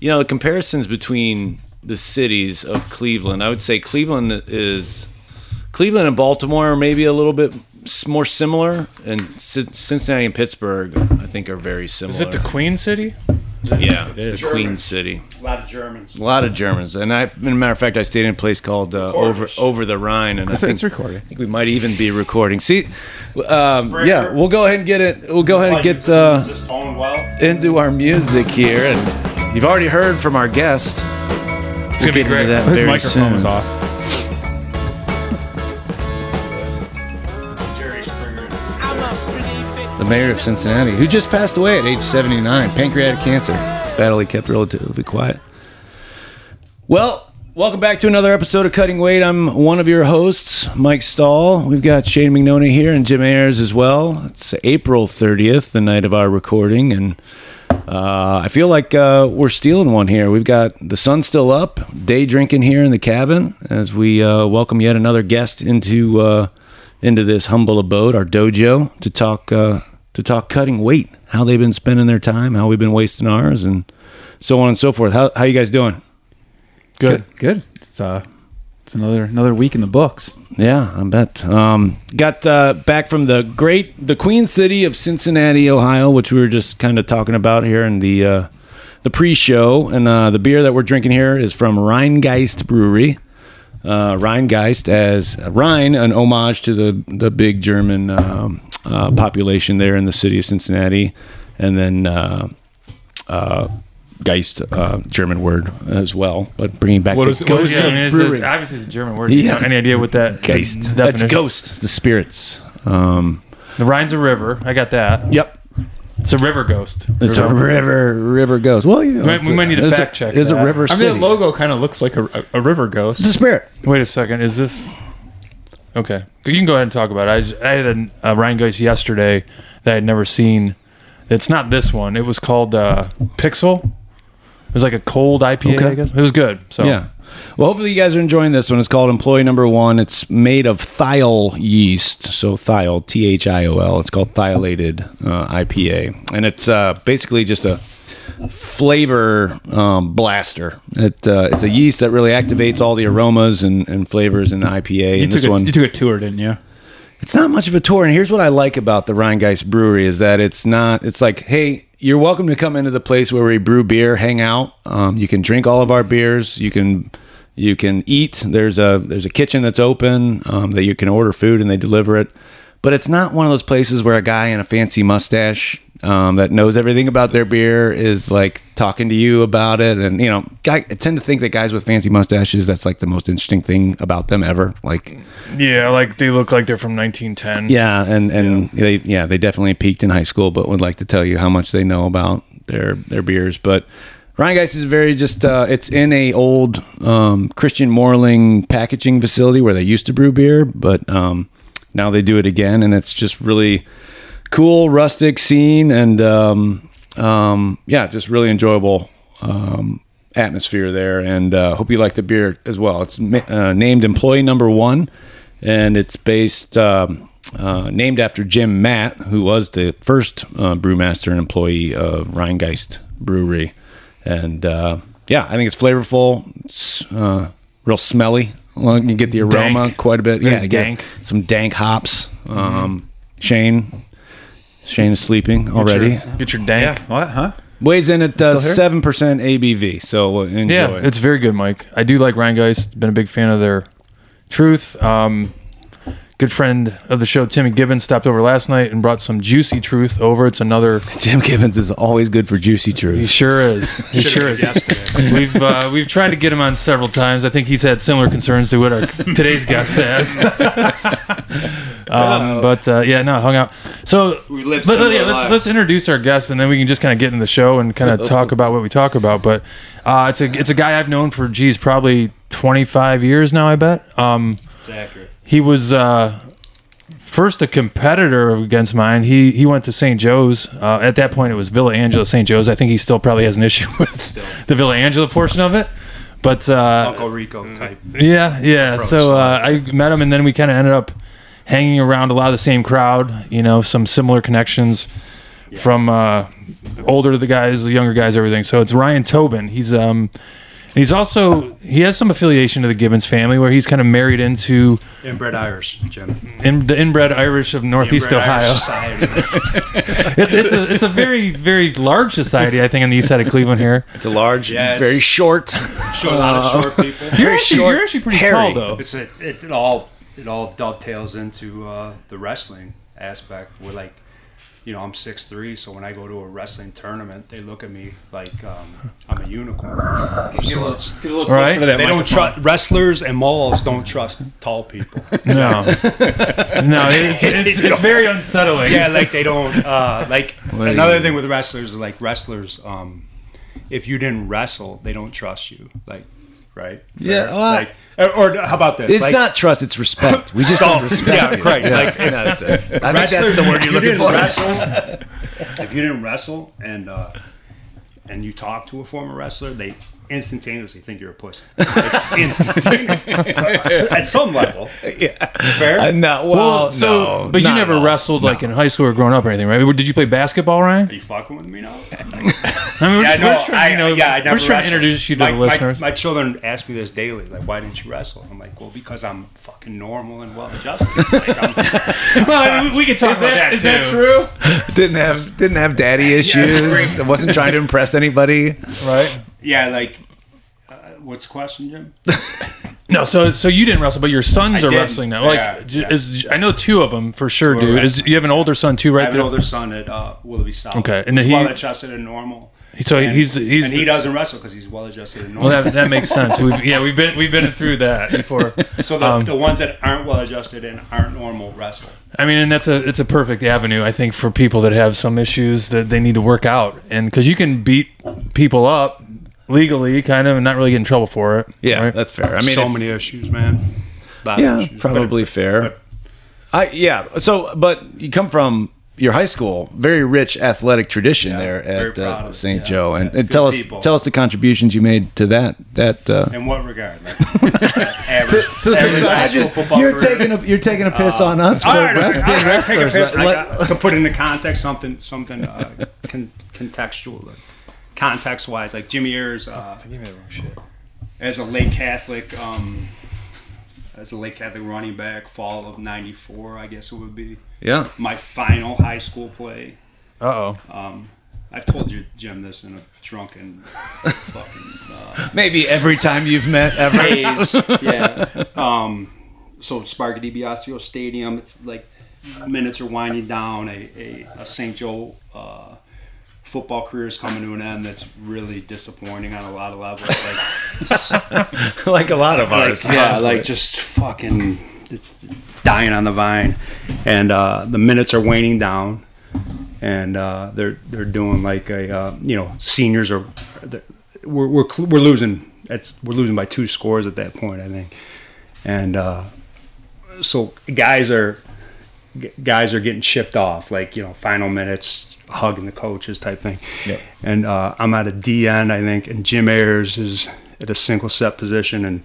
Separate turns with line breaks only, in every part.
you know the comparisons between the cities of Cleveland. I would say Cleveland is Cleveland and Baltimore are maybe a little bit s- more similar, and Cin- Cincinnati and Pittsburgh I think are very similar.
Is it the Queen City?
yeah? It's the
is.
Queen City.
A lot of Germans.
A lot of Germans, and I, as a matter of fact, I stayed in a place called uh, over
Recordish.
over the Rhine, and
It's-
I think
it's recording.
I think we might even be recording. See, um, yeah, we'll go ahead and get it. We'll go ahead and get uh,
Just own well.
into our music here, and you've already heard from our guest.
It's gonna be
get into
great.
that
His
very
microphone
soon.
was off.
Jerry Springer.
The mayor of Cincinnati, who just passed away at age 79, pancreatic cancer. Battle he kept relatively quiet. Well, welcome back to another episode of Cutting Weight. I'm one of your hosts, Mike Stahl. We've got Shane McNoney here and Jim Ayers as well. It's April 30th, the night of our recording, and uh, I feel like uh, we're stealing one here. We've got the sun still up, day drinking here in the cabin as we uh, welcome yet another guest into uh, into this humble abode, our dojo, to talk uh, to talk cutting weight, how they've been spending their time, how we've been wasting ours, and so on and so forth. How how you guys doing?
Good. Good. It's uh, it's another another week in the books.
Yeah, I bet. Um, got uh, back from the great, the Queen City of Cincinnati, Ohio, which we were just kind of talking about here in the uh, the pre-show, and uh, the beer that we're drinking here is from Rheingeist Brewery. Uh, Rheingeist as Rhine, an homage to the the big German um, uh, population there in the city of Cincinnati, and then. Uh, uh, Geist, uh, German word as well, but bringing back the
What
ghost
is it? I mean, it's-
brewery.
it's- obviously, it's a German word.
Yeah.
You know, any idea what that
Geist.
definition-
That's ghost. The spirits. Um,
The Rhine's a river. I got that.
yep.
It's a river ghost.
It's a river. River ghost. Well, you know,
might-
it's
we might need to
it's
fact check
It's a
that.
river.
I mean,
city.
the logo kind of looks like a, a, a river ghost.
It's a spirit.
Wait a second. Is this okay? You can go ahead and talk about it. I, just, I had a, a Rheingeist yesterday that I had never seen. It's not this one. It was called uh, Pixel. It was like a cold IPA.
Okay.
I guess it was good. So
Yeah. Well, hopefully you guys are enjoying this one. It's called Employee Number One. It's made of thiol yeast, so thiol, T H I O L. It's called thiolated uh, IPA, and it's uh, basically just a flavor um, blaster. It, uh, it's a yeast that really activates all the aromas and, and flavors in the IPA.
you
and
took
this
a,
one,
you took a tour, didn't you?
It's not much of a tour, and here's what I like about the Rheingeist Brewery is that it's not. It's like, hey, you're welcome to come into the place where we brew beer, hang out. Um, you can drink all of our beers. You can you can eat. There's a there's a kitchen that's open um, that you can order food and they deliver it. But it's not one of those places where a guy in a fancy mustache um, that knows everything about their beer is like talking to you about it. And you know, guy, I tend to think that guys with fancy mustaches that's like the most interesting thing about them ever. Like
yeah, like they look like they're from 1910.
yeah, and and they yeah they definitely peaked in high school, but would like to tell you how much they know about their their beers. But Ryan Geist is very just uh, it's in a old um, Christian Morling packaging facility where they used to brew beer, but um, now they do it again, and it's just really cool rustic scene and um, um, yeah, just really enjoyable um, atmosphere there. And uh, hope you like the beer as well. It's ma- uh, named Employee Number One, and it's based um, uh, named after Jim Matt, who was the first uh, brewmaster and employee of Rheingeist Brewery. And uh, yeah, I think it's flavorful. It's uh, real smelly. Well, you get the aroma
Dank.
quite a bit.
Very
yeah, you get
dank. Mm-hmm.
Some dank hops. Um, Shane, Shane is sleeping already.
Get your dank.
What? Huh?
Weighs in at uh,
Still here?
seven percent ABV. So uh, enjoy.
Yeah, it's very good, Mike. I do like Rheingeist. Been a big fan of their truth. Um, good friend of the show, Timmy Gibbons, stopped over last night and brought some juicy truth over. It's another.
Tim Gibbons is always good for juicy
He
truth.
sure is. He sure is. We've uh, we've tried to get him on several times. I think he's had similar concerns to what our today's guest has. um, but uh, yeah, no, hung out. So
We live
let,
similar
yeah, let's,
lives. Oh.
let's introduce our guest, and then we can just kind of get in the show and kind of talk about what we talk about. But uh, it's a it's a guy I've known for geez probably twenty five years now. I bet. Um,
It's accurate.
he was uh, first a competitor against mine. He he went to St. Joe's. Uh, at that point, it was Villa Angela St. Joe's. I think he still probably has an issue with
Still.
the Villa Angela portion of it. But uh,
Uncle Rico type.
yeah, yeah. So uh, I met him, and then we kind of ended up hanging around a lot of the same crowd. You know, some similar connections. from uh, older to the guys, the younger guys, everything. So it's Ryan Tobin. He's um, and he's also he has some affiliation to the Gibbons family where he's kind of married into
Inbred Irish, Jim.
in, the inbred Irish of Northeast
Inbred Irish
Ohio.
Society.
It's, it's a it's a very very large society I think on the east side of Cleveland here.
It's a large,
Yeah, it's-
very short.
Show a lot of short people.
You're actually,
short,
you're actually pretty
hairy.
tall though.
It's a, it, it all it all dovetails into uh, the wrestling aspect. Where like, you know, I'm six three, so when I go to a wrestling tournament, they look at me like um, I'm a unicorn. Get a little- get a little closer
Right.
to that They don't trust wrestlers and moles don't trust tall people.
No, no, it's, it's, it's very unsettling.
yeah, like they don't uh, like
do
another
you-
thing with wrestlers is like wrestlers. Um, if you didn't wrestle, they don't trust you. Like, right?
Yeah,
Or,
well, I-
like, or, or how about this?
It's
Like,
not trust; it's respect. We just don't
Oh,
respect.
yeah,
you.
right, like,
yeah, that's it. I think that's
wrestlers,
the word
if
you're
you
looking
didn't
for.
wrestle- if you didn't wrestle and uh, and you talk to a former wrestler, they instantaneously think you're a pussy. Like, instantaneously, at some level. Fair.
Uh, no, well,
Oh,
Well, so,
no,
but you
not at
never
all.
wrestled like in high school or growing up or anything, right? Did you play basketball, Ryan?
Are you fucking with me now?
I mean, we're
Yeah,
just,
no,
we're just trying,
I,
you know,
yeah, I never
we're just trying to
wrestled.
introduce you to
my,
the
my-
listeners.
My, children ask me this daily, like, why didn't you wrestle? I'm like, well, because I'm fucking normal and well adjusted. Like, I'm-
well, I mean, we can talk about that,
Is
too.
that true?
didn't have didn't have daddy issues. I wasn't trying to impress anybody.
Right?
yeah, like, uh, what's the question, Jim?
No, so so you didn't wrestle, but your sons are
didn't.
wrestling now. Like,
Yeah,
j-
yeah.
is I know two of them for sure. Do
are
is you have an older son too,
I
right?
have an
There?
older son at uh, Willoughby South.
Okay, and
and he's
he-
well adjusted and normal.
so
And-
he's he's
and he doesn't wrestle because he's well adjusted and normal.
well, that, that makes sense. We've, yeah, we've been we've been through that before.
so the,
um,
the ones that aren't well adjusted and aren't normal wrestle.
I mean, and that's a it's a perfect avenue, I think, for people that have some issues that they need to work out, and because you can beat people up legally, kind of, and not really get in trouble for it.
Yeah,
right?
that's fair. I mean,
so
if-
many issues, man. Lot of
yeah,
issues.
probably fair. I yeah. So, but you come from your high school, very rich athletic tradition there
very
at
proud
uh,
of it,
St.
yeah.
Joe, and,
Yeah,
and tell
good
us
people.
tell us the contributions you made to that that. Uh,
In what regard? Like, average, average high
I
school
just,
football
you're
career. Oh.
taking a you're taking a piss on us for
All right,
rest,
okay,
being
all right, take a
wrestlers.
piss. I
Let-
got- to put into context something something uh, con- contextual, like, context wise, like Jimmy Ayers uh, as a late Catholic, um, as a late Catholic running back, fall of '94, I guess it would be
yeah,
my final high school play.
Uh oh.
Um, I've told you, Jim, this in a drunken fucking. Uh,
maybe every time you've met ever.
Rays. yeah. Um, so Sparky DiBiaseo Stadium. It's like minutes are winding down. A, a, a St. Joe uh, football career is coming to an end. That's really disappointing on a lot of levels. Like,
like a lot of
like
ours.
yeah,
honestly.
like just fucking. It's, it's dying on the vine, and uh, the minutes are waning down. And uh, they're they're doing like a uh, you know seniors are they're- we're we're, cl- we're losing it's we're losing by two scores at that point I think and uh, so guys are g- guys are getting shipped off like you know final minutes hugging the coaches type thing
Yep.
and uh, i'm at a dn i think and jim ayers is at a single set position and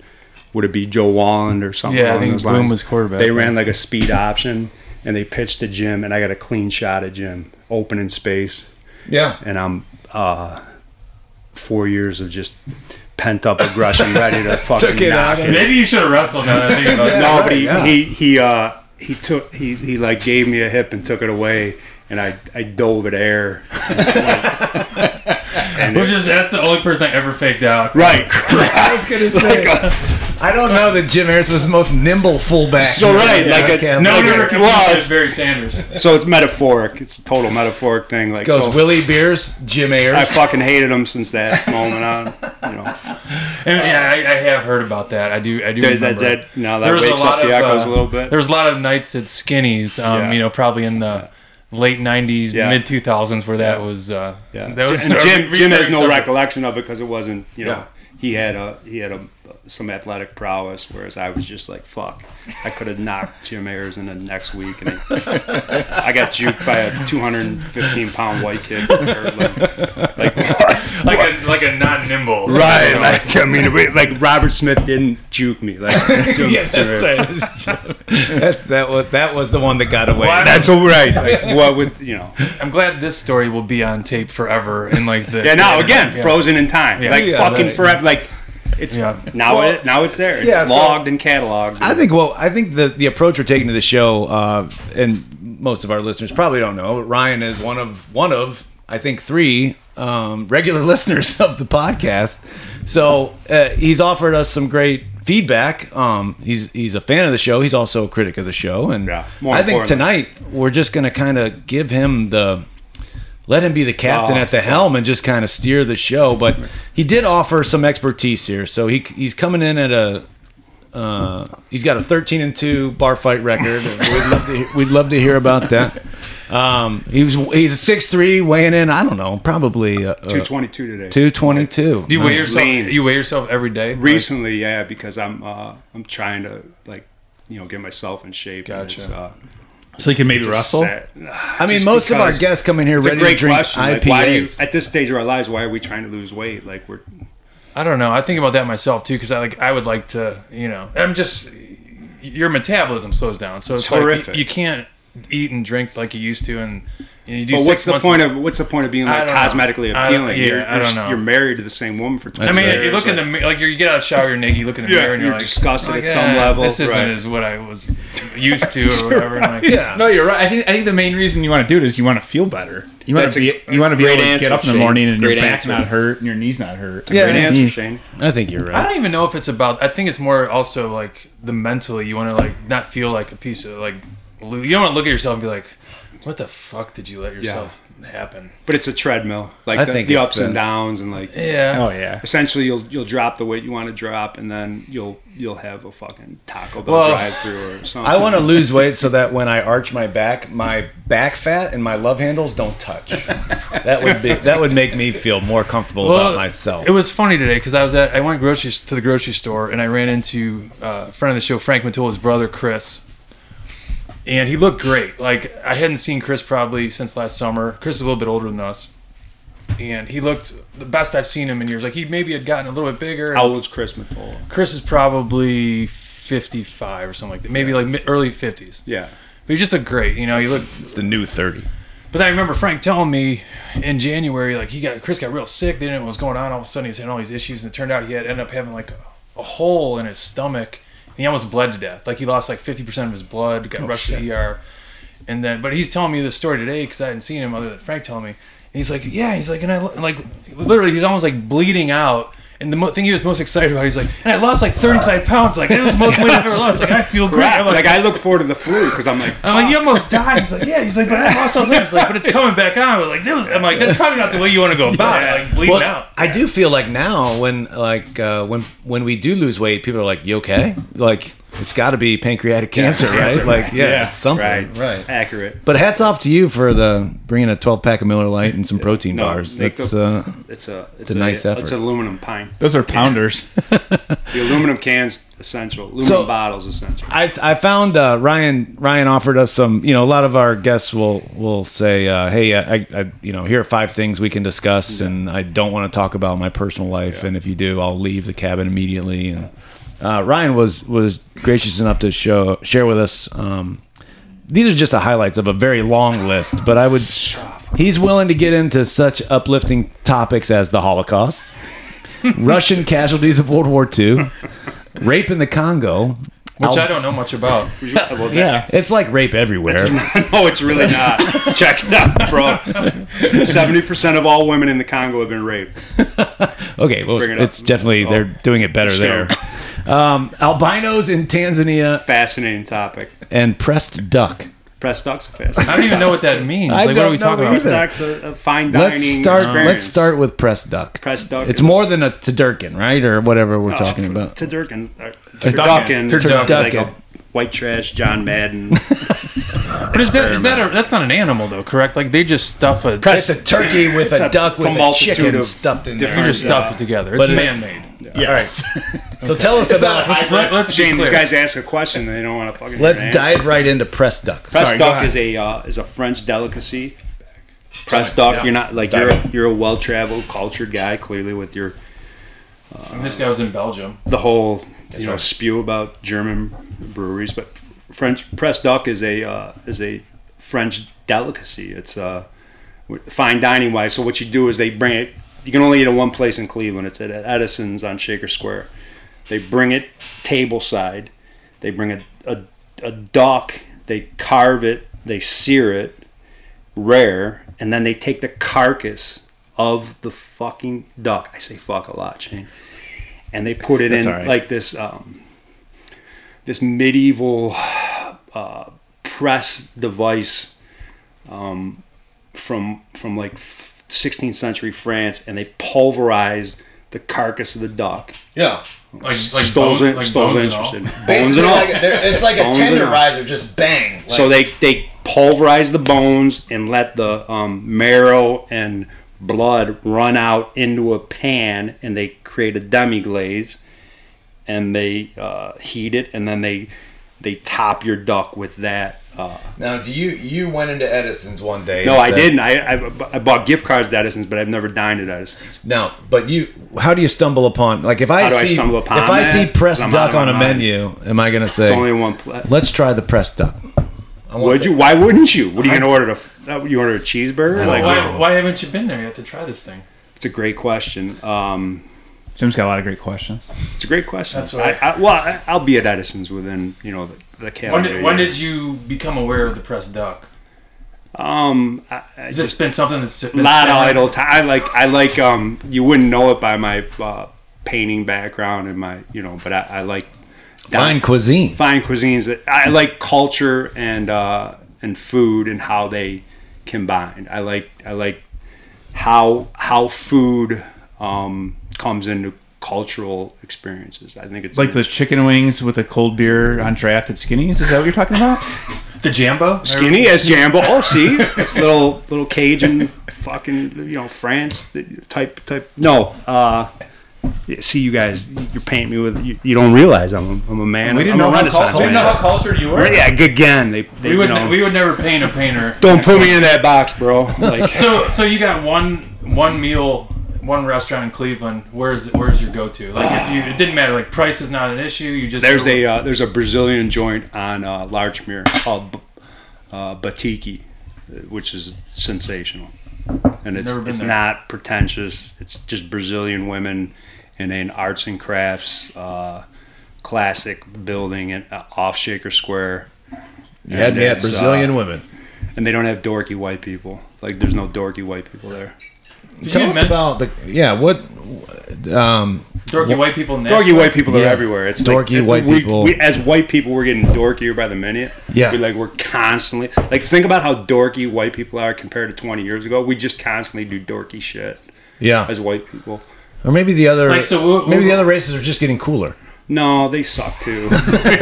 would it be joe walland or something
Yeah, I
along
think
those
Boom
lines.
was quarterback.
they ran like a speed option and they pitched to jim and i got a clean shot at jim open in space
yeah.
and i'm uh, four years of just pent up aggression ready to fucking
Took it out
knock
of
it
Maybe you should have wrestled. Now that I think about it.
no, but he,
yeah.
he he uh he took he he like gave me a hip and took it away, and I I dove at air. and
Which
it,
is that's the only person I ever faked out.
right,
I was gonna say. I don't know that Jim Harris was the most nimble fullback.
So, right,
in
like a-
Catholic.
No,
Okay.
never confused
Well,
with
it's-
Barry Sanders.
so it's metaphoric. It's a total metaphoric thing. Like
goes
so
Willie Beers, Jim Ayers.
I fucking hated him since that moment on. You know,
And, yeah, I, I have heard about that. I do. I do.
There's that,
remember.
that now that
There was a
wakes
lot
up the
of,
echoes
uh,
a little bit.
There was a lot of nights at Skinny's. Um,
Yeah.
you know, probably in the late '90s,
Yeah.
mid 2000s, where that was. Uh,
Yeah,
that was.
and Jim,
we-
Jim has
we-
no
so-
recollection of it because it wasn't you know
Yeah.
he had a he had a some athletic prowess, whereas I was just like fuck, I could have knocked Jim Ayers in the next week, and he, I got juked by a 215 pound white kid. From Kirtland. like
like a like a not nimble.
Right, like I mean, we- like Robert Smith didn't juke me. Like,
yeah, that's right. that's that was that was the one that got away.
Why-
That's all right. Like, what would you know?
I'm glad this story will be on tape forever. And like the
Yeah, now again,
Yeah.
frozen in time,
Yeah.
like
Yeah,
fucking
that's-
forever. Like it's
Yeah.
now
Well,
it now it's there. It's
yeah, so-
logged and cataloged.
I think well, I think the the approach we're taking to the show, uh, and most of our listeners probably don't know, but Ryan is one of one of I think three um, regular listeners of the podcast. So uh, he's offered us some great feedback. Um, he's he's a fan of the show. He's also a critic of the show, and
Yeah, more
I think
importantly.
tonight we're just going to kind of give him the. Let him be the captain
Oh,
at the helm and just kind of steer the show. But he did offer some expertise here, so he he's coming in at a uh, he's got a 13 and two bar fight record. We'd love to, we'd love to hear about that. Um, he was he's a six three weighing in. I don't know, probably uh,
two twenty two today.
two twenty two.
Do you weigh yourself?
Lean.
You weigh yourself every day. Like,
Recently, yeah, because I'm uh, I'm trying to like you know get myself in shape. and
Gotcha.
it's, uh,
So you can maybe
just
wrestle.
sad.
I mean,
Just
most of our
because-
guests come in here
It's a
ready to
great
drink
question.
IPAs.
Like, why do you, at this stage of our lives, why are we trying to lose weight? Like we're
I don't know. I think about that myself too because I like I would like to. You know, I'm just your metabolism slows down, so it's,
It's
like you-
horrific.
You, can't eat and drink like you used to, and, and you do.
But
six
what's the
months
point of what's the point of being
I don't
like
know.
cosmetically
I don't-
appealing?
yeah,
you're,
I
you're
don't
s-
know.
you're married to the same woman for
I
That's
20
mean,
right.
you
years.
look in the
Like,
mi- like you get out of the shower, you're naked. You look in the
Yeah,
mirror, and you're,
you're
like,
disgusted
like,
at some level,
This isn't
right.
as what I was used to, or whatever. and, like,
yeah.
No, you're right. I think I think the main reason you want to do it is you want to feel better. You want
That's
to
a
be you want to be
great
able to
answer,
get up in the
Shane.
morning and
Great
your back
answer.
not hurt and your knees not hurt.
Yeah.
Great answer, Shane.
I think you're
I
right.
don't even know if it's about. I think it's more also like the mentally. You want to like not feel like a piece of like. lo- You don't want to look at yourself and be like, "What the fuck did you let yourself happen?"
But it's a treadmill. Like
I
the,
think
the
it's
ups and
the-
downs and like
Yeah.
Oh yeah.
essentially you'll you'll drop the weight you want to drop and then you'll you'll have a fucking Taco Bell
Well-
drive through or something.
I want to lose weight so that when I arch my back, my back fat and my love handles don't touch. that would be that would make me feel more comfortable about myself.
It was funny today because I was at I went grocery to the grocery store and I ran into uh, a friend of the show Frank Matula's brother Chris, and he looked great. Like I hadn't seen Chris probably since last summer. Chris is a little bit older than us, and he looked the best I've seen him in years. Like he maybe had gotten a little bit bigger.
How old's Chris Matola?
Chris is probably fifty-five or something like that. Maybe like mid- early fifties.
Yeah.
But he's just a great. You know, he looked
it's the new thirty.
but I remember Frank telling me in January, like he got Chris got real sick. They didn't know what was going on. All of a sudden, he was having all these issues, and it turned out he had ended up having like a, a hole in his stomach, and he almost bled to death. Like he lost like fifty percent of his blood, got rushed to the ER, and then. But he's telling me this story today because I hadn't seen him other than Frank telling me. And he's like, yeah, he's like, and I lo- like literally, he's almost like bleeding out. And the mo- thing he was most excited about, he's like, and I lost like thirty five pounds. Like that was the most weight I've ever lost. Like I feel great.
Right.
I'm like,
Like I look forward to the flu because I'm like
I'm like, you almost died. He's like, yeah. He's like, but I lost all this. Like, but it's coming back on. But like, that was, I'm like, that's probably not the way you want to go about it. Like bleeding
Well,
out.
I do feel like now when like uh, when when we do lose weight, people are like, "You okay?" Like it's got to be pancreatic cancer, right? Like yeah,
Yeah,
something,
right,
right.
accurate.
But hats off to you for the bringing a 12 pack of Miller Lite and some protein
No,
bars.
make
That's
the-
uh,
It's a it's,
a nice
It's
effort.
an aluminum pint.
Those are pounders.
The aluminum cans essential. Aluminum
So-
bottles essential.
I, I found uh, Ryan Ryan offered us some. You know, a lot of our guests will will say, uh, "Hey, I, I you know here are five things we can discuss, and I don't want to talk about my personal life. And if you do, I'll leave the cabin immediately." And uh, Ryan was was gracious enough to show share with us. Um, these are just the highlights of a very long list, but I would. He's willing to get into such uplifting topics as the Holocaust, Russian casualties of World War II, rape in the Congo,
Which I don't know much about.
Well, that-
yeah.
it's like rape everywhere.
no, it's really not. Check it out, bro. Seventy percent of all women in the Congo have been raped.
Okay, well,
Bring it
it's
up.
definitely
Oh.
they're doing it better
Sure.
there. Um, albinos in Tanzania
Fascinating topic.
and pressed duck.
Press ducks are fascinating.
I don't even know what that means.
I
Like, what are
don't
we
know
talking about?
either.
Press ducks a, a fine dining.
Let's start.
Experience.
Let's start with pressed duck.
Press duck.
It's more than a tadurkin, right, or whatever we're talking about.
Tadurkin. uh,
Turducken.
Turducken. Turducken. Like
Turducken.
a white trash John Madden.
But is that, is that a, that's not an animal though, correct? Like they just stuff a.
It's a turkey with
It's
a,
a-
duck
it's
with
a
a,
multitude
chicken
of
stuffed in
You
there.
just stuff it together. It's
But it-
man-made.
So tell us about.
Let's, let, us be
Shane, these
clear.
guys ask a question and they don't want to fucking. hear
Let's
an answer.
dive right into pressed duck.
Press
Sorry.
duck is a uh, is a French delicacy. press duck. You're not like you're a, you're a well traveled, cultured guy. Clearly, with your
And this guy was in Belgium.
the whole you know
right.
spew about German breweries, but French press duck is a uh, is a French delicacy. It's uh, fine dining wise. So what you do is they bring it. You can only eat it one place in Cleveland. It's at Edison's on Shaker Square. They bring it table side. They bring a a, a duck. They carve it. They sear it rare, and then they take the carcass of the fucking duck. I say fuck a lot, Shane. And they put it in
all right.
like this um, this medieval uh, press device um, from from like 16th century France, and they pulverize the carcass of the duck.
Yeah.
Like, like,
Stoles,
bone-
in-
like
Stoles
bones and all.
interested. Bones
Basically,
and all.
like they're- it's like a
Bones and all.
tenderizer, just bang. Like,
so they they pulverize the bones and let the um, marrow and blood run out into a pan, and they create a demi glaze, and they uh, heat it, and then they they top your duck with that. Uh,
now, do you you went into Edison's one day?
no,
and
I
said-
didn't. I, I I bought gift cards to Edison's, but I've never dined at Edison's.
No, but you. How do you stumble upon? Like if I
How do I
see
stumble upon
if I
that?
see pressed
'Cause I'm out
duck
of my
on a
mind.
menu, am I gonna say?
It's only one place.
Let's try the pressed duck. I want
Would
the-
you? Why wouldn't you? What are you gonna order? To, you order a cheeseburger? Like,
uh,
Why, why haven't you been there yet to try this thing?
it's a great question. Um,
Jim's got a lot of great questions.
It's a great question.
That's right.
I, I, well, I, I'll be at Edison's within you know the, the
When
calendar.
did, when
year.
did you become aware of the pressed duck?
um? I, I
Has
just
this been something that's
a
been
lot of
sat-
idle time. I like I like um. You wouldn't know it by my uh, painting background and my you know, but I, I like
fine cuisine?
fine cuisines. That I like culture and uh, and food and how they combine. I like I like how how food um, comes into cultural experiences. I think it's
Like the chicken wings with a cold beer on draft at Skinny's. Is that what you're talking about?
The Jambo?
skinny as Jambo. Oh, see, it's little little Cajun, fucking you know France type type. No, uh, yeah, see you guys, you're painting me with. You, you don't realize I'm a, I'm a man.
We didn't
I'm
know
a
how
Renaissance
cul- we didn't
man.
know how cultured you were.
Yeah, again, they, they
We would,
you know,
we would never paint a painter.
don't put me in that box, bro. Like
So so you got one one meal, one restaurant in Cleveland. Where's where's your go to? Like if you it didn't matter. Like price is not an issue. You just
there's a uh, there's a Brazilian joint on uh, Larchmere called B- uh, Batiki, which is sensational, and it's
Never been
it's
there.
not pretentious. It's just Brazilian women in an arts and crafts uh, classic building in, uh, off Shaker Square.
You had
And
me at
it's, uh,
Brazilian women.
and they don't have dorky white people. Like there's no dorky white people there.
Did you
Tell us
mention
about the yeah. What um,
dorky white people. in
Dorky
Nashville?
white people
Yeah.
are everywhere. It's
Dorky
like,
white
we-
people.
We, as white people, we're getting dorkier by the minute.
Yeah.
we like we're constantly like think about how dorky white people are compared to 20 years ago. We just constantly do dorky shit
yeah,
as white people.
or maybe the other
Like, so what-
maybe the
what-
other races are just getting cooler.
No, they suck too.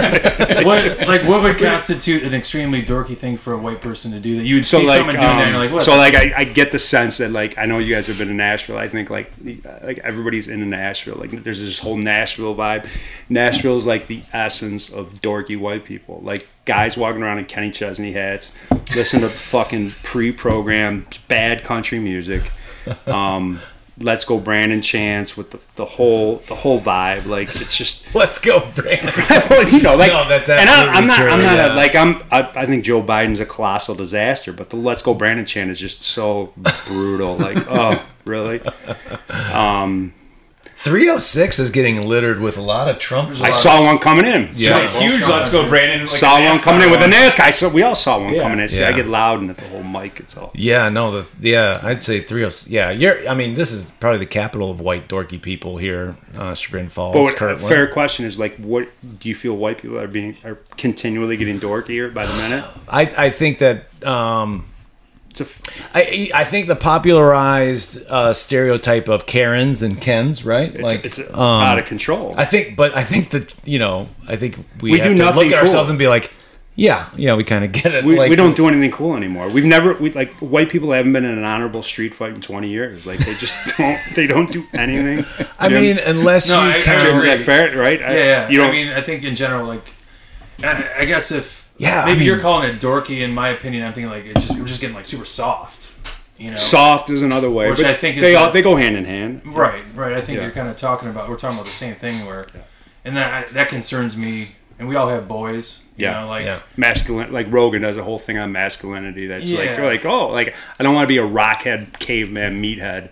What like what would constitute an extremely dorky thing for a white person to do that you would
so
see
like,
someone doing that and
um,
you're like what?
so like I, I get the sense that like I know you guys have been to Nashville. I think like the- uh, like everybody's into Nashville. Like there's this whole Nashville vibe. Nashville is like the essence of dorky white people. Like guys walking around in Kenny Chesney hats, listen to fucking pre-programmed bad country music. Um, Let's go Brandon Chance with the, the whole the whole vibe. Like it's just
Let's go, Brandon.
well, you know, like,
No, that's
and I,
absolutely
I'm not,
true,
I'm not
yeah.
a, like, I'm, I, I think Joe Biden's a colossal disaster, but the "Let's Go Brandon" chant is just so brutal. Like, oh, really?
Three hundred six is getting littered with a lot of Trump.
I saw one coming in.
Yeah.
Like, huge, let's
go, Brandon.
saw one coming in with an ass guy. So we all saw one coming in. See, I
Yeah.
get loud and the whole mic gets all.
Yeah, no, the yeah, I'd say three oh. Yeah, you're. I mean, this is probably the capital of white dorky people here, uh, Chagrin Falls.
But what, a
Kirtland.
fair question is like, what do you feel white people are being are continually getting dorkier by the minute?
I I think that um,
It's a,
I I think the popularized uh, stereotype of Karens and Kens, right?
it's,
like
it's, it's
um,
out of control.
I think, but I think that you know, I think we,
We
have
do
to look
nothing
at ourselves
cool.
and be like, yeah, yeah, we kind of get it.
we,
like,
we don't do anything cool anymore. We've never we like white people haven't been in an honorable street fight in twenty years. Like they just don't they don't do anything.
I
Jim-
mean, unless
No, I- I
you count.
Jim's
agree.
that ferret, right? I-
yeah, yeah.
You don't.
I mean, I think in general, like, I, I guess if
Yeah, I
maybe
mean-
you're calling it dorky. In my opinion, I'm thinking like it's just we're just getting like super soft. You know,
Soft is another way,
Which
but
I think is
they
a-
all, they go hand in hand.
Right, right. I think
Yeah.
you're kind of talking about we're talking about the same thing where, and that that concerns me. And we all have boys. You
Yeah,
know, like
yeah.
Masculine, like Rogan does a whole thing on masculinity. That's like
Yeah.
you're like, oh, like I don't want to be a rockhead, caveman, meathead,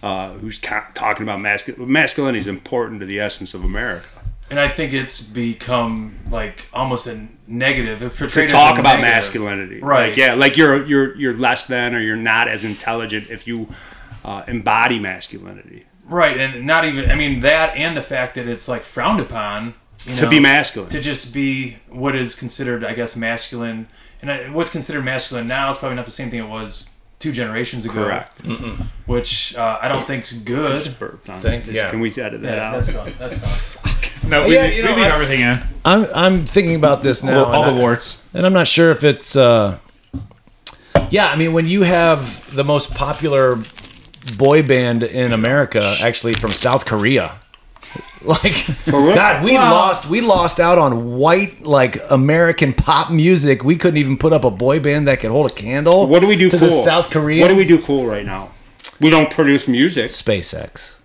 uh, who's ca- talking about masculinity. Masculinity is important to the essence of America.
and I think it's become like almost a negative. It's
to
portrayed as
talk
a
about
negative.
masculinity,
Right.
Like, yeah, like you're you're you're less than or you're not as intelligent if you uh, embody masculinity.
Right, and not even I mean that, and the fact that it's like frowned upon you
To
know,
be masculine.
to just be what is considered, I guess, masculine. And I, what's considered masculine now is probably not the same thing it was two generations ago.
Correct.
Which uh, I don't think's good.
Just burped on.
Thank-
Just-
yeah.
Can we edit that
Yeah,
out?
that's gone. That's gone.
No, we,
Yeah,
need-
you
we
know,
need
I-
everything in.
I'm I'm thinking about this now.
All, all
and
the
I-
warts.
and I'm not sure if it's. Uh, yeah, I mean, when you have the most popular boy band in America, actually from South Korea, like
real?
God, we lost we lost out on white like American pop music. We couldn't even put up a boy band that could hold a candle.
What do we do
to
cool?
the South Korea?
What do we do cool right now? We don't produce music.
SpaceX.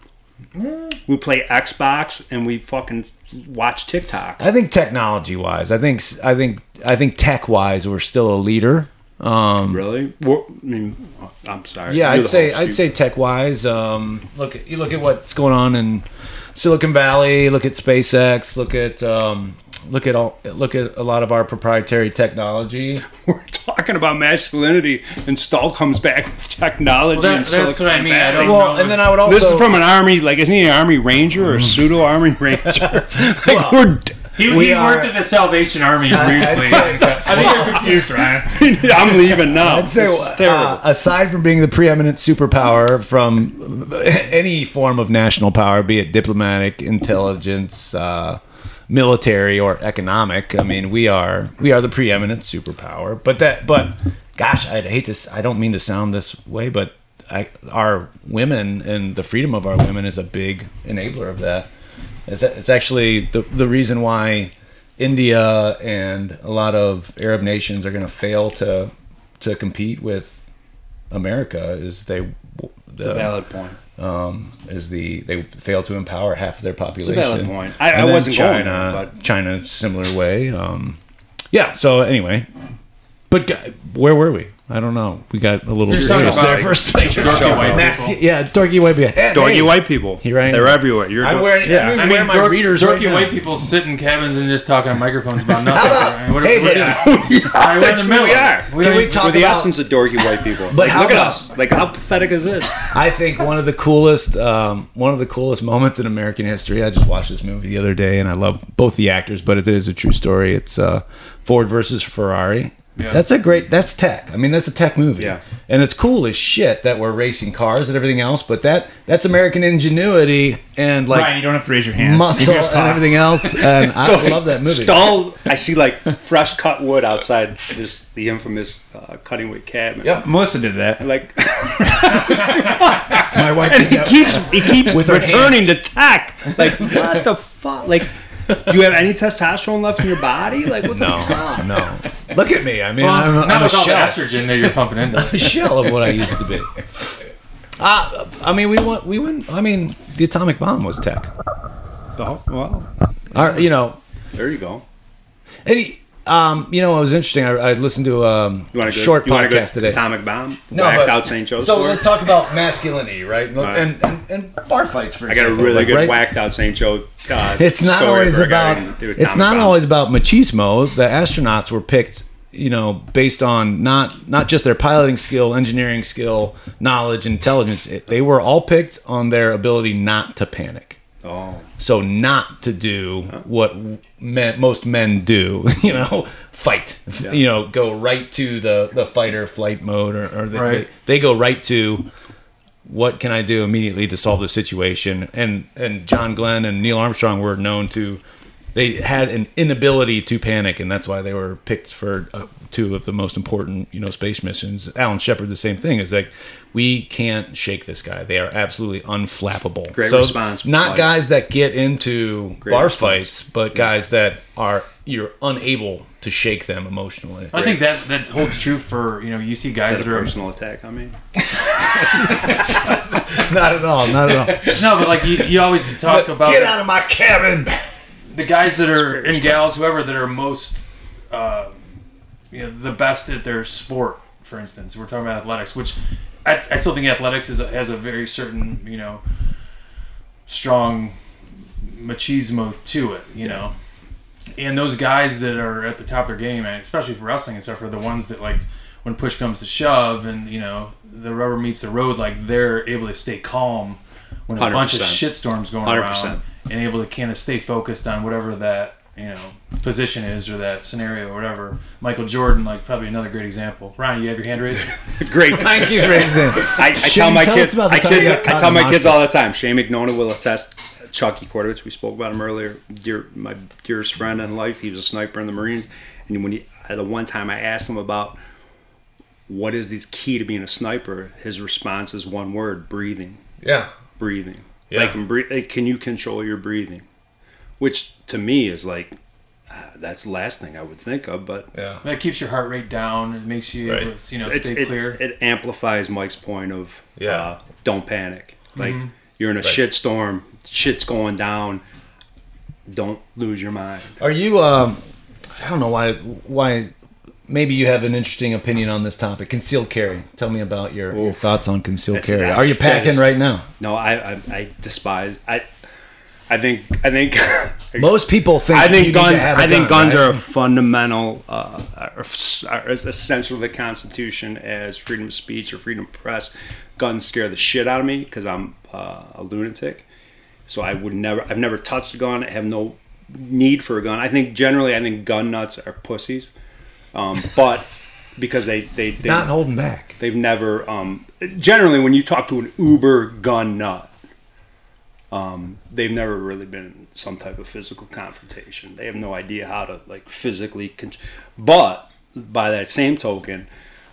We play Xbox and we fucking watch TikTok.
I think technology wise, I think I think I think tech wise, we're still a leader. Um,
Really? We're, I mean, uh, I'm sorry.
yeah,
You're
I'd
the
say
host.
I'd
You-
say tech wise. Um, look, at, you look at what's going on in Silicon Valley. Look at SpaceX. Look at um, look at all look at a lot of our proprietary technology.
we're talking about masculinity, and Stahl comes back with
Well,
technology.
that-
and
that's
Silicon
what I mean. I
Valley.
don't
Well,
know.
and then I would also
This is from an army, like isn't he an army ranger or a pseudo army ranger? like we're d-
He,
We
he
are-
worked at the Salvation Army weirdly.
I'd
I think you're confused, Ryan.
I'm leaving now.
I'd say,
This is terrible.
uh, aside from being the preeminent superpower from any form of national power, be it diplomatic, intelligence, uh, military, or economic, I mean, we are we are the preeminent superpower. But that, but gosh, I'd hate this. I don't mean to sound this way, but I, our women and the freedom of our women is a big enabler of that. It's, it's actually the, the reason why India and a lot of Arab nations are going to fail to to compete with America is they the,
valid point.
um, is the they fail to empower half of their population.
valid point. I- I
And then
wasn't going
China,
there, but-
China similar way. Um, yeah. So anyway, but g- where were we? I don't know. We got a little
You're talking
serious
about
there for a second.
dorky
Show
white
Mas-
people.
Yeah, dorky white people. Hey,
Dorky
hey,
white people.
Here I am.
They're everywhere. You're
I'm
do-
wearing.
Yeah.
I'm
I
wearing
mean,
my
dork-
readers
dorky
right now.
white people sit in cabins and just talk on microphones about nothing. Ryan. What are-
Hey,
what are you
but-
doing? Ryan, we're in
That's
the
who
middle.
we are.
Can
We don't
we
even-
talk
We're the
about-
essence of dorky white people.
But
Like,
how
look
about-
at us. Like how pathetic is this?
I think one of the coolest, um, one of the coolest moments in American history. I just watched this movie the other day, and I love both the actors, but it is a true story. It's uh, Ford versus Ferrari.
Yeah.
That's a great. That's tech. I mean, that's a tech movie.
Yeah.
And it's cool as shit that we're racing cars and everything else, but that that's American ingenuity and like
Ryan, you don't have to raise your hand. You
muscle
can just
and
talk.
everything else. And I love that movie.
Stall. I see like fresh cut wood outside this the infamous uh, cutting wood cabinet.
Yeah.
Melissa did that.
Like
My wife. did
he
that.
keeps he keeps
With her
returning to tech. Like what the fuck? Like do you have any testosterone left in your body? Like what the
no, no. Look at me. I mean,
Well,
I'm,
not
I'm a
with all the
shell.
estrogen that you're pumping into.
a shell of what I used to be. Uh, I mean, we went. We went. I mean, the atomic bomb was tech.
fuck? Oh, Well,
Our, you know,
there you go.
any. Um, you know, it was interesting. I, I listened to um,
You
a
want to
short
you wanna go
podcast today.
Atomic bomb.
No,
whacked
but-
out St. Joe's.
So
for it?
let's talk about masculinity, right? And,
right.
and, and, bar fights for
I got a
example,
really
like,
good
right?
whacked out St. Joe. uh, God,
It's not always about. It's not always about machismo. The astronauts were picked, you know, based on not not just their piloting skill, engineering skill, knowledge, intelligence. It, they were all picked on their ability not to panic.
Oh,
So not to do what men, most men do, you know, fight. You know, go right to the the fight or flight mode, or, or they,
Right.
they, they go right to what can I do immediately to solve the situation. And and John Glenn and Neil Armstrong were known to they had an inability to panic, and that's why they were picked for uh, two of the most important, you know, space missions. Alan Shepard, the same thing is like, we can't shake this guy. They are absolutely unflappable.
Great response,
Not
Mike.
guys that get into
Great
bar
response.
fights, but guys that are you're unable to shake them emotionally.
I think that that holds true for you know you see guys
Is
that
that a
are
personal attack on me?
not at all. Not at all.
no, but like you, you always talk about
Get out of my cabin.
the guys that are and gals, whoever that are most, uh, you know, the best at their sport. For instance, we're talking about athletics, which I, I still think athletics is a, has a very certain, you know, strong machismo to it. You know, and those guys that are at the top of their game, and especially for wrestling and stuff, are the ones that like when push comes to shove, and you know, the rubber meets the road. Like they're able to stay calm when a bunch of
100%.
shit storms going
100%.
around and able to kind of stay focused on whatever that you know position is or that scenario or whatever. Michael Jordan, like probably another great example. Ryan, you have your hand raised.
Great.
Mine keeps raising.
I, I tell my
tell us
kids,
about the
I,
time you
kids
got caught
I tell
in
my
the
kids
monster.
all the time. Shane McNona will attest. Chucky Cordovich, we spoke about him earlier. Dear, my dearest friend in life. He was a sniper in the Marines. And when he, the one time I asked him about what is the key to being a sniper, his response is one word: breathing.
Yeah.
Breathing.
Yeah.
Like, can, breathe, like, can you control your breathing? Which to me is like, ah, that's the last thing I would think of. But
Yeah.
that keeps your heart rate down. It makes you able
Right.
to, you know
It's-
stay
it,
clear.
It amplifies Mike's point of
Yeah.
uh, don't panic. Like
Mm-hmm.
you're in a shit storm, shit's going down. Don't lose your mind.
Are you? Um, I don't know why. Why? Maybe you have an interesting opinion on this topic. Concealed carry. Tell me about your, your
Oof.
thoughts on concealed
That's-
carry.
that-
Are you
that
packing
is-
right now?
No, I I, I despise I. I think I think
Most people think.
I
you
think
need to
guns.
have a
I think
gun,
guns
right?
are a fundamental, uh, are, f- are as essential to the Constitution as freedom of speech or freedom of press. Guns scare the shit out of me because I'm uh, a lunatic, so I would never. I've never touched a gun. I have no need for a gun. I think generally, I think gun nuts are pussies, um, but because they they, they
not holding back.
They've never. Um, generally, when you talk to an uber gun nut, um, they've never really been in some type of physical confrontation. They have no idea how to like physically. Con- but by that same token,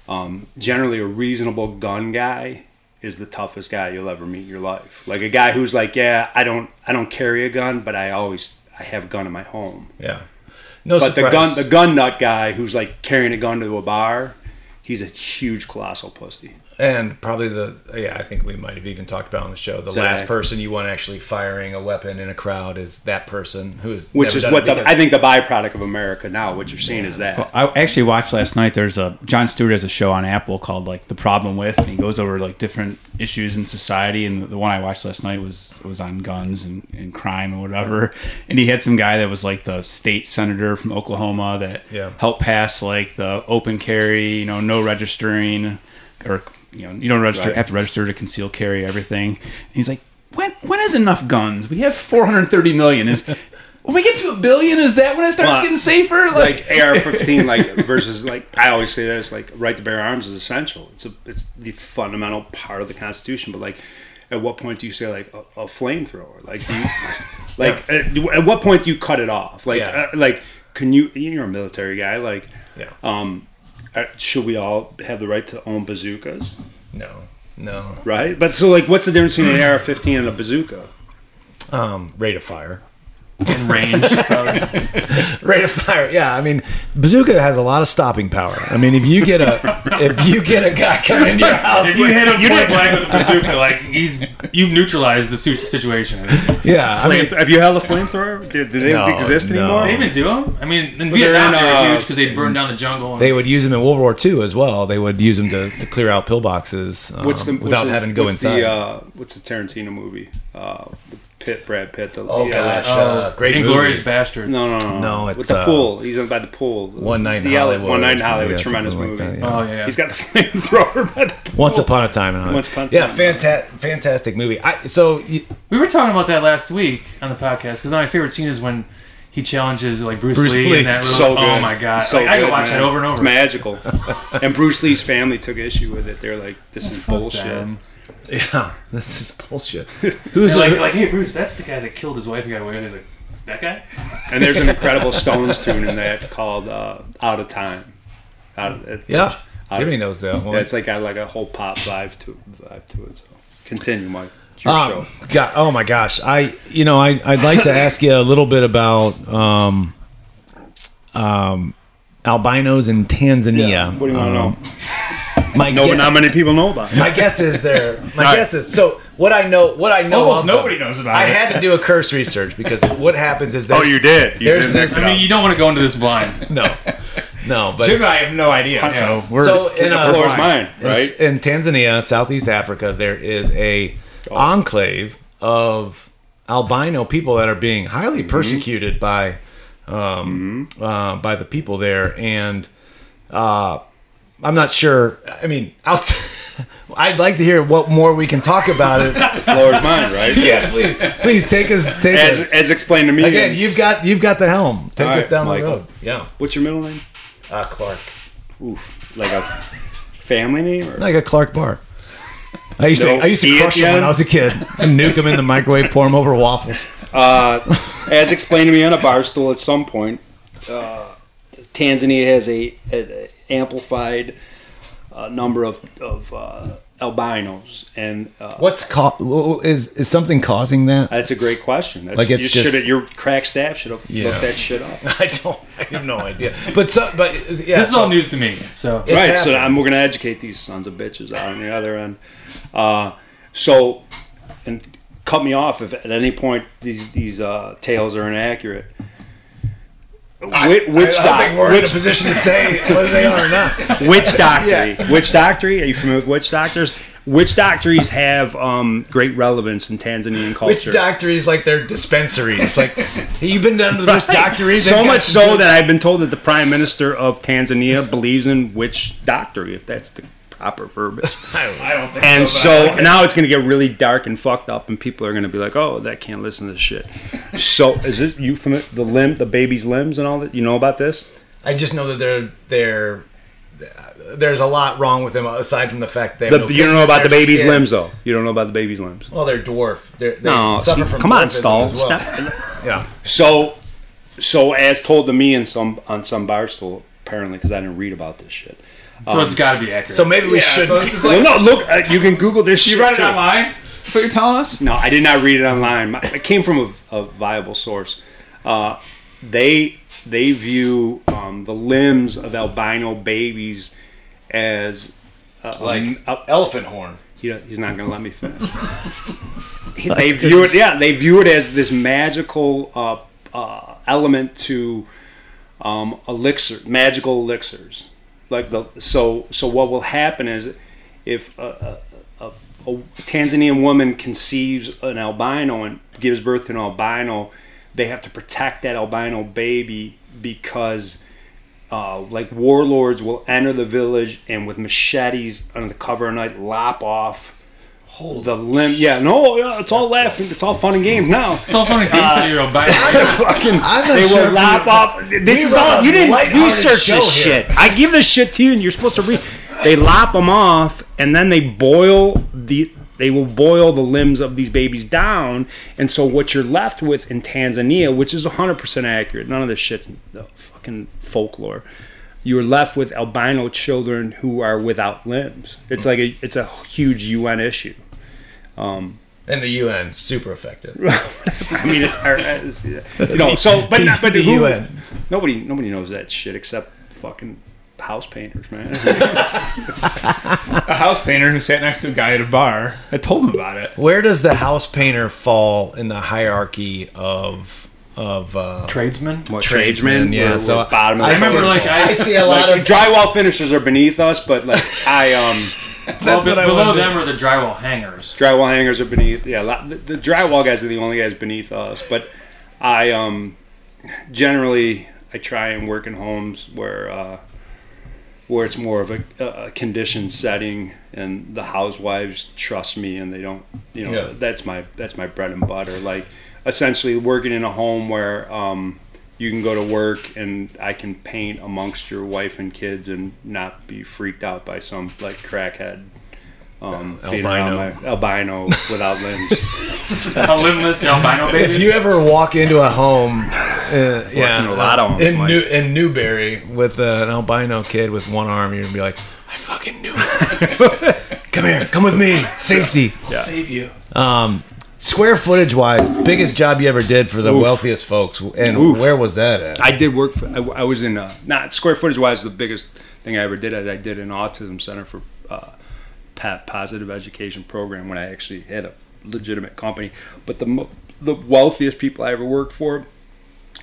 um, generally a reasonable gun guy is the toughest guy you'll ever meet in your life. Like a guy who's like, yeah, I don't, I don't carry a gun, but I always, I have a gun in my home
Yeah. No
but the
surprise.
gun the gun nut guy who's like carrying a gun to a bar he's a huge colossal pussy
and probably the yeah. I think we might have even talked about on the show. The last
Exactly.
person you want actually firing a weapon in a crowd is that person who is
which
never
is
done
what
it
the
because-
i think the byproduct of america now what you're seeing is that
I actually watched last night. There's a John Stewart has a show on Apple called like The Problem with, and he goes over like different issues in society. And the, the one I watched last night was was on guns and, and crime and whatever. And he had some guy that was like the state senator from Oklahoma that
Yeah.
helped pass like the open carry, you know, no registering or you know you don't register have to register to conceal carry everything. And he's like, when when is enough guns? We have 430 million. Is when we get to a billion, is that when it starts
Well,
getting safer?
like ar-15 like versus like i always say that it's like right to bear arms is essential it's a it's the fundamental part of the constitution but like at what point do you say like a, a flamethrower like do you, like at, at what point do you cut it off like
Yeah.
uh, like can you you're a military guy like
Yeah.
um uh, should we all have the right to own bazookas
no no
right? But so, like, what's the difference between an AR-15 and a bazooka?
um, rate of fire.
in range. probably.
Rate of fire. Yeah, I mean, bazooka has a lot of stopping power. I mean, if you get a if you get a guy coming into your house,
If you hit him point blank with a bazooka, like he's you've neutralized the su- situation.
yeah, I mean,
have you held a flamethrower? Do, do they
No,
exist
no.
anymore?
They even do them. I mean, in Vietnam
in,
they were
uh,
huge because they burned down the jungle. And
they would use them in World War II as well. They would use them to, to clear out pillboxes um,
What's the what's
without
the-
having to go
what's
inside.
The, uh, what's the Tarantino movie? Uh, the Pitt, Brad Pitt. The,
Oh,
the,
gosh.
Uh,
uh, great
Inglorious
movie.
Bastards.
no, no, no,
No,
with
it's,
the
uh,
pool. He's by the pool.
One Night in
The L-
Hollywood
One Night in
or something,
Hollywood.
yeah,
tremendous
something like
movie.
that, yeah.
Oh yeah, yeah.
He's got the flamethrower. by the-
Once upon a time in Hollywood.
Once Upon a
yeah,
Time.
fanta- fantastic movie. I so you,
We were talking about that last week on the podcast because my favorite scene is when he challenges like Bruce,
Bruce
Lee,
Lee.
and that really,
So good.
oh my god,
So
like, I
good,
can watch
man.
it over and over.
It's magical. and Bruce Lee's family took issue with it. They're like, "This is bullshit."
Um,
yeah, this is bullshit. Who's
like,
like,
like, hey Bruce, that's the guy that killed his wife and got away with it. He's like, That guy?
And there's an incredible Stones tune in that called uh, "Out of Time." Out of, it-
Yeah.
Out of-
Jimmy knows that one.
yeah, it's like got like a whole pop vibe to vibe to it. So continue, Mike. It's your
Um,
show.
God, oh my gosh. I you know, I I'd like to ask you a little bit about um um albinos in Tanzania.
What do you want to know?
Um, my
No,
gue-
not many people know about it.
my guess is there. My guess is so. What I know, what I know,
Almost
of them-
nobody knows about
I
it.
had to do a curse research because what happens is
Oh,
there's-
you did. You
there's
did
this-
mix it
I mean,
up.
you don't want to go into this blind.
no, no, but
Jim and I have no idea. So we're
so in
the
uh,
floor is mine,
in-
right?
in Tanzania, Southeast Africa, there is a
Oh.
enclave of albino people that are being
Mm-hmm.
highly persecuted by um, uh, by the people there, and uh, I'm not sure. I mean, out. I'd like to hear what more we can talk about it.
The floor is mine, right?
yeah, please, please take us. Take us.
As, as explained to me
Again, you've got you've got the helm. Take
All
us
right,
down
Michael.
the road. Yeah,
What's your middle name?
uh, Clark,
Oof, like a family name? Or?
like a Clark bar. I used
No
to I used
E
to
at
crush
the
them when
end?
I was a kid. And nuke them in the microwave, pour them over waffles.
Uh, as explained to me on a bar stool at some point, uh, Tanzania has a, a- a amplified uh, number of, of uh, albinos, and uh,
What's ca- wh- wh- is is something causing that?
that's a great question. That's,
Like, it's
you
just-
should your crack staff should have
Yeah.
looked that shit up.
I don't. I have no idea. But so, but yeah.
This is
so-
all news to me. So
It's
right. So
happening.
I'm, we're going to educate these sons of bitches out on the other end. Uh, so, and cut me off if at any point these these uh, tales are inaccurate. Witch, witch,
I don't think
doc,
we're in a
witch,
position to say whether they are or not.
witch doctory. Witch doctory. Are you familiar with witch doctors? Witch doctories have um, great relevance in Tanzanian culture.
Which doctories like their dispensaries? Like, have you been down to the witch doctories?
So much so that I've been told that the prime minister of Tanzania believes in witch doctory, if that's the proper verbiage.
I don't think.
And so now it's going to get really dark and fucked up, and people are going to be like, "Oh, that can't listen to this shit." So is it you from the limb, the baby's limbs, and all that? You know about this?
I just know that they're they're there's a lot wrong with them aside from the fact they
The,
have no
you don't
pigment
know
in
about the
their
baby's
skin.
limbs, though. You don't know about the baby's limbs.
Well, they're dwarf. They're, they
No,
suffer
see,
from
come on,
dwarfism
Stahl.
as well.
Stop.
Yeah,
So, so as told to me in some on some bar stool, apparently, because I didn't read about this shit.
so it's got to be accurate.
so maybe we
yeah,
should.
so this is like
well, no, look, uh, you can Google this. shit
you read it
too.
online. That's what you're telling us.
No, I did not read it online. My- It came from a, a viable source. Uh, they they view um, the limbs of albino babies as uh, like uh,
elephant horn.
he, he's not going to let me finish. they view it, yeah, they view it as this magical uh, uh, element to um, elixir, magical elixirs. Like the so so, what will happen is if a, a, a, a Tanzanian woman conceives an albino and gives birth to an albino, they have to protect that albino baby because uh, like warlords will enter the village and with machetes under the cover of night lop off the limb. Yeah, no, yeah, it's all laughing. It's all fun and games now.
it's all fun and games till you're obeying.
Fucking,
I'm not
they
sure
will
if
lop
we-
off. This
we
is
run
all
a
you didn't
lighthearted
research
show
this
here.
shit. I give this shit to you, and you're supposed to read. They lop them off, and then they boil the. They will boil the limbs of these babies down, and so what you're left with in Tanzania, which is 100% accurate, none of this shit's uh, fucking folklore. You're left with albino children who are without limbs. It's like a, it's a huge UN issue.
And the UN super effective.
I mean, it's, or, uh, it's you know. So, but not, but
The
who,
UN.
nobody nobody knows that shit except fucking house painters, man.
A house painter who sat next to a guy at a bar that told him about it.
Where does the house painter fall in the hierarchy of of uh,
Tradesman.
tradesmen? Yeah,
We're-
so
we're bottom. Of
I
the
I remember,
see-
like, I,
I see a
like,
lot of
drywall finishers are beneath us, but like I um
well,
what I
below
wanted.
them are the drywall hangers.
drywall hangers are beneath. Yeah, a lot, the, the drywall guys are the only guys beneath us, but I um generally I try and work in homes where. uh where it's more of a, a conditioned setting, and the housewives trust me, and they don't, you know,
Yeah.
that's my that's my bread and butter. Like, essentially working in a home where um, you can go to work and I can paint amongst your wife and kids and not be freaked out by some like crackhead Um, being around my- albino without limbs.
A limbless albino baby.
If you ever walk into a home, uh, yeah,
into a lot of homes,
in
Mike.
New in Newberry with uh, an albino kid with one arm, you're gonna be like, I fucking knew it. come here, come with me, safety.
Save you.
Um, square footage wise, biggest job you ever did for the wealthiest folks, and
Oof.
where was that at?
I did work for. I, I was in uh not square footage wise. The biggest thing I ever did is I did an autism center for uh, pa- positive education program when I actually had a legitimate company. But the mo- the wealthiest people I ever worked for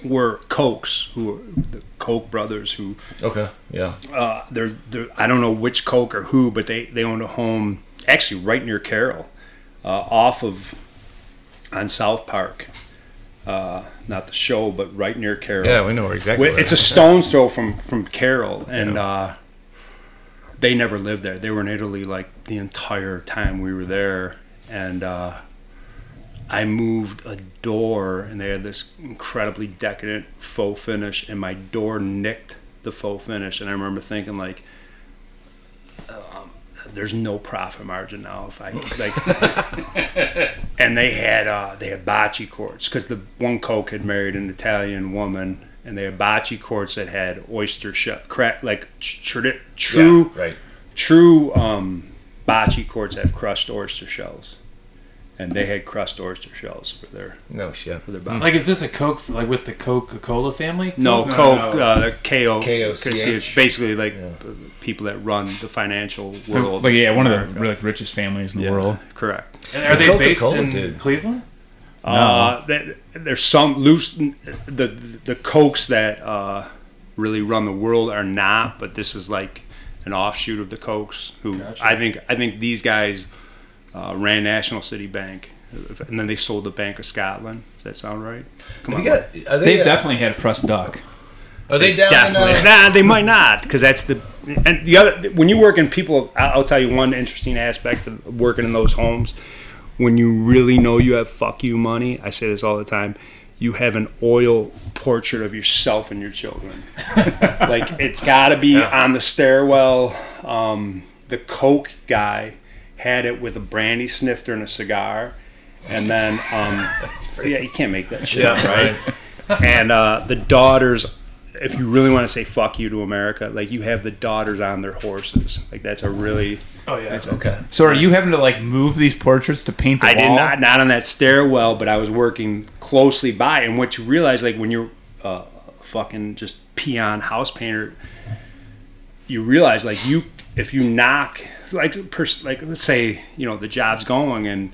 were Cokes, who were the Koch brothers, who
Okay, yeah,
uh, they're, they're I don't know which Coke or who, but they they owned a home actually right near Carroll, uh, off of on South Park, uh, not the show, but right near Carroll.
yeah, we know where exactly.
Well,
where
It's a stone's throw from from Carroll, and uh, they never lived there. They were in Italy like the entire time we were there, and uh, I moved a door, and they had this incredibly decadent faux finish, and my door nicked the faux finish, and I remember thinking like. Um, there's no profit margin now if I like and they had uh, they had bocce courts because the one coke had married an Italian woman, and they had bocce courts that had oyster shell crack like tr- tradi- true
right.
true um, bocce courts have crushed oyster shells, and they had crushed oyster shells for their
No shit.
for their bocce.
like, is this a Coke, like with the Coca Cola family?
No,
No,
Coke,
no.
Uh, KO,
KOCH.
It's basically like p- people that run the financial world.
Like yeah, one of the like, richest families in the world.
Correct.
And are
The
they based
Coca-Cola
in
dude.
Cleveland?
Uh, that, there's some loose the the cokes that uh, really run the world are not, but this is like an offshoot of the cokes. Who I think I think these guys uh, ran National City Bank, and then they sold the Bank of Scotland. Does that sound right? Come
We got, are
They've
they, uh,
definitely had pressed duck.
are they down?
Definitely.
In, uh,
nah, they might not because that's the and the other. When you work in people, I- I'll tell you one interesting aspect of working in those homes. When you really know you have fuck you money, I say this all the time. You have an oil portrait of yourself and your children. like it's got to be on the stairwell. Um, the coke guy had it with a brandy snifter and a cigar, and then um, yeah, you can't make that shit up, right? and uh, the daughters if you really want to say fuck you to america like you have the daughters on their horses like that's a really
Oh, yeah. That's
okay.
So are you having to like move these portraits to paint the
i
wall?
did not not on that stairwell but i was working closely by and what you realize like when you're uh, fucking just peon house painter you realize like you if you knock like pers- like let's say you know the job's going and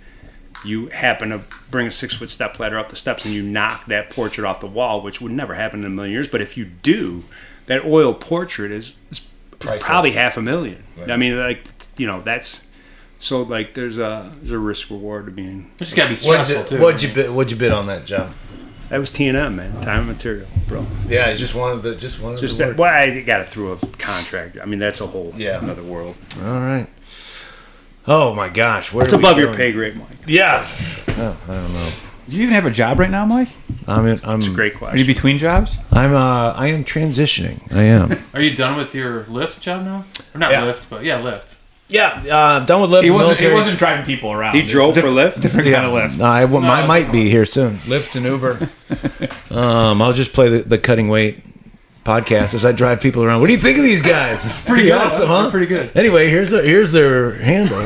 you happen to bring a six foot step ladder up the steps and you knock that portrait off the wall, which would never happen in a million years. But if you do, that oil portrait is, is probably half a million. I mean, like you know, that's so like there's a there's a risk reward to being
It's got to be
What'd
stressful,
you,
too.
what'd you bid? What'd you bid on that job?
that was T and M man, time and material, bro.
Yeah, it's just one of the just one of
Just
the.
that,
work-
well, I got it through a contract. I mean, that's a whole
Yeah.
another world.
All right. Oh my gosh, where
It's
are we
above your
going? Mm-hmm.
pay grade, Mike.
Yeah. I don't know.
Do you even have a job right now, Mike?
I'm in, I'm
Great
Are you
question.
between jobs?
I'm uh I am transitioning. I am.
Are you done with your Lyft job now? Or not
Yeah.
Lyft, but yeah, Lyft.
yeah, uh, I'm done with Lyft.
It wasn't.
military.
It wasn't driving people around.
He drove for Lyft.
different
Yeah,
kind of Lyft.
No, I, well, mine
No.
might be here soon. Lyft and Uber. um, I'll just play the, the cutting weight podcast as I drive people around. What do you think of these guys? Pretty
good,
awesome,
huh?
huh?
Pretty good.
Anyway, here's their, here's their handle.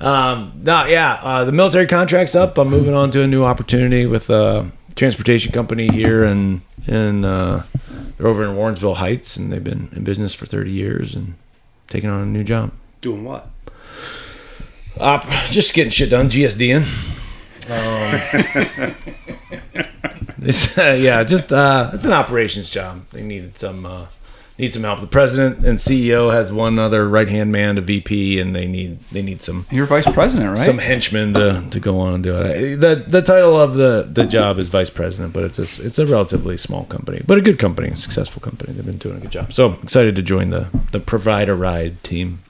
um, no, yeah, uh, the military contract's up. I'm moving on to a new opportunity with a transportation company here, and and uh, they're over in Warrensville Heights, and they've been in business for 30 years, and taking on a new job.
Doing what?
Op, just getting shit done, GSDing. Um, It's, uh, yeah, just uh, it's an operations job. They needed some uh, need some help. The president and CEO has one other right hand man, a VP, and they need they need some
You're vice president, right?
some henchmen to, to go on and do it. I- The the title of the, the job is vice president, but it's a, s- it's a relatively small company, but a good company, a successful company. They've been doing a good job. So excited to join the the Provider Ride team,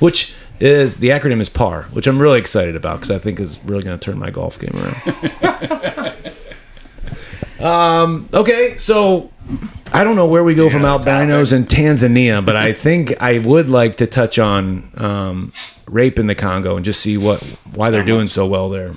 which is the acronym is PAR, which I'm really excited about because I think is really going to turn my golf game around. um. Okay. So I don't know where we go from
that's
albinos and Tanzania, but I think I would like to touch on um, rape in the Congo and just see what why they're doing so well there.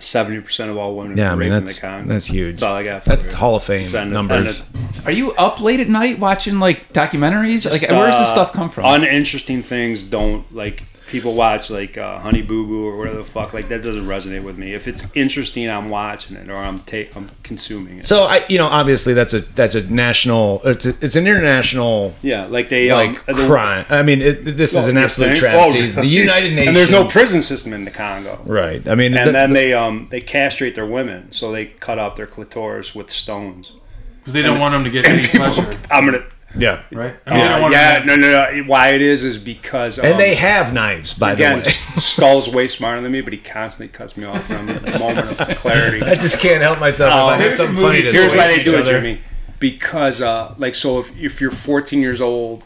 Seventy percent of all women
Yeah, I
are
mean
raped in the
that's
Congo.
that's huge.
That's all I got. For
That's
you.
Hall of Fame
Send it-
numbers.
send
Are you up late at night watching like documentaries? like,
it.
where does this
Uh,
stuff come from?
Uninteresting things don't like people watch like uh, Honey Boo Boo or whatever the fuck. Like that doesn't resonate with me. If it's interesting, I'm watching it or I'm take I'm consuming it.
So I, you know, obviously that's a that's a national. It's a, it's an international
yeah, like they um,
like
the-
crime. I mean, it, this is
Well,
an
you
absolute
think?
travesty.
Oh,
the United Nations
and there's no prison system in the Congo.
Right. I mean,
And
the-
then they um they castrate their women, so they cut off their clitoris with stones.
because they don't want them to get any pleasure,
I'm gonna.
yeah,
right? I
Uh,
mean, they don't want 'em to-
yeah, no, no, no. Why it is is because um,
and they have knives by
again
the way.
Skull's way smarter than me, but he constantly cuts me off from the moment of clarity.
I just can't help myself
Oh,
if I have
here's
something
the movie.
funny to
Here's
say.
why they do it, Jeremy. Because, uh, like, so if, if you're 14 years old,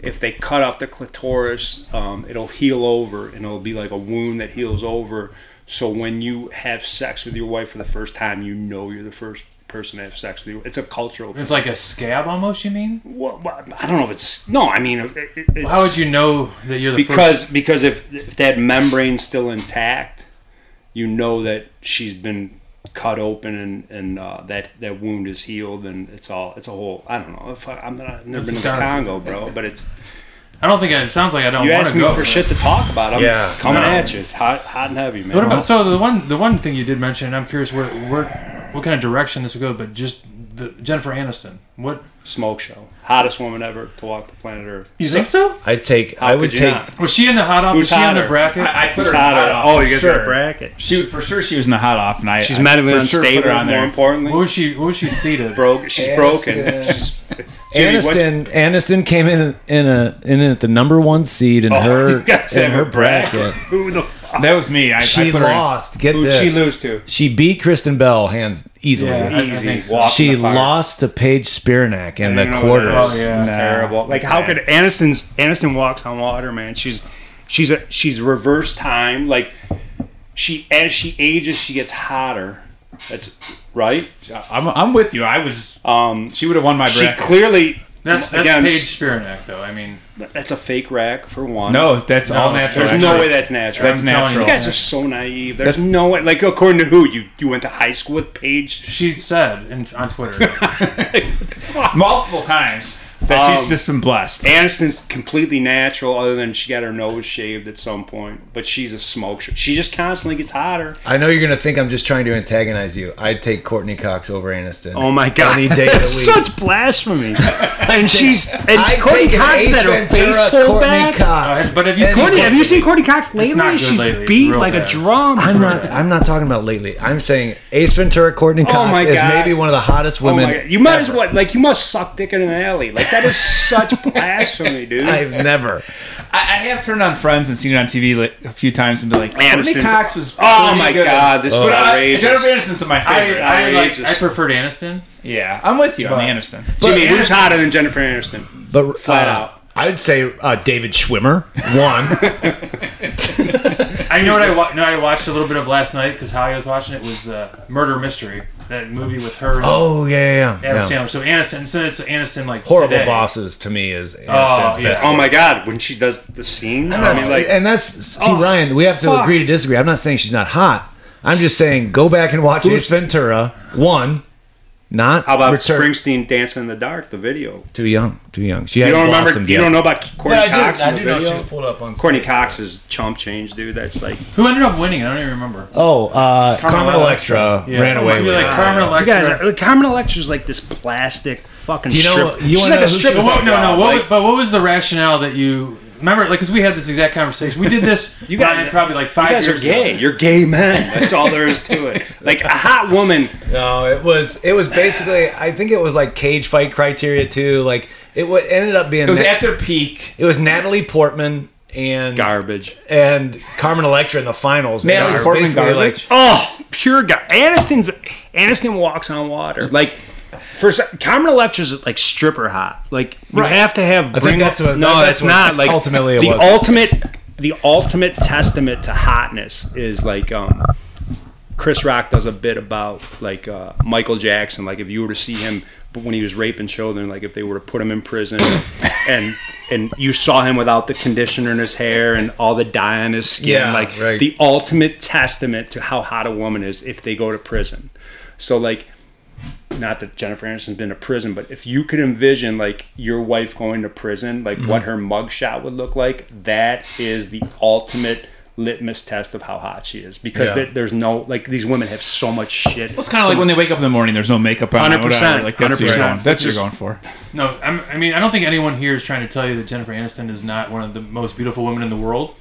if they cut off the clitoris, um, it'll heal over and it'll be like a wound that heals over. So when you have sex with your wife for the first time, you know you're the first person to have sex with you. It's a cultural thing.
It's like a scab almost. You mean?
Well, well, I don't know if it's. No, I mean, it, it- it's,
How would you know that you're the first?
because because if if that membrane's still intact, you know that she's been cut open and and uh, that that wound is healed and it's all it's a whole I don't know if I, I'm not, I've never
That's
been to
dark.
Congo, bro, but it's
I don't think I, it sounds like I don't
you
want
asked
to
me
go
for
but-
shit to talk about. I'm
Yeah,
coming
no.
at you hot hot and heavy, man.
What about so the one the one thing you did mention? and I'm curious where where what kind of direction this would go, but just the Jennifer Aniston. What
smoke show? Hottest woman ever to walk the planet Earth.
you think so?
I take.
How
I would
could you
take.
not?
Was she in the hot off? Was
Who's
she in the
hotter?
bracket?
I, I put her in the hot
Hotter.
off.
Oh,
for
you guys
sure.
got a bracket.
She for sure she was in the hot off, and I
She's
I,
mentally
for sure put
unstable.
her on
more
there.
importantly,
what was she? What was she seated?
broke. She's broken.
Aniston.
She's, Jimmy, what's-
Aniston, Aniston came in in a in at the number one seed in her
Oh, you guys
in
have
her
a bracket.
bracket.
Who the fuck?
That was me. I, I
She
put her in.
lost. Get
Who'd
this.
she lose to?
She beat Kristen Bell hands easily.
Yeah. I- I
Easy.
think so.
walk in
She
the park.
lost to Paige Spiranak in the
You know
quarters.
that is.
Oh, yeah.
It's
Nah.
terrible. Like
That's
how
bad.
could Aniston's Aniston walks on water, man? She's she's a she's reverse time. Like she as she ages, she gets hotter. That's right.
I'm, I'm with you. I was.
Um,
She would have won my
she
bracket.
clearly
That's that's
again,
Paige Spiranak though. I mean,
That's a fake rack for one.
no, that's all
No,
natural.
there's no way that's natural.
That's
I'm telling
natural.
You guys
Yeah.
are so naive. There's
That's-
no way. Like according to who you you went to high school with Paige?
she said in, on Twitter.
multiple times that she's
Um,
just been blessed.
Aniston's completely natural, other than she got her nose shaved at some point. But she's a smoke show. She just constantly gets hotter.
I know you're gonna think I'm just trying to antagonize you. I'd take Courtney Cox over Aniston.
Oh my god!
Any day of the
That's
week.
such blasphemy. and she's and
I'd
Courtney
take an
Cox
Ace
had her face
Ventura
pulled
Courtney
back.
Cox.
but have you
Any
seen
Courtney, have you seen Courtney Cox
not
lately?
good
She's
lately. It's
beat
real
like
bad.
a drum.
I'm not. I'm not talking about lately. I'm saying Ace Ventura, Courtney Cox
Oh my
is
God.
maybe one of the hottest
Oh
women.
my God. You might as
ever.
well like you must suck dick in an alley. Like that is such blasphemy, dude.
I've never.
I, I have turned on Friends and seen it on TV like, a few times and been like, Courtney
Aniston's-
Cox was.
Oh
pretty
my
good.
God, this is
But I-
outrageous.
Jennifer Aniston's my
I
favorite.
I, like,
Outrageous.
I preferred Aniston.
yeah, I'm with you on the Aniston.
Jimmy, who's hotter than Jennifer Aniston?
But
Flat
uh,
out.
I'd say uh, David Schwimmer one.
I know what I wa- no, I watched a little bit of last night because how I was watching it was uh, Murder Mystery, that movie with her. and
oh yeah, yeah,
Adam
yeah. yeah.
Sandler. So Aniston, so it's Aniston like
Horrible
today.
bosses to me is Aniston's
yeah.
best.
Oh my god, when she does the scenes, I
That's-
mean, like oh,
and that's see, Ryan. We have to
fuck.
agree to disagree. I'm not saying she's not hot. I'm just saying go back and watch Ace Ventura one. Not
how about
return
Springsteen dancing in the dark? The video.
too young, too young. She
You
hadn't
don't remember?
blossomed
You
yet.
don't know about Courtney Cox? in the video?
pulled up on.
Courtney Cox is chump change, dude. That's like
Who ended up winning? I don't even remember.
Oh, uh, Carmen,
Carmen
Electra, ran away
Maybe
with.
like
it.
Carmen
You guys,
Electra.
are, Carmen Electra's like this plastic fucking.
Do you know
strip-
what- you
she's
wanna
like
know
a
who
stripper.
she
What, no, no. What,
Like,
but what was the rationale that you remember? Like, because we had this exact conversation. We did this. you
guys-
probably like
you
five
guys are
years
gay.
ago.
You're gay men. That's all there is to it. Like a hot woman.
No, it was it was basically. I think it was like cage fight criteria too. Like it wa ended up being
It was
Na-
at their peak.
it was Natalie Portman and
Garbage.
and Carmen Electra in the finals.
Natalie
It was
Portman
basically
garbage?
Oh, pure guy. Aniston's Aniston walks on water. Like first, Carmen Electra's like stripper hot. Like you have to have. Bring
that's what-
no,
that's
that's,
what
not like
ultimately it
the
was.
ultimate. The ultimate testament to hotness is like um, Chris Rock does a bit about like uh, Michael Jackson. Like if you were to see him when he was raping children, like if they were to put him in prison, and and you saw him without the conditioner in his hair and all the dye on his skin,
Yeah,
like
right.
the ultimate testament to how hot a woman is if they go to prison. So like not that Jennifer Anderson's been to prison, but if you could envision like your wife going to prison, like what her mugshot would look like, that is the ultimate litmus test of how hot she is. Because
Yeah.
there- there's no like these women have so much shit.
Well, it's kind of like when they wake up in the morning. There's no makeup on.
100%,
whatever, Like that's what you're
100%.
going, that's what
Just-
you're going for.
No, I'm, I mean, I don't think anyone here is trying to tell you that Jennifer Aniston is not one of the most beautiful women in the world.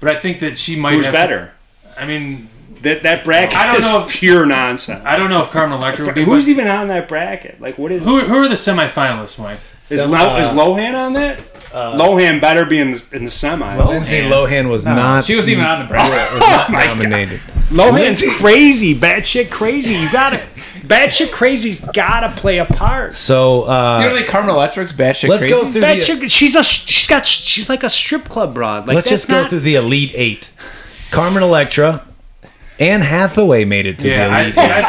But I think that she might
who's
have-
better?
I mean,
That that bracket
I don't
is
know if-
pure nonsense.
I don't know if Carmen Electra would be.
Who's
but-
even on that bracket? Like what is
who, who are the semifinalists, Mike?
is,
Some,
Lo,
uh,
is Lohan on that? Lohan better be in the, in the semis.
Lindsay
Oh,
Lohan was not.
She was even on the bracket.
was not
my
nominated.
Lohan's crazy, batshit crazy. You gotta, batshit crazy's gotta play a part.
So uh,
You know, like Carmen Electric's batshit
let's
crazy.
go through.
That
the,
chick, she's a she's got she's like a strip club broad. Like
let's
that's
just go
not-
through the elite eight. Carmen Electra, Anne Hathaway made it to
Yeah,
the
I,
elite.
Oh
see,
eight.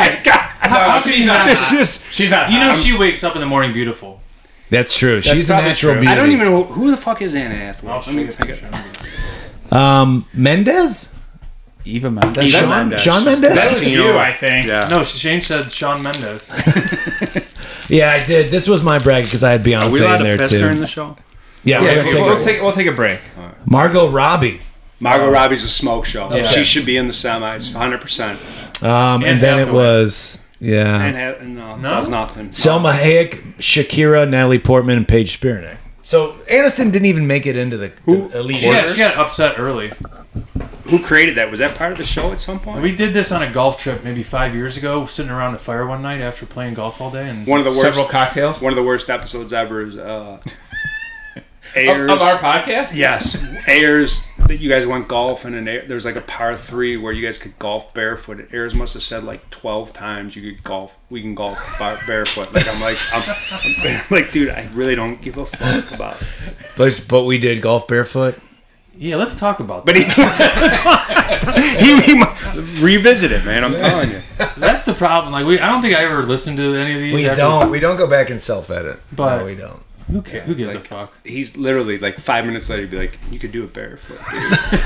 I think
No, she's not.
This is
She's not.
you know
hot.
she wakes up in the morning beautiful.
That's true. She's a
probably
natural
true.
beauty.
I don't even know who the fuck is Anna Hathaway.
I'll
Let
show
me
you a
think
picture.
of-
Um, Mendez,
Eva Mendes.
Eva
That-
Mendes.
Sean Mendes.
That was you, I think.
Yeah.
No, Shane said Sean Mendes.
yeah, I did. This was my brag because I had
Are we
Beyonce
allowed
in
to
there
piss
too.
during the show?
yeah, we're
Yeah,
gonna
we'll,
take
we'll
a-
take, we'll take a break.
Margot Robbie.
Margot Robbie's a smoke show.
Yeah.
She should be in the semis, 100. percent
Um,
Anne
and then it
Hathaway.
was yeah.
And ha- no,
No?
does nothing.
Selma Hayek, Shakira, Natalie Portman, and Paige Spearneck. So Aniston didn't even make it into the, the elite.
She got,
eight.
she got upset early.
Who created that? Was that part of the show at some point?
We did this on a golf trip maybe five years ago, sitting around a fire one night after playing golf all day. And
One of the worst.
Several cocktails
one of the worst episodes ever is uh,
of,
airs.
of our podcast.
Yes, Ayers. That you guys went golfing, and Ayers, there was like a par three where you guys could golf barefoot. And Ayers must have said like twelve times you could golf. We can golf bar- barefoot. Like I'm like I'm, I'm like dude, I really don't give a fuck about. It.
But but we did golf barefoot.
yeah, let's talk about that.
But he, he, he mu- revisit it, man. I'm telling you.
That's the problem. Like we, I don't think I ever listened to any of these.
We
after-
don't. We don't go back and self edit.
But-
no, we don't.
Who, ca- who gives a fuck?
He's literally like five minutes later, he'd be like, "You could do it barefoot." dude."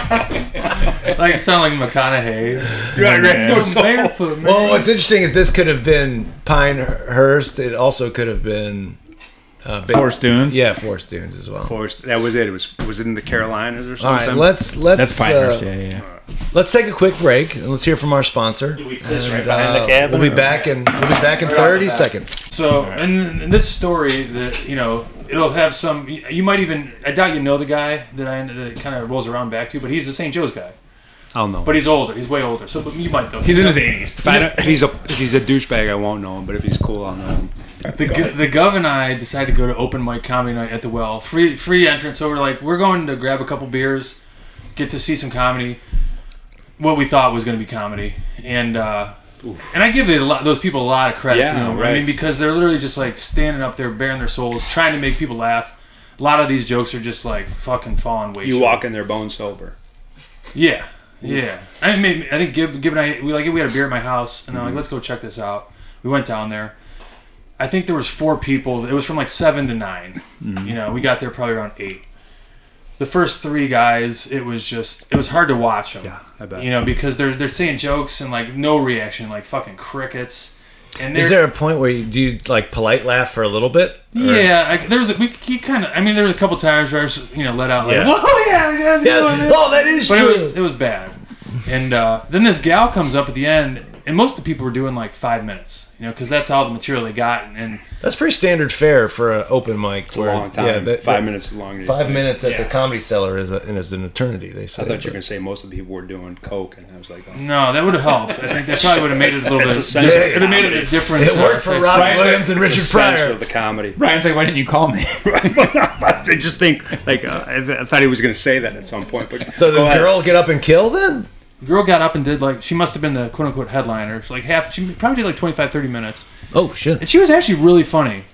Like I sound like McConaughey.
Right, right.
Going barefoot, man.
Well, what's interesting is this could have been Pinehurst. It also could have been uh, Ba-
Forrest Dunes.
Yeah, Forest Dunes as well.
Of course, that was it. It was was it in the Carolinas or
All
something?
right, let's let's
That's
uh,
Pinehurst. yeah, yeah.
let's take a quick break and let's hear from our sponsor.
we pissed right
Uh, we'll be back in we'll be back in thirty seconds.
So, and, and this story that you know, it'll have some. You might even. I doubt you know the guy that I that kind of rolls around back to, but he's the St. Joe's guy.
I'll know.
But he's older. He's way older. So, but you might though.
He's in his 80s.
If, I don't- if he's a if he's a douchebag, I won't know him. But if he's cool, I'll know him.
The, gu- the Gov and I decided to go to open mic comedy night at the Well. Free free entrance. So we're like, we're going to grab a couple beers, get to see some comedy. What we thought was going to be comedy, and uh, and I give the, lot- those people a lot of credit.
Yeah,
for them. I
right.
mean, because they're literally just like standing up there, bearing their souls, trying to make people laugh. A lot of these jokes are just like fucking falling way.
You
short.
walk in there bone sober.
Yeah, yeah. I mean, I think Gib, Gib and I we like we had a beer at my house, and I'm like, let's go check this out. We went down there. I think there was four people. It was from like seven to 9 You know, we got there probably around eight. The first three guys, it was just it was hard to watch them. Yeah,
I bet.
You know, because they're they're saying jokes and like no reaction, like fucking crickets. And
Is
they're-
there a point where you do you, like polite laugh for a little bit? Or-
Yeah, I, there was a, we he kind of. I mean, there was a couple times where I was you know let out like,
Yeah.
Oh,
whoa, yeah, that's a
Yeah.
good one, man."
Oh, that is
But
true.
it was, it was bad. And uh, then this gal comes up at the end, and most of the people were doing like five minutes, you know, because that's all the material they got. And, and
That's pretty standard fare for an open mic.
It's a long time.
Yeah, that-
five
that-
minutes is longer. than you
Five
think.
minutes at
Yeah.
the Comedy Cellar is, a, is an eternity. They say.
I thought you were
but-
gonna say most of the people were doing coke, and I was like, oh.
no, that would have helped. I think that probably would have made it a little
It's
bit.
essential
It would
to
have made it a
comedy.
different.
It
uh,
worked for
thing.
Rob
Right.
Williams and Richard
It's essential
Pryor.
to comedy.
Ryan's like, why didn't you call me?
I just think like uh, I, th- I thought he was gonna say that at some point, but
So
go
the
ahead.
girl get up and kill then?
The girl got up and did like she must have been the quote unquote headliner. She, like half, she probably did like 25, 30 minutes,
Oh shit!
and she was actually really funny.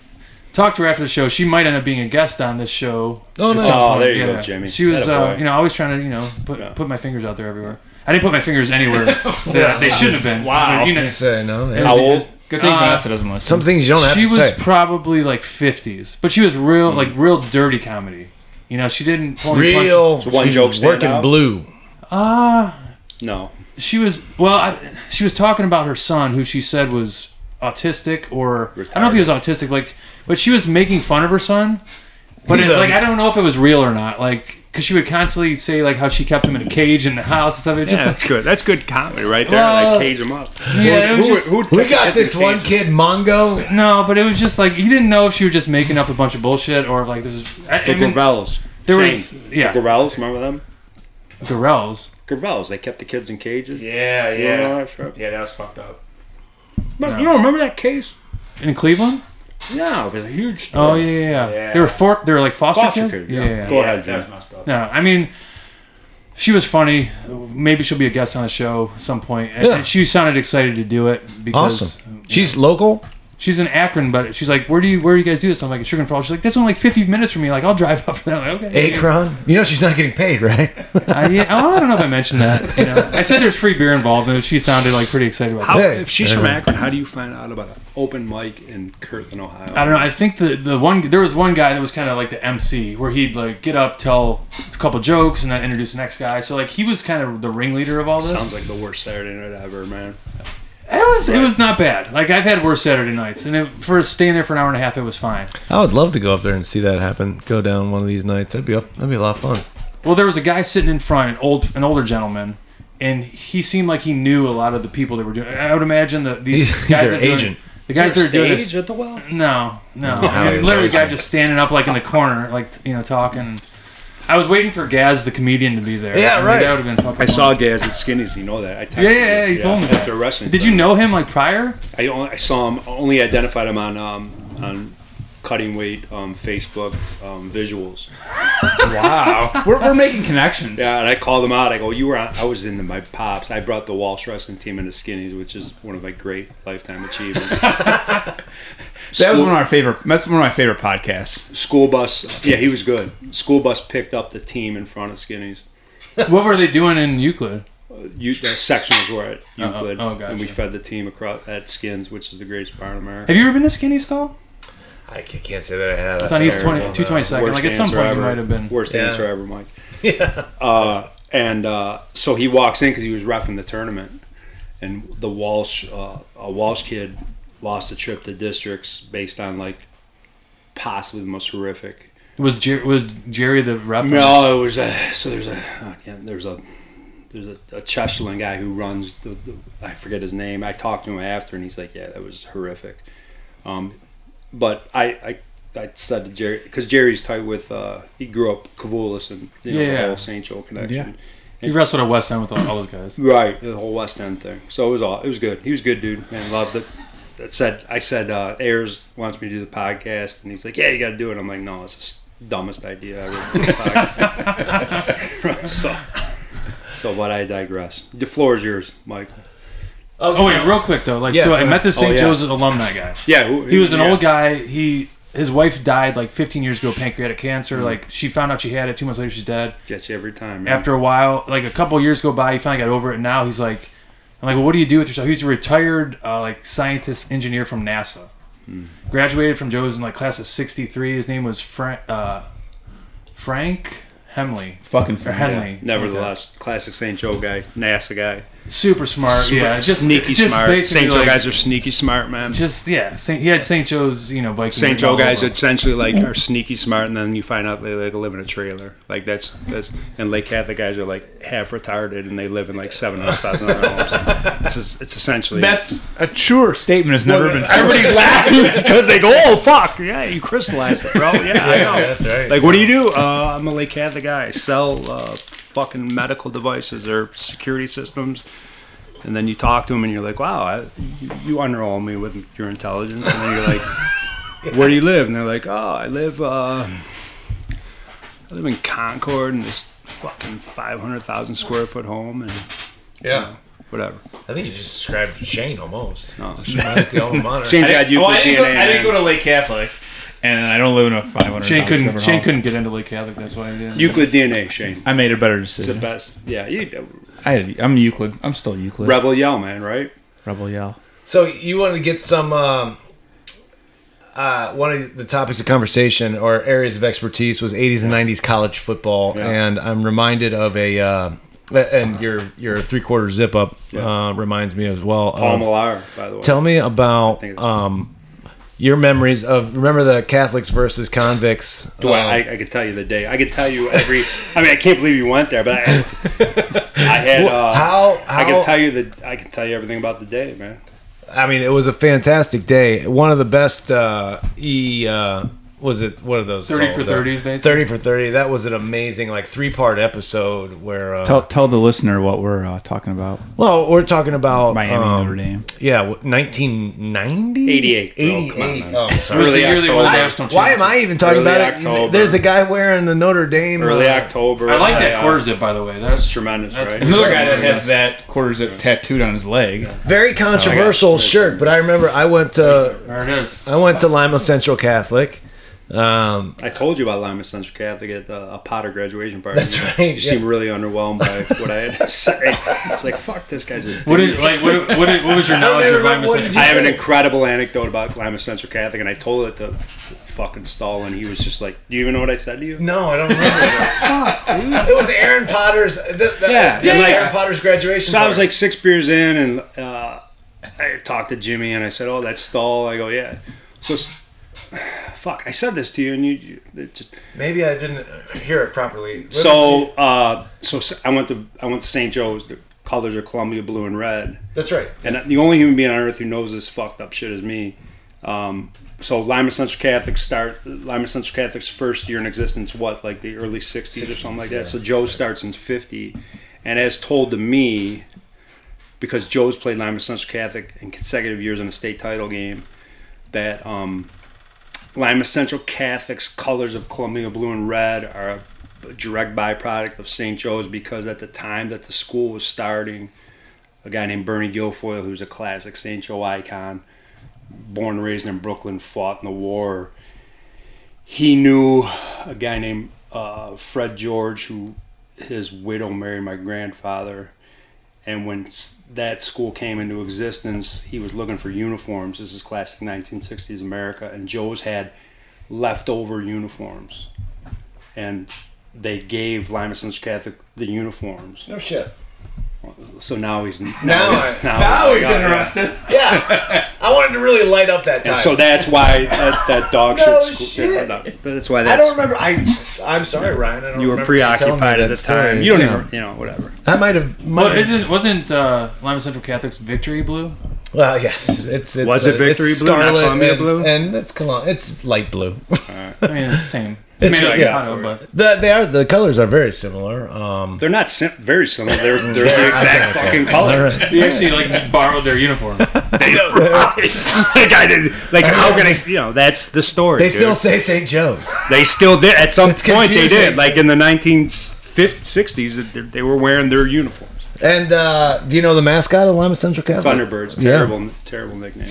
Talked to her after the show. She might end up being a guest on this show
Oh no!
Oh, there you go, Jimmy.
She was,
Atta
uh,
boy.
you know, always trying to, you know, put
Yeah.
put my fingers out there everywhere. I didn't put my fingers anywhere that they shouldn't have been.
Wow.
You know,
Say no.
it was
How old?
just-
Good thing
Uh,
Vanessa doesn't listen.
Some things you don't have
she
to
was
say. Hmm.
probably like 50s, but she was real, like real dirty comedy. You know, she didn't pull any punches.
Real
It's one
she's
joke stand
working
out.
blue.
Ah,
No.
she was well. I, she was talking about her son, who she said was autistic, or I don't know if he was autistic. Like, but she was making fun of her son. But
He's
it,
a-
like, I don't know if it was real or not. Like, because she would constantly say like how she kept him in a cage in the house and stuff. It was
Yeah,
just
that's good. That's good comedy right there.
Well,
Uh,
like cage him up.
like, yeah, it was just
We got this one kid, Mongo.
no. But it was just like you didn't know if she was just making up a bunch of bullshit or if, like this is. I, I
The
mean,
Gravells.
there
Shane.
was yeah
The Gravells, remember them?
Gorells.
Gravells. They kept the kids in cages.
Yeah,
Yeah.
yeah. Yeah, that was fucked up.
Remember, You don't remember that case?
in Cleveland.
Yeah, it was a huge story.
Oh yeah, yeah, yeah.
Yeah.
They were for, they were like foster,
Foster
kids.
kid,
Yeah,
yeah.
yeah, yeah.
Go
yeah,
ahead,
That was
Jim.
messed up.
No, I mean, she was funny. Maybe she'll be a guest on the show at some point. And
Yeah.
She sounded excited to do it because
Awesome. She's local.
she's in Akron, but she's like, "Where do you where do you guys do this?" I'm like, "At Sugar and Falls." She's like, "That's only like 50 minutes from me. Like, I'll drive up." And I'm like, okay.
Akron. You know she's not getting paid, right?
I, yeah, oh, I don't know if I mentioned that. You know, I said there's free beer involved, and she sounded like pretty excited about
How,
that.
Hey.
if she's from
Hey.
Akron, how do you find out about an open mic in Kirtland, Ohio?
I don't know. I think the, the one there was one guy that was kind of like the MC, where he'd like get up, tell a couple jokes, and then introduce the next guy. So like he was kind of the ringleader of all this.
Sounds like the worst Saturday night ever, man.
It was it was not bad. Like I've had worse Saturday nights, and it, for staying there for an hour and a half, it was fine.
I would love to go up there and see that happen. Go down one of these nights. That'd be up, that'd be a lot of fun.
Well, there was a guy sitting in front, an old an older gentleman, and he seemed like he knew a lot of the people that were doing. I would imagine that these
He's- he's
guys
their
that are doing-
agent.
the guys that are doing
Stage
this.
at the well?
No, no.
No,
I mean,
how-
literally, the guy just standing up like in the corner, like you know, talking. I was waiting for Gaz, the comedian, to be there.
Yeah,
I mean,
right.
That would have been fucking.
I
fun.
saw Gaz at Skinny's. You know that. I texted
Yeah, yeah, yeah, you told me that.
after wrestling.
Did you know him like prior?
I only, I saw him only identified him on um, on cutting weight um, Facebook um, visuals.
Wow. we're, we're making connections.
Yeah, and I called him out. I go, you were on, I was in the, my pops. I brought the Walsh wrestling team into Skinny's, which is one of my great lifetime achievements.
That was one of our favorite. That's one of my favorite podcasts.
School bus. Yeah, he was good. School bus picked up the team in front of Skinny's.
what were they doing in Euclid?
You, the sectionals were at Euclid,
oh, gotcha.
and we fed the team across at Skins, which is the greatest bar in America.
Have you ever been to Skinny Stall?
I ca- can't say that I have.
It's on East 20, 222nd.
Worst
Like at some
answer
point, you
ever.
might have been.
Worst
Yeah.
answer ever, Mike. Uh, and uh, so he walks in because he was refing the tournament, and the Walsh uh, a Walsh kid lost a trip to districts based on like possibly the most horrific.
Was Jerry, was Jerry the ref?
No, it was a, so there's a oh, yeah, there's a there's a, a Chechelan guy who runs the, the I forget his name. I talked to him after, and he's like, yeah, that was horrific. Um, but I, I I said to Jerry because Jerry's tight with uh, he grew up Cavulas and you know,
Yeah.
the whole St. Joe connection.
Yeah.
He wrestled at West End with all, all those guys.
Right, the whole West End thing. So it was all it was good. He was a good dude, man. Loved it. That said, I said uh, Ayers wants me to do the podcast, and he's like, "Yeah, you got to do it." I'm like, "No, it's the s- dumbest idea ever." so, so, but I digress. The floor is yours, Mike.
Oh wait, real quick though. Like
Yeah,
so, I
go
met this
Oh,
St.
yeah.
Joe's alumni guy.
Yeah, who,
He was an
yeah.
old guy. He his wife died like 15 years ago, pancreatic cancer.
Mm-hmm.
Like she found out she had it. Two months later, she's dead.
Gets you every time. Man.
After a while, like a couple years go by, he finally got over it. And now he's like, I'm like, well, what do you do with yourself? He's a retired uh, like scientist engineer from NASA.
Hmm.
Graduated from Joe's in like class of '63. His name was Frank uh, Frank Hemley
Fucking
or
fun.
Henley.
nevertheless, classic St. Joe guy, NASA guy.
super smart. yeah, just
sneaky
just
smart.
basically
St. Joe
like-
guys are sneaky smart, man.
just yeah. Saint, he had St. Joe's, you know, biking.
St.
written
Joe
all
guys
over him.
essentially like are sneaky smart, and then you find out they like live in a trailer. Like that's that's and Lake Catholic guys are like half retarded, and they live in like seven hundred thousand dollars homes. It's just, it's essentially
That's a truer statement has never been said.
everybody's laughing because they go, "Oh fuck, yeah, you crystallized it, bro." Yeah, I know.
that's right.
Like, what do you do? Uh, I'm a Lake Catholic guy. I sell uh, fucking medical devices or security systems. And then you talk to them, and you're like, "Wow, I, you, you underwhelm me with your intelligence." And then you're like, "Where do you live?" And they're like, "Oh, I live, uh, I live in Concord in this fucking 500,000 square foot home, and
yeah,
whatever."
I think you just described Shane almost.
No.
That's the alma mater.
Shane's got you
Oh, I, didn't go,
DNA.
I didn't
man.
go to Lake Catholic. and I don't live in a 500.
Shane couldn't.
home.
Shane couldn't get into Lake Catholic. That's why he didn't.
Euclid DNA, Shane.
I made a better
It's the
decision.
best. Yeah, you,
I had, I'm Euclid. I'm still Euclid.
Rebel Yell, man, right?
Rebel yell.
So you wanted to get some um, uh, one of the topics of conversation or areas of expertise was 80s and 90s college football, and I'm reminded of a uh, and your your three quarter zip up uh, reminds me as well.
Paul
of-
Millar, by the way.
Tell me about
think it's-
um, your memories of remember the Catholics versus convicts. uh,
Do I, I, I could tell you the day. I could tell you every. I mean, I can't believe you went there, but I, I had. Uh,
how, how
I can tell you the. I can tell you everything about the day, man.
I mean, it was a fantastic day. One of the best. Uh, e uh, was it one of those
30 for
called? Uh,
30s, basically?
Thirty for thirty. That was an amazing, like three part episode where. Uh,
Tell, tell the listener what we're uh, talking about.
well, we're talking about
Miami,
um,
Notre Dame.
Yeah, nineteen ninety.
88, bro, come on,
Eighty-eight.
man.
Oh, sorry.
It was the year they won the
October.
national
Why am I even talking
Early
about it?
October.
There's a guy wearing the Notre Dame.
Early
uh,
October.
I like that
uh,
quarter zip, by the way. That's
It's tremendous,
That's-
right?
Another guy that has that quarter zip tattooed on his leg.
Very controversial shirt, but I remember I went to
There it is.
I went to Lima Central Catholic. Um,
I told you about Lima Central Catholic at uh, a Potter graduation party.
That's
You-
right,
You
yeah.
seemed really underwhelmed by what I had to say. It's like, fuck, this guy's a.
What
dick.
is like? What, what, is- what was your knowledge
even
of Lima
remember what
Central?
did
I
you-
have an incredible anecdote about Lima Central Catholic, and I told it to fucking Stahl, and he was just like, "Do you even know what I said to you?"
No, I don't remember. Fuck, it was Aaron Potter's. The, the,
Yeah,
it was
and like-
Aaron Potter's graduation.
So I was
party.
like six beers in, and uh, I talked to Jimmy, and I said, "Oh, that's Stahl." I go, "Yeah." So, s- fuck, I said this to you, and you, you it just
maybe I didn't hear it properly. Let me
so.
see.
Uh, so s- I went to I went to St. Joe's. The colors are Columbia blue and red,
that's right.
and the only human being on earth who knows this fucked up shit is me. Um, so Lima Central Catholics start Lima Central Catholic's first year in existence, what like the early '60s, or something like that. So Joe starts in '50, and as told to me, because Joe's played Lima Central Catholic in consecutive years in a state title game, that um, Lima Central Catholic's colors of Columbia blue and red are a direct byproduct of St. Joe's because at the time that the school was starting, a guy named Bernie Guilfoyle, who's a classic St. Joe icon, born and raised in Brooklyn, fought in the war. He knew a guy named uh, Fred George, who his widow married my grandfather. And when s- that school came into existence, he was looking for uniforms. This is classic 1960s America, and Joe's had leftover uniforms, and they gave Lima Central Catholic the uniforms.
No shit.
So now he's now,
I-
Oh
now he's interested. Yeah, I wanted to really light up that time.
And so that's why that, that dog
No
shit's cool-
shit.
yeah, no, that's why
I
that's,
don't remember. I I'm sorry, Ryan. I don't
you were
remember telling me
preoccupied
that
at the
story.
time. You don't
Yeah.
even you know whatever.
I might have. Might
Well,
have-
isn't wasn't uh, Lima Central Catholic's victory blue?
well, yes. It's, it's
Was it
uh,
victory
it's
blue, not
scarlet
Columbia
and,
blue?
and it's Colum- It's light blue.
I mean, it's the same.
It's
Tomato,
like-
tomato, but
the, they are the colors are very similar. Um,
They're not sim- very similar. They're they're the exact fucking
all
colors.
right.
we actually like borrowed their uniform.
like I did. Like how can I? You know that's the story.
They
dude.
still say St. Joe.
they still did at some
It's
point. They
confusing.
did like in the 1960s. that They they were wearing their uniforms.
And uh, do you know the mascot of Lima Central Catholic?
Thunderbirds.
Yeah.
Terrible terrible nickname.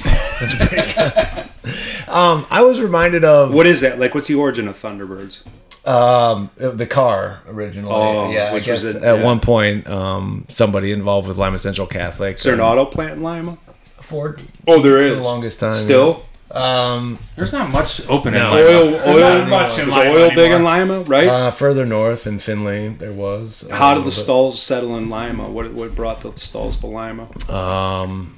Um, I was reminded of
What is that? Like what's the origin of Thunderbirds?
um, the car originally.
Oh,
yeah, I
which
guess
was it,
at
yeah.
one point um, somebody involved with Lima Central Catholic.
Is there an auto plant in Lima?
Ford
Oh, there
for
is.
the longest time.
Still,
Um,
There's not much open in
No.
Lima.
oil, oil,
much in
was
Lima
oil big
anymore.
in Lima, right?
uh, further north in Finley, there was. um, a
How did
little
the stalls settle in Lima? What what brought the stalls to Lima?
bit. Um,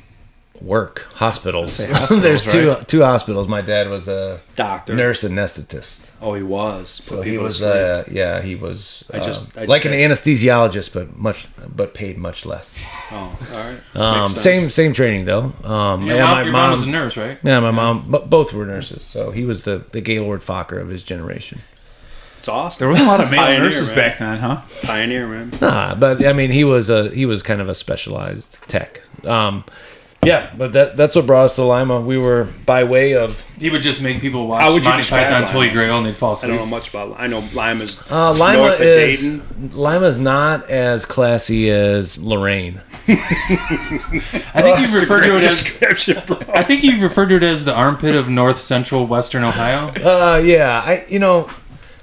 work hospitals. There's two two hospitals. My dad was a
Doctor.
nurse anesthetist,
Oh, he was.
so
Put
he
people to
was.
sleep.
Uh, yeah, he was.
I just-
uh,
I just
like an
had-
anesthesiologist, but much, but paid much less.
oh, all right.
Um,
Makes sense.
same same training though. Um,
Your,
yeah,
mom,
my
your
mom,
mom, was a nurse, right?
yeah, my mom, but both were nurses. So he was the the Gaylord Fokker of his generation.
It's awesome.
There was a lot of male
Pioneer,
nurses
man.
back then, huh?
Pioneer man.
Nah, but I mean, he was a he was kind of a specialized tech. Um, Yeah, but that that's what brought us to Lima. We were by way of
He would just make people watch
How would you
Monty
describe
Python's
Lima?
Holy Grail and they'd fall
I don't
asleep.
know much about. I know Lima's
uh, Lima
north of
is
Dayton.
Lima's not as classy as Lorraine.
I think you've referred to it as
description, bro.
I think you've referred to it as the armpit of north central western Ohio.
Uh, yeah, I you know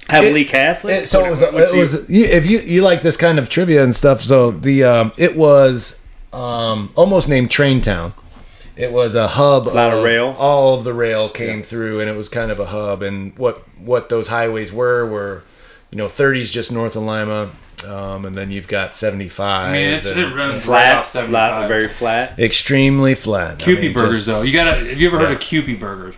Heavily Catholic.
It, so it was.
What's
It
he-
was. You, if you you like this kind of trivia and stuff, so the um, it was um, almost named Train Town. It was a hub. A
Lot of rail.
All of the rail came through, and it was kind of a hub. And what what those highways were were, you know, 30s just north of Lima, um, and then you've got 75.
I mean, it's
and
it runs right off
flat, lot,
75.
very flat.
extremely flat.
Kewpie
I mean,
burgers
just-
though. You gotta. Have you ever heard of Kewpie burgers?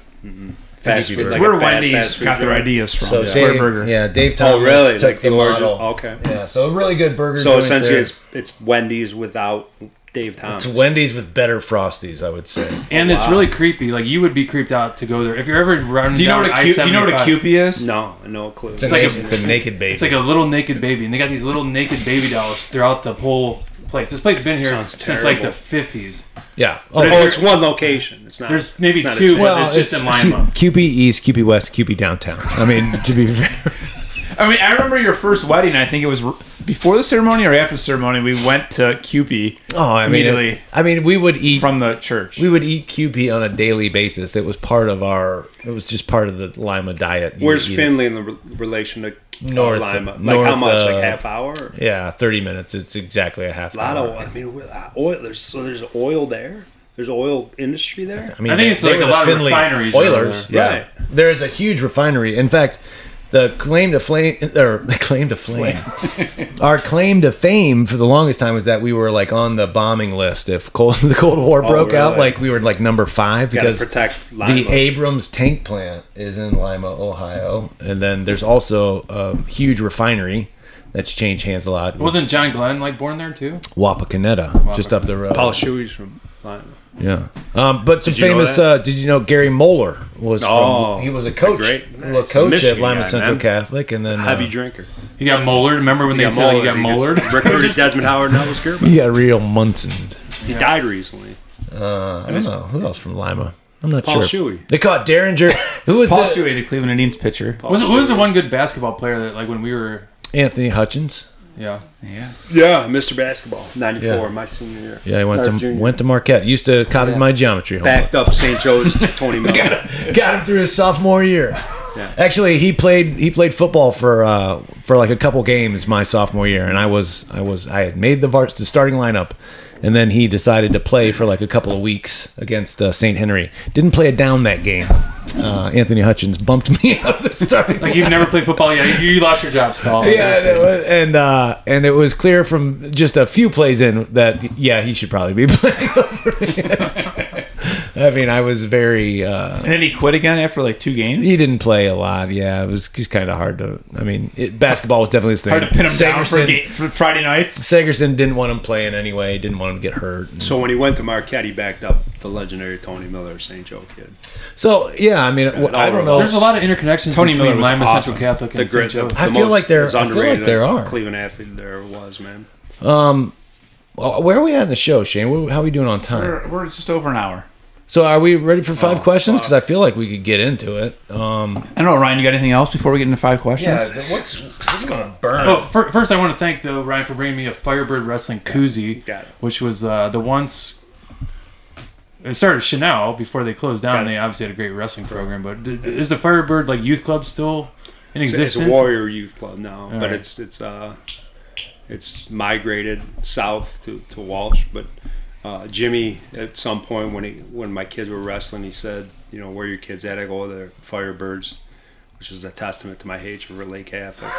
Fast food,
It's
like
where
a bad
Wendy's
fast food
got their
joint.
ideas from.
So
Square
Dave,
Burger.
yeah, Dave Thomas
Oh, really?
took
like
the,
the origin.
model.
Okay.
Yeah, so a really good burger.
So
joint
essentially,
there.
it's, it's Wendy's without Dave Thomas.
it's Wendy's with better frosties, I would say.
And it's
wow.
really creepy. Like you would be creeped out to go there if you're ever running.
Do you know
down
what a
I
Q, do you know what a
75,
Kewpie is?
no, no clue.
It's,
like
like
a-
a, it's a naked baby.
It's like a little naked baby, and they got these little naked baby dolls throughout the whole place. This place has been here
Sounds
since like the
terrible.
50s.
yeah.
But
oh, it's one location. It's not.
There's maybe
it's not a
two.
chain.
Well, it's just in Lima.
Q- QP East, QP West, QP Downtown. I mean, to be fair.
I mean, I remember your first wedding. I think it was r- before the ceremony or after the ceremony. We went to Kewpie
Oh, I mean,
Immediately.
it- I mean, we would eat
from the church.
we would eat QP on a daily basis. It was part of our. It was just part of the Lima diet. You
Where's
eat it.
Finley in the re- relation to K-
North-
Lima? Like how
north,
much?
uh,
like half hour? Or
Yeah, thirty minutes. It's exactly a half.
a lot
hour.
of. I mean, we- uh, oil. There's so there's oil there. There's oil industry there.
I mean,
I think
they-
it's
they
like
were
a
the
lot of
Findlay
refineries over
Oilers,
there.
yeah.
Right.
There is a huge refinery. In fact, the claim to flame, or the claim to flame, our claim to fame for the longest time was that we were like on the bombing list. If cold, the Cold War
Oh,
broke out,
really?
like we were like number five
Got to
because
protect Lima.
the Abrams tank plant is in Lima, Ohio, and then there's also a huge refinery that's changed hands a lot. with
Wasn't John Glenn like born there too?
Wapakoneta, just up the road.
Paul Shuey's from Lima.
Yeah. Um, but some
you know
famous.
that?
uh, did you know Gary Moeller was?
Oh,
from, he was a coach.
great-
well,
nice.
coach
Michigan
at Lima
guy,
Central
man.
Catholic, and then
Heavy
uh,
drinker.
He got mollered. Remember when they said he got mollered?
Recruited Desmond Howard and Elvis Gerber.
he got real Munson.
He died recently.
Uh, I don't know who else from Lima. I'm not
Paul
sure.
Shuey.
They caught Derringer. Who was
Paul
the-
Shuey, the Cleveland Indians pitcher.
was it, who was the one good basketball player that like when we were?
Anthony Hutchins.
Yeah,
Yeah, Mr. Basketball, '94,
Yeah.
my senior year.
Yeah, he went
Or
to
junior.
went to Marquette. Used to copy my geometry. homework.
backed up St. Joe's to Tony Miller.
Got him through his sophomore year. Actually, he played he played football for uh, for like a couple games my sophomore year, and I was I was I had made the vars the starting lineup, and then he decided to play for like a couple of weeks against uh, St. Henry. Didn't play it down that game. Uh, Anthony Hutchins bumped me out of the starting.
like you've never played football yet. You, you lost your job, Stahl.
Yeah, and it was, and uh, and it was clear from just a few plays in that yeah he should probably be playing. Over I mean, I was very. Uh,
And then he quit again after like two games.
He didn't play a lot. Yeah, it was just kind of hard to. I mean, it, basketball was definitely his thing.
Hard to pin him down for,
Sagerson-
ga- for Friday nights.
Sagerson didn't want him playing anyway. Didn't want him to get hurt.
so when he went to Marquette, he backed up the legendary Tony Miller, St. Joe kid.
So yeah, I mean,
it all
I don't know.
There's a lot of interconnections
Tony
between
Miller was
Lima
awesome.
Central Catholic and
The
St.
great,
Joe.
the
I feel
most
like there-
as
I feel like
underrated
there are.
Cleveland athlete there was man.
Uh, Where are we at in the show, Shane? Wh- How are we doing on time?
We're, we're just over an hour.
So are we ready for five
Oh,
questions?
fuck.
Because I feel like we could get into it. Um,
I don't know, Ryan. You got anything else before we get into five questions?
Uh, what's what's gonna burn?
Oh, fir- first I want to thank though Ryan for bringing me a Firebird Wrestling koozie,
Got it.
which was uh, the once. It started Chanel before they closed down.
Got
and
it.
They obviously had a great wrestling program, but th- th- is the Firebird like youth club still in
It's, it's
existence?
a Warrior Youth Club now, but
right.
it's it's uh it's migrated south to, to Walsh. But uh, Jimmy, at some point when he when my kids were wrestling, he said, you know, where are your kids at? I go, they're Firebirds, which was a testament to my hatred for Lake Catholic.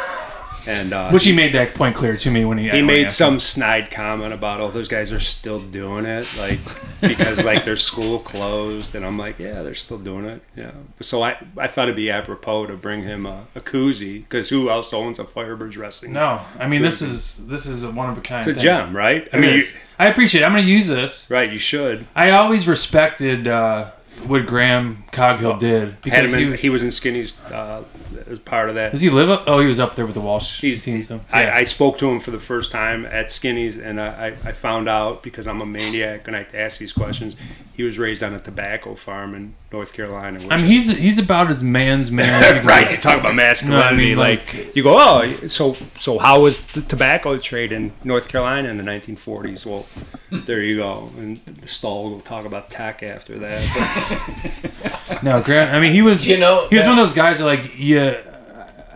And uh,
Which he made that point clear to me when he
he
when
made
asked
some snide comment about oh those guys are still doing it like because like their school closed and i'm like yeah they're still doing it yeah so i i thought it'd be apropos to bring him a, a koozie because who else owns a firebirds wrestling
No, I mean this is this is a one of a kind.
it's a
thing.
gem right i
It
mean you,
is. I appreciate. it. I'm going to use this.
right you should
I always respected uh, what Graham Coghill did
had
because
him
he
in,
was,
he was in skinny's uh as part of that.
Does he live up? Oh, he was up there with the Walsh
He's-
team. So
I, I spoke to him for the first time at Skinny's, and I, I- I found out because I'm a maniac and I like to ask these questions. He was raised on a tobacco farm in North Carolina. Which
I mean, he's he's about as man's man. as you can
right.
get.
You talk about masculinity,
No, I mean,
like, you go, oh, so so how was the tobacco trade in North Carolina in the 1940s? Well, there you go. And the stall will talk about tech after that.
No, Grant. I mean, he was.
You know,
he was
that-
one of those guys that like yeah.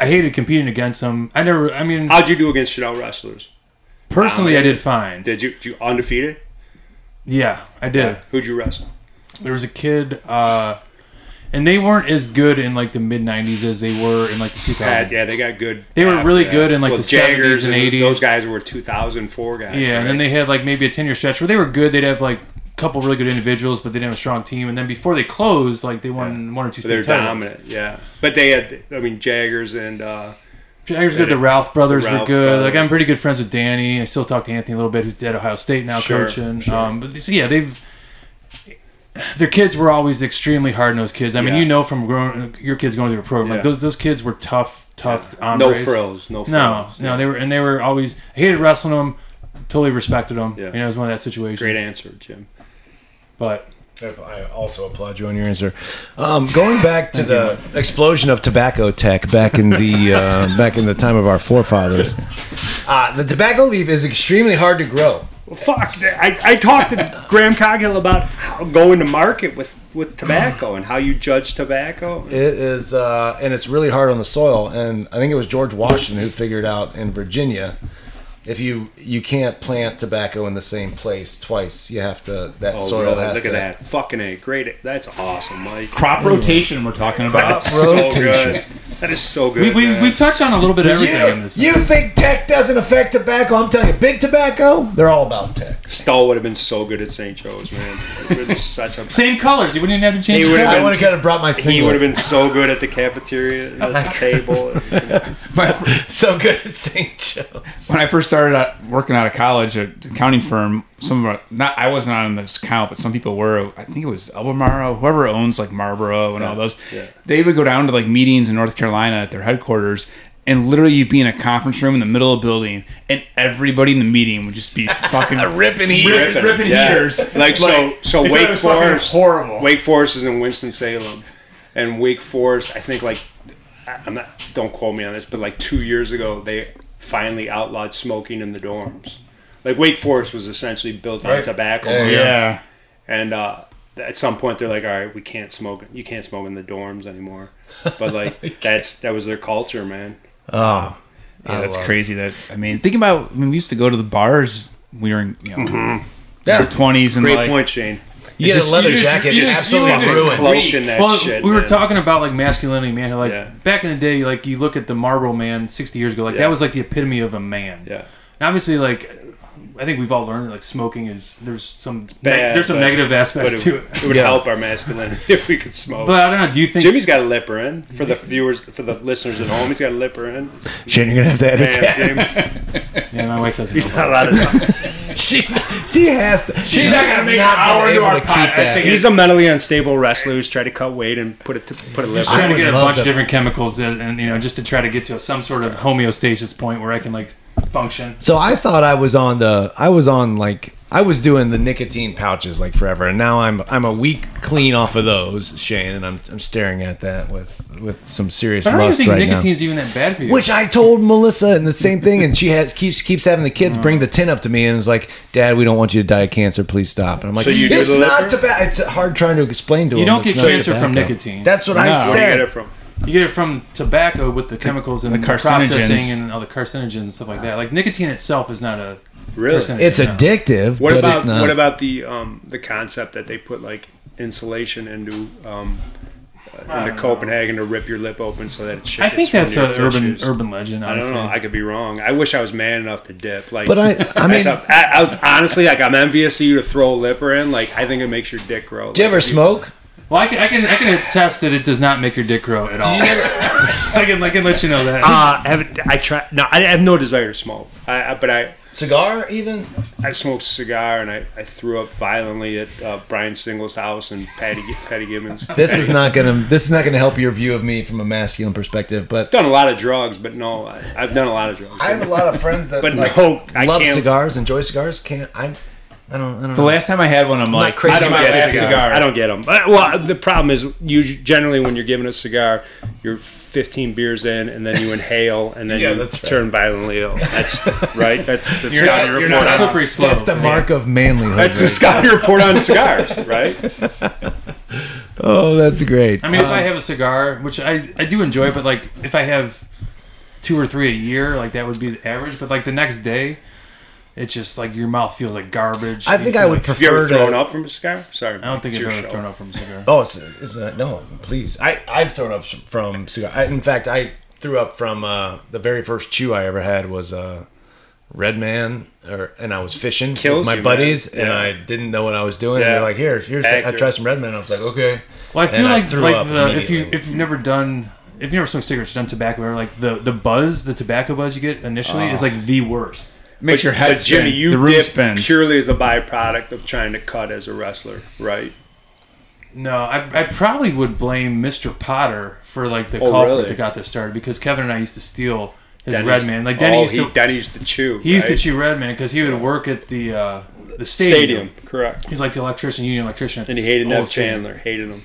I hated competing against him. I never. I mean,
But how'd you do against Chanel wrestlers?
personally, I did fine.
Did you, did you undefeated?
Yeah, I did.
Who'd you wrestle?
There was a kid, uh, and they weren't as good in like the mid '90s as they were in like the 2000s.
Yeah, yeah, they got good.
They were
after
really
that.
good in, like,
Well,
the 70s and
Those
80s.
guys were 2004 guys.
Yeah,
right?
and then they had like maybe a ten year stretch where they were good. They'd have like a couple really good individuals, but they didn't have a strong team. And then before they closed, like they won one or two
they're
state titles.
dominant. Yeah, but they had. I mean, Jaggers and uh,
Jaggers were good. The Ralph brothers
The Ralph
were good. Like
brothers.
I'm pretty good friends with Danny. I still talk to Anthony a little bit, who's at Ohio State now,
Sure,
coaching.
sure.
Um, but so, yeah, they've their kids were always extremely hard nosed kids. I mean,
Yeah.
you know from growing your kids going through a program,
Yeah.
like those those kids were tough, tough.
no
hombres.
frills, no frills.
No, no, they were and they were always I hated wrestling them. Totally respected them.
Yeah.
You know, it was one of that situation.
Great answer, Jim.
But
I also applaud you on your answer. Um, going back to the explosion of tobacco tech back in the uh, back in the time of our forefathers, uh, the tobacco leaf is extremely hard to grow.
Well, fuck, I, I talked to Graham Coghill about how going to market with with tobacco and how you judge tobacco.
It is, uh, and it's really hard on the soil. And I think it was George Washington who figured out in Virginia, if you you can't plant tobacco in the same place twice, you have to that soil
Oh, really?
has
look
to
at that, fucking a great. That's awesome, Mike.
Crop rotation we're talking about.
So
rotation.
good. That is so
we,
good.
we,
man.
we touched on a little bit of everything in this.
You think tech doesn't affect tobacco? I'm telling you, big tobacco, they're all about tech.
Stahl would have been so good at St. Joe's, man. It would've been such a
Same colors. You wouldn't even have to change.
He
the
would've
color.
I
been-
would have kind of brought my
He would
singlet.
have been so good at the cafeteria, at the table.
so good at St. Joe.
when I first started out working out of college at an accounting firm, some of our, not I wasn't on this count, but some people were. I think it was Albemarle, whoever owns like Marlboro and all those. They would go down to like meetings in North Carolina at their headquarters. And literally, you'd be in a conference room in the middle of a building, and everybody in the meeting would just be fucking ripping
heaters.
ripping
Yeah.
heaters.
Like, so, so
they said it
Wake
was fucking
Forest.
horrible.
Wake Forest is in Winston Salem, and Wake Forest, I think, like, I- I'm not. Don't quote me on this, but like two years ago, they finally outlawed smoking in the dorms. Like Wake Forest was essentially built on
Right.
tobacco,
Yeah,
yeah,
and uh, at some point they're like, "All right, we can't smoke. You can't smoke in the dorms anymore." But like, that's that was their culture, man.
Ah.
Oh,
yeah, that's crazy. That I mean, think about. I mean, we used to go to the bars. when We were in you know,
Yeah.
twenties and
Mm-hmm. Great
like,
point, Shane.
you get
just-
a leather
you just-
jacket,
you just-
absolutely
you just-
ruined.
Cloaked in that
well,
shit.
we were
man.
talking about like masculinity, man. Like
Yeah.
back in the day, like you look at the Marlboro Man sixty years ago, like
Yeah.
that was like the epitome of a man.
Yeah.
And obviously, like I think we've all learned, like smoking is there's some neg-
Bad,
there's some
but-
negative
But
aspects
it,
to it.
it would help our masculinity if we could smoke.
But I don't know. Do you think
Jimmy's got a lipper in for the viewers, for the listeners at home. He's got a lipper in.
Shane, you're gonna have to edit that.
Man, Jim,
Yeah, my wife doesn't.
he's
Know.
not allowed to.
She, she has to. She's
not gonna make an hour into our pod- I think
He's a mentally unstable wrestler who's tried to cut weight and put it to, put a lipper.
Trying
I
to
would
get a
love
bunch of
that.
different chemicals and, and you know just to try to get to some sort of homeostasis point where I can like function.
So I thought I was on the I was on like I was doing the nicotine pouches like forever, and now I'm I'm a week clean off of those, Shane, and I'm I'm staring at that with with some serious
I don't even
lust
think
right now.
nicotine's even that bad for you.
Which I told Melissa and the same thing, and she has keeps keeps having the kids bring the tin up to me and is like, "Dad, we don't want you to die of cancer. Please stop." And I'm like,
So you do
"It's
the
not
liquor?
tobacco. It's hard trying to explain to
You
them
don't
it's
get
not
cancer from
tobacco."
nicotine.
That's what I
No.
Where do you get
said.
it from?
You get it from tobacco with the chemicals and the,
the
processing
carcinogens.
and all the carcinogens and stuff like that. Like nicotine itself is not a
Really?
carcinogen.
It's
no.
addictive.
What
but
about
it's not.
what about the um, the concept that they put like insulation into um, uh,
don't
into
know.
Copenhagen to rip your lip open so that it shit
I think
gets
that's an
from your
urban
tissues?
urban legend.
I
Honestly.
don't know. I could be wrong. I wish I was man enough to dip. Like,
But I- I mean-
that's a- I, I was honestly like, I'm envious of you to throw a lipper in. Like, I think it makes your dick grow.
Do you ever
Like,
smoke?
Well, I can, I can, I can attest that it does not make your dick grow at all. I can, I can let you know that.
Uh, I haven't. I try. No, I have no desire to smoke. I, I but I,
Cigar, even?
I smoked a cigar and I, I threw up violently at uh, Brian Single's house and Patty Patty Gibbons.
This is not gonna. This is not gonna help your view of me from a masculine perspective. But
done a lot of drugs, but no, I, I've done a lot of drugs.
I have a lot of friends that
but
like,
no, I
love
can't.
cigars, enjoy cigars. Can't I'm. I don't. I don't.
The
know.
last time I had one, I'm like,
crazy
"This is
about
my
that
last
cigar.
cigar.
I don't get them. But, well, the problem is, you generally when you're given a cigar, you're 15 beers in, and then you inhale, and then
Yeah,
you
that's right.
turn violently ill. That's right. That's the
you're
Scotty
not,
report.
you're not
on-
slippery slope.
That's the mark of manlyhood.
that's the Scotty report on cigars, right?
oh, that's great.
I mean, if I have a cigar, which I, I do enjoy, but like if I have two or three a year, like that would be the average. But like the next day, it's just like your mouth feels like garbage.
I
You
think
feel
I would
like-
prefer
Have you ever
to-
thrown up from a cigar? Sorry,
I don't think
it's
I've
your
ever
show.
thrown up from a cigar.
Oh, it's, it's not, no, please. I, I've thrown up s- from cigar. I, in fact, I threw up from uh, the very first chew I ever had was uh, Red Man, or and I was fishing
Kills
with my
you,
buddies,
man.
and
Yeah.
I didn't know what I was doing.
Yeah.
And they're like, "Here, here's." I
Accurate.
tried some Red Man. I was like, "Okay."
Well, I
And
feel
I
like
threw
like
up
the if you
immediately.
if you've never done if you've never smoked cigarettes, done tobacco, or like the the buzz, the tobacco buzz you get initially
Ah.
is like the worst.
Makes your head
but Jimmy,
spin.
you
the room
dip
spins.
purely as a byproduct of trying to cut as a wrestler, right?
No, I, I probably would blame Mr. Potter for like the
Oh,
culprit
really?
that got this started because Kevin and I used to steal his
Denny
Red
used-
Man. Like Denny
oh,
used to
he, Denny used to chew.
He used to
right?
chew Red Man because he would work at the uh, the stadium.
Stadium, correct.
He's like the electrician, union electrician. At
And he
this
hated
old
Nev
stadium.
Chandler. Hated him.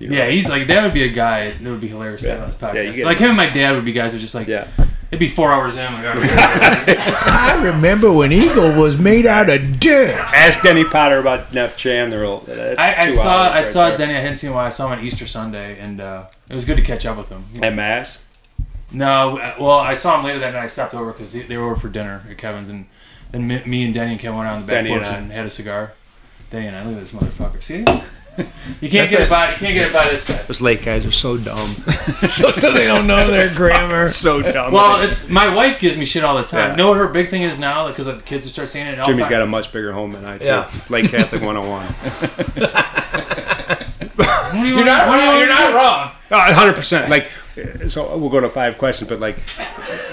You know?
Yeah, he's like that would be a guy that would be hilarious to have on his
Yeah, you
podcast.
get
like
it.
him and my dad would be guys that just like
Yeah.
it'd be four hours in. I'm Like, "Alright."
I remember when Eagle was made out of dirt.
Ask Denny Potter about Neff Chandler. That's
I, I
two
saw
hours
I
right
saw
there.
Denny. I hadn't seen him in a while. I saw him on Easter Sunday, and uh, it was good to catch up with him.
at Mass.
No, uh, well, I saw him later that night. I stopped over because they were over for dinner at Kevin's, and then me, me and Denny and Kevin went out on the back
Denny and
porch
I.
and, had a cigar. Denny and I, look at this motherfucker. See, you can't get it by you can't get it by this guy.
Those late guys are so dumb.
they don't know their grammar.
so dumb.
Well, it's my wife gives me shit all the time.
Yeah.
Know what her big thing is now because the kids start saying it.
Jimmy's got a much bigger home than I do.
Yeah.
Late Catholic 101.
You're not wrong. You're not wrong.
hundred percent. Like, uh, so we'll go to five questions, but like,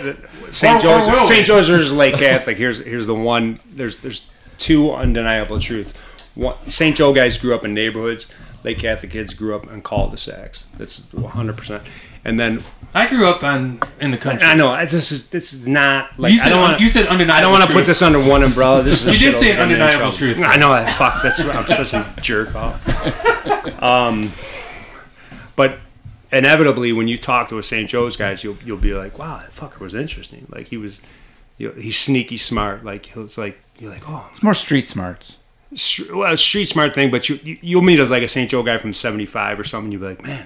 the- St.
Or- or
Joe's,
will we?
St. Joe's is late Catholic. Here's here's the one. There's there's two undeniable truths. One, St. Joe guys grew up in neighborhoods. Late Catholic kids grew up in cul-de-sacs. That's one hundred percent. And then
I grew up on in the country.
I know I- this is this is not like
You said,
I don't
un-
want
you said undeniable.
I don't want to
truth.
put this under one umbrella. This is
You
a
did
shit
say
old man in
undeniable
trouble.
truth.
I know that. Fuck, that's I'm such a jerk off. Um, but inevitably, when you talk to a St. Joe's guys, you'll you'll be like, wow, that fucker was interesting. Like he was, you know, he's sneaky smart. Like he's like you're like, oh,
It's more street smarts.
str- well, street smart thing. But you, you you'll meet as like a St. Joe guy from '75 or something. You'll be like, man,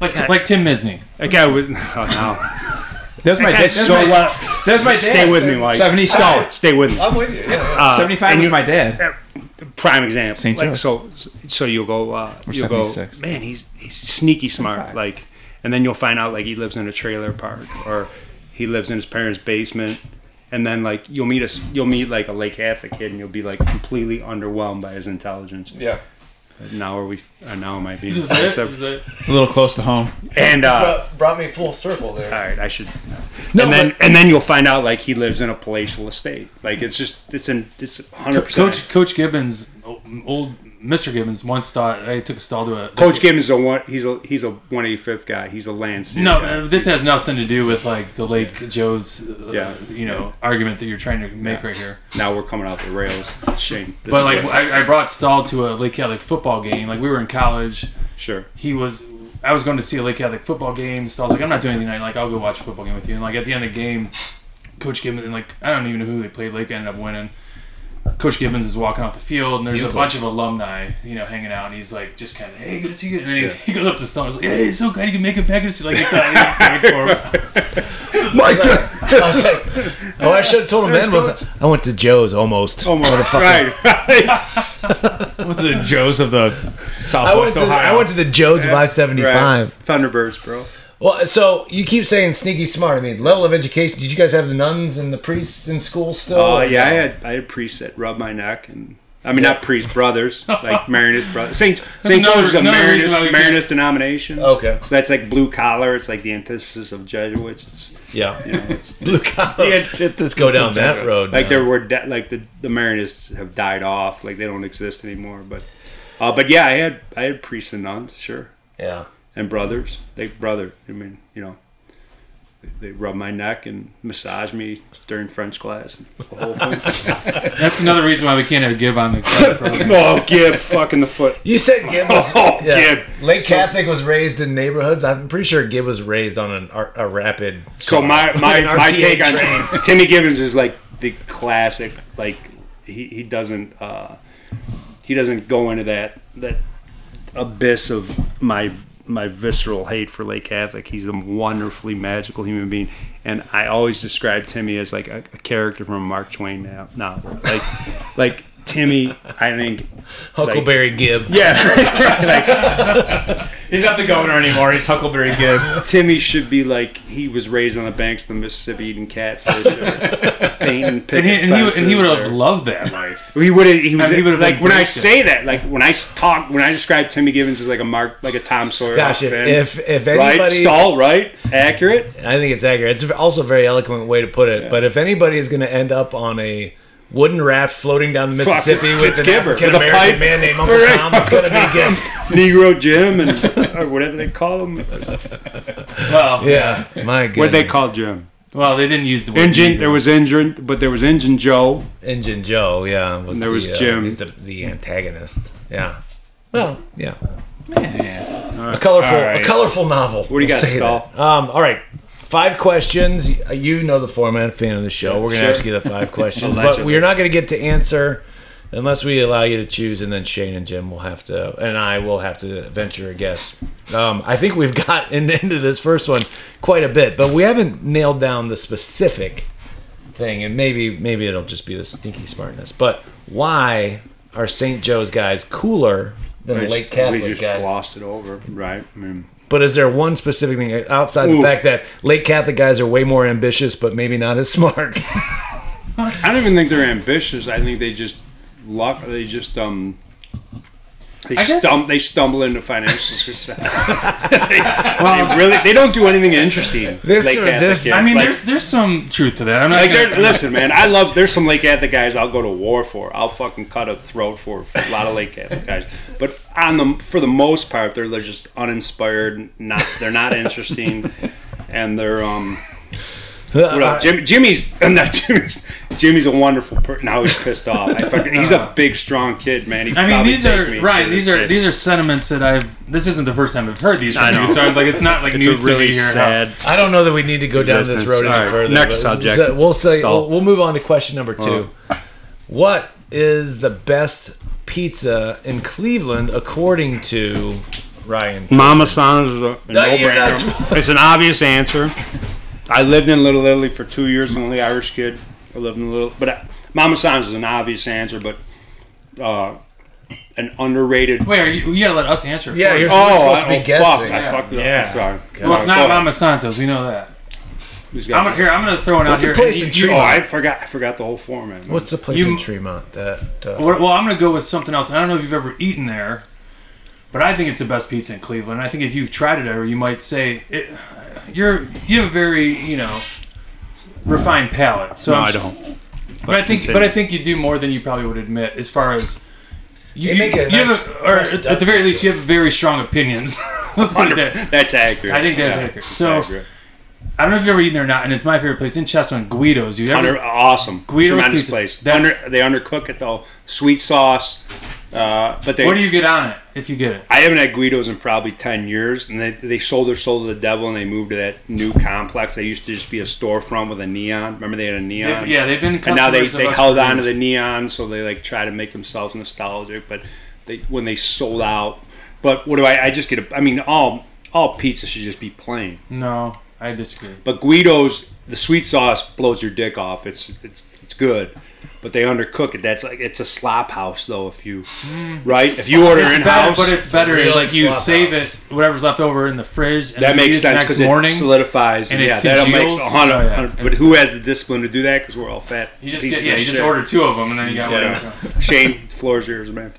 like like Tim Misney.
that guy was oh, no,
That's my
that guy's
dad's
so well.
That's my dad.
Stay with me, Mike.
Seventy.
Stay, stay with me.
I'm with you. Yeah.
Uh,
Seventy-five
and
was
you-
my dad.
prime example.
St.
Like,
Joe's.
so, so you'll go, uh, you'll go,
76.
man, he's he's sneaky smart. Like, and then you'll find out like he lives in a trailer park or he lives in his parents' basement. And then like you'll meet us, you'll meet like a Lake Catholic kid, and you'll be like completely underwhelmed by his intelligence.
yeah.
Now are we? Uh, now am I being?
This is it. This
offensive?
is it.
It's a little close to home.
And uh,
Brought, brought me full circle there.
all right, I should.
No,
and then and then you'll find out like he lives in a palatial estate. Like it's just it's in it's hundred percent.
Coach Coach Gibbons, old Mr. Gibbons, once thought I took a stall to a
Coach Gibbons is a one. He's a he's a one eighty fifth guy. He's a Lance.
No,
guy.
uh, this has nothing to do with like the Lake Joe's, uh,
Yeah.
you know, argument that you're trying to make right here.
now we're coming off the rails. Shame. This
But
is
like,
good.
I, I brought Stahl to a Lake Catholic football game. Like, we were in college.
sure.
He was, I was going to see a Lake Catholic football game. Stahl's like, I'm not doing anything tonight. Like, I'll go watch a football game with you. And like at the end of the game, Coach Gibbons and like I don't even know who they played. Lake ended up winning. Coach Gibbons is walking off the field, and there's a bunch of alumni, you know, hanging out, and he's like, just kind of, hey, good to see you. And then he, he goes up to Stahl, and he's like, hey, so glad you can make it back. And he's like, he thought he was for him.
I was like, oh, I should have told him then. Was I went to Joe's almost.
Oh,
Almost right.
With the Joes of the
I went,
Southwest
to,
Ohio.
I went to the Joe's of I seventy five.
Thunderbirds, bro.
Well, so you keep saying sneaky smart. I mean, level of education.
Uh,
Uh,
Did you guys have the nuns and the priests in school still?
Oh yeah, I had I had preset rub my neck and I mean, not priest brothers, like Marinus brothers. Saint Saint
another-
George is a
another
Marinus,
reason why we
Marinus denomination.
Okay.
so that's like blue collar. It's like the antithesis of Jesuits. It's
Yeah.
you know, it's
Look how let's go down that road.
like
now.
there were de- like the the Marinists have died off. Like they don't exist anymore. But uh, but yeah, I had I had priests and nuns, sure,
Yeah.
and brothers. They brother. I mean, you know. they- They rub my neck and massage me during French class. and The whole thing.
That's another reason why we can't have give on the club program.
oh, give fucking the foot.
You said Gibb was
Oh, Gibb.
Lake Catholic was raised in neighborhoods. I'm pretty sure Gibb was raised on an, ar- a rapid.
So my my,
An
my
RTA
take on Timmy Gibbons is like the classic. Like he, he doesn't uh, he doesn't go into that that abyss of my my visceral hate for Lake Catholic. He's a wonderfully magical human being, and I always describe Timmy as like a, a character from a Mark Twain no- novel. Like like Timmy, I think
Huckleberry Gibb.
yeah.
He's not the governor anymore. He's Huckleberry Gibb.
Timmy should be like he was raised on the banks of the Mississippi eating catfish, or painting.
And he, and he, and he would have
fences or-
loved that life.
He would have. He was
I mean, he would've
like
been
when I
great
say that, like when I s- talk, when I describe Timmy Gibbons as like a Mark, like a Tom Sawyer.
Gosh, if,
Finn,
if, if
right,
anybody.
stall right, accurate.
I think it's accurate. It's also a very eloquent way to put it. But if anybody is going to end up on a wooden raft floating down the
Fuck,
Mississippi
it's-
with
it's
an
Gibber. With a
African American
pipe.
man named Uncle
Right.
Tom, it's going to be Gibb.
Negro Jim and or whatever they call him.
Well,
Yeah, my goodness.
What they call Jim?
well, they didn't use the word
Engine.
Negro.
There was engine, but there was engine Joe.
Engine Joe, yeah. Was
And there was
the, uh,
Jim. Hmm.
He's the, the antagonist. Yeah. Well, yeah. A colorful,
All right.
a colorful novel. What
do you got, Stahl?
Um, all right. Five questions. Y- You know the format, fan of the show. We're going to
Sure.
ask you the five questions, but we're not going to get to answer unless we allow you to choose, and then Shane and Jim will have to, and I will have to venture a guess. Um, I think we've gotten into this first one quite a bit, but we haven't nailed down the specific thing, and maybe maybe it'll just be the sneaky smartness. But why are St. Joe's guys cooler than
We
Lake
just-
Catholic
we just
guys?
glossed it over, right? I mean,
But is there one specific thing outside the
Oof.
fact that Lake Catholic guys are way more ambitious, but maybe not as smart?
I don't even think they're ambitious. I think they just luck. They just um. They,
guess-
stum- they stumble into financial success. they, they really, they don't do anything interesting.
This
Lake
or
Catholic
this-
kids.
I mean,
Like-
there's there's some truth to that. I'm not
Like,
gonna,
there, listen, man, I love. There's some Lake Catholic guys I'll go to war for. I'll fucking cut a throat for, for a lot of Lake Catholic guys. But on the for the most part, they're, they're just uninspired. Not they're not interesting, and they're um. What up? Jim, Jimmy's not Jimmy's. Jimmy's a wonderful person. Now he's pissed off. I fucking, he's a big, strong kid, man. He could
I mean,
probably
these
take
are
me
right.
to
These
this
are
day.
these are sentiments that I've. This isn't the first time I've heard these from you,
know.
so I'm like, it's not like
It's
news
a really
to me here.
sad.
I don't know that we need to go down this
Existence.
road any
All right,
further.
next
but
subject.
so We'll say
Stall.
we'll, we'll move on to question number two. What is the best pizza in Cleveland according to Ryan?
Mama San is a, a
you're
no-brainer. It's an obvious answer. I lived in Little Italy for two years. I'm the only Irish kid. I lived in Little, but I, Mama San is an obvious answer, but uh, an underrated.
Wait, are you, you gotta let us answer.
Yeah,
for
you're
you.
supposed
I,
to be
oh,
guessing.
Fuck, I fucked it
Yeah.
up. Sorry.
well, it's
Sorry.
not Mama Santos. We know that.
Who's
I'm
got
gonna
it?
here. I'm gonna throw it out
What's the
here.
place
and
in
you-
Oh, I forgot. I forgot the whole format. man.
What's the place
You-
in Tremont that? Uh,
Well, well, I'm going to go with something else. and I don't know if you've ever eaten there, but I think it's the best pizza in Cleveland. I think if you've tried it ever, you might say it, you're you have a very you know refined palate. So
No,
I'm
I
s-
don't.
But I think but I think you do more than you probably would admit as far as you,
They make
you-
a
you have
nice
a- or at, at the very least you have very strong opinions. Let's put it that.
That's accurate.
I think that's
Yeah.
accurate. So
Accurate.
I don't know if you've ever eaten there or not, and it's my favorite place in Chestnut, Guido's. You ever
Under, awesome.
Guido's
Tremendous
pizza.
place.
That's-
Under, they undercook it though. Sweet sauce. Uh, but they,
what do you get on it if you get it?
I haven't had Guido's in probably 10 years, and they, they sold their soul to the devil and they moved to that new complex. They used to just be a storefront with a neon. Remember, they had a neon?
yeah, they've been
And now they,
customers of
they
us
held
for
on to
years.
the neon, so they like try to make themselves nostalgic. But they when they sold out, but what do I? I just get a. I mean, all all pizza should just be plain.
No, I disagree.
But Guido's the sweet sauce blows your dick off. It's it's it's good, but they undercook it. That's like it's a slop house though. If you right, if you order
Mm. It's
in
better,
house,
but it's better.
Real
like you
slop
save
house.
it, whatever's left over in the fridge. And
that
you eat
makes
it
sense
the next
because it
morning.
solidifies.
and it
And yeah, that makes
congeals.
100,
Oh, yeah.
100 But
It's-
who has the discipline to do that? Because we're all fat.
You just
pieces
get, yeah,
of
you just
shit.
order two of them, and then you got
Yeah.
whatever.
Shane Floor's yours, man.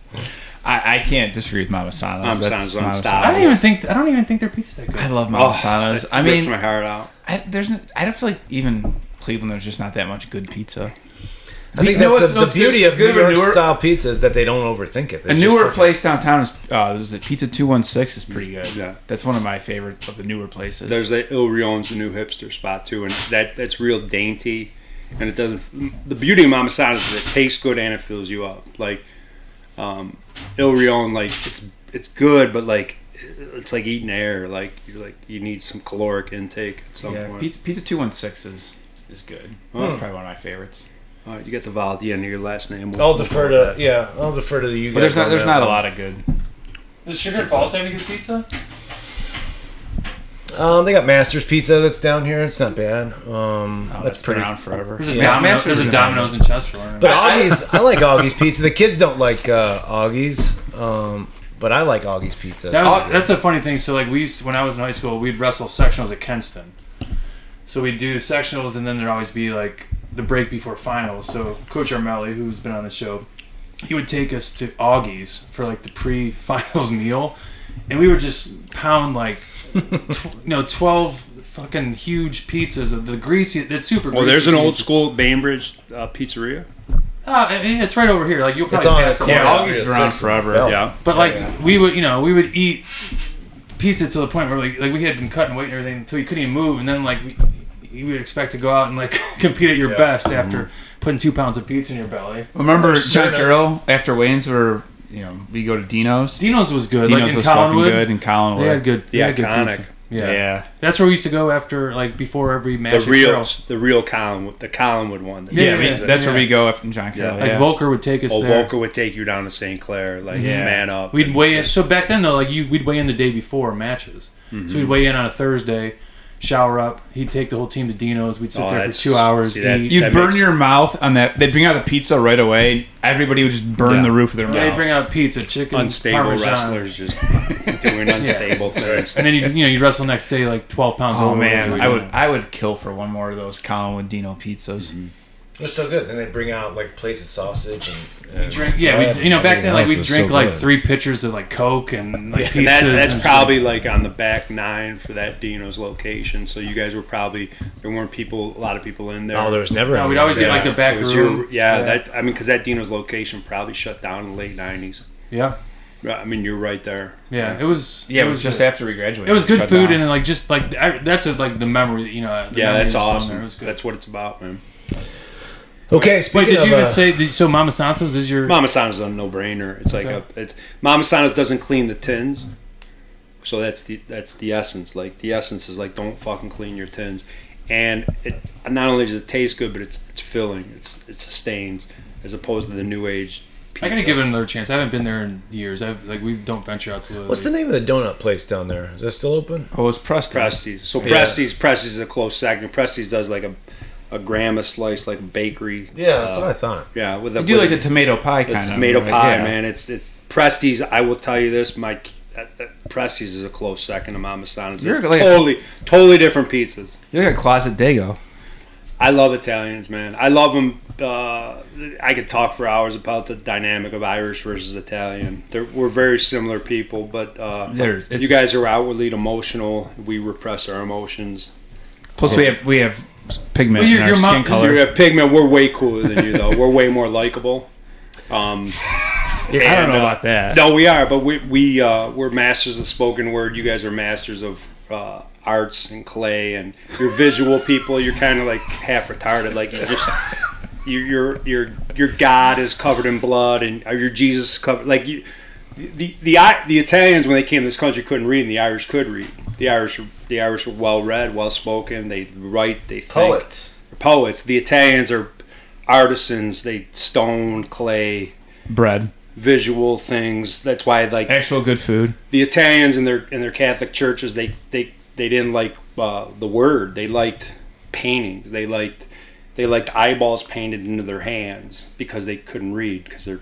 I, I can't disagree with Mamasanos.
Mamasano's
That's Mamasanos.
unstoppable.
I don't even think I don't even think their pizza's that
I
good.
love Mamasanos.
Oh, it's
I
ripped
mean,
my heart out.
I, there's n- I don't feel like even Cleveland. There's just not that much good pizza.
I think
No,
that's
it's-
the,
no,
the
it's
beauty
good-
of
good
New York
manure.
style pizza is that they don't overthink it. They
a
just
newer
fucking-
place downtown is uh, there's a Pizza Two One Six is pretty good.
Yeah.
that's one of my favorite of the newer places.
There's that Il Rion's a new hipster spot too, and that that's real dainty, and it doesn't. The beauty of Mamasana is that it tastes good and it fills you up. Like um, Il Rion, like it's it's good, but like it's like eating air. Like you're like you need some caloric intake at some
yeah,
point.
Pizza Pizza Two One Six is is good. That's probably one of my favorites.
All right, you got the vowel at the end of your last name.
I'll defer to yeah. I'll defer to the you guys.
But there's not
on
there's
that
not a
one.
lot of good.
Does Sugar Falls have any good pizza?
Um, they got Masters Pizza that's down here. It's not bad. Um,
Oh,
that's,
been
pretty.
around forever.
There's a
Yeah,
Domino's.
Masters
There's a
is
Domino's in Chester. I don't know.
But
I-
Augie's, I like Augie's Pizza. The kids don't like uh, Augie's, um, but I like Augie's Pizza.
That was, that's a funny thing. So like we used when I was in high school, we'd wrestle sectionals at Kenston. So we'd do sectionals, and then there'd always be like the break before finals. So Coach Armelli, who's been on the show, he would take us to Augie's for like the pre-finals meal, and we would just pound like tw- you know twelve fucking huge pizzas of the greasy. That's super.
Well,
greasy
there's an old
pizza.
school Bainbridge uh, pizzeria.
Ah, i- i- it's right over here. Like you'll
It's on
probably pass
a
it.
corner.
Yeah,
Yeah,
Augie's
it's
been around
six-
forever.
Yeah.
Yeah,
But like we would, you know, we would eat pizza to the point where like, like we had been cutting weight and everything until you couldn't even move, and then like we, you would expect to go out and like compete at your best
Mm-hmm.
after putting two pounds of pizza in your belly.
Remember John
Service.
Carroll after Wayne's were you know we go to Dino's.
Dino's was good.
Dino's
like in
was
Collinwood,
fucking good
They
in
had
Collinwood.
good. They
Yeah,
had good
iconic.
pizza. Yeah. that's where we used to go after like before every
the
match. at
real,
Carroll's.
the real Collinwood, the Collinwood one.
Yeah,
Yeah, I mean,
yeah,
that's where
yeah.
we go after John Carroll.
Like
yeah.
Volker would take us
Old
there.
Volker would take you down to St. Clair, like
Yeah.
man up.
We'd weigh in. So back then though, like you, we'd weigh in the day before matches. So
Mm-hmm.
we'd weigh in on a Thursday, shower up. He'd take the whole team to Dino's. We'd sit
Oh,
there for
that's-
two hours.
see, that's-
eat.
You'd
That
burn
makes-
your mouth on that. They'd bring out the pizza right away. Everybody would just burn
Yeah.
the roof of their
Yeah, they
mouth.
bring out pizza, chicken,
unstable
parmesan,
wrestlers just doing unstable things.
and then you you know you wrestle next day like twelve pounds.
oh
overweight.
man,
Like,
I would I would kill for one more of those Colin Dino pizzas.
Mm-hmm.
They're so good. Then they bring out like plates of sausage and, and
drink. Yeah,
bread
we you know
and
back then
everything
like we
else.
would
It was
drink
so
like
good.
three pitchers of like Coke and like pizzas.
And that, that's
and
probably like on the back nine for that Dino's location. So you guys were probably there weren't people, a lot of people in there.
Oh, there was never.
No,
anyone
we'd always
there.
get like the back room.
It was your- yeah,
yeah,
that I mean, because that Dino's location probably shut down in the late nineties.
yeah,
I mean, you're right there.
yeah. It was
Yeah, it was
good.
just after we graduated.
It was good
Shut
food
down.
and like just like I, that's a, like the memory that you know. the
Yeah,
memory
that's
is going
awesome.
there. It was good.
That's what it's about, man.
Okay,
Wait,
speaking
did
of,
you even
uh,
say did, so? Mama Santos is your
Mama Santa's a no-brainer. It's like
Okay.
a it's Mama Santa's doesn't clean the tins, so that's the that's the essence. Like the essence is like don't fucking clean your tins, and it not only does it taste good, but it's it's filling. It's it sustains as opposed to the new age. Pizza.
I gotta give it another chance. I haven't been there in years. I like we don't venture out to.
what's the name of the donut place down there? Is that still open?
Oh, it was Preston.
Prestes. So
Yeah.
Prestes, Prestes is a close second. Prestes does like a a gram a slice, like a bakery.
Yeah, that's
uh,
what I thought.
yeah. With a,
You do
with
like
a-
the tomato pie kind
It's
of
tomato
right?
pie,
Yeah.
man. It's it's Prestes. I will tell you this, my uh, uh, Prestes is a close second to Mama Santa's. They're
You're like-
totally, totally different pizzas.
You're like a closet dago.
I love Italians, man. I love them. Uh, I could talk for hours about the dynamic of Irish versus Italian. They're, we're very similar people, but uh,
There's it's,
you guys are outwardly emotional. We repress our emotions.
Plus we have we have
Well,
pigment
Oh. your-
in our
your
skin
mom-
color.
You have pigment. We're way cooler than you, though. we're way more likable. Um,
I don't
and,
know
uh,
about that.
No, we are, but we we uh, we're masters of spoken word. You guys are masters of uh, arts and clay, and you're visual people. You're kind of like half retarded, like you just. You, your your your God is covered in blood, and or your Jesus is covered like you. The, the I- the Italians when they came to this country couldn't read, and the Irish could read. The Irish the Irish were well read, well spoken. They write, they think. Poets. The Italians are artisans. They stone, clay,
Bread,
visual things. That's why like
actual good food.
the Italians in their in their Catholic churches they they they didn't like uh, the word. They liked paintings. They liked they liked eyeballs painted into their hands because they couldn't read because they're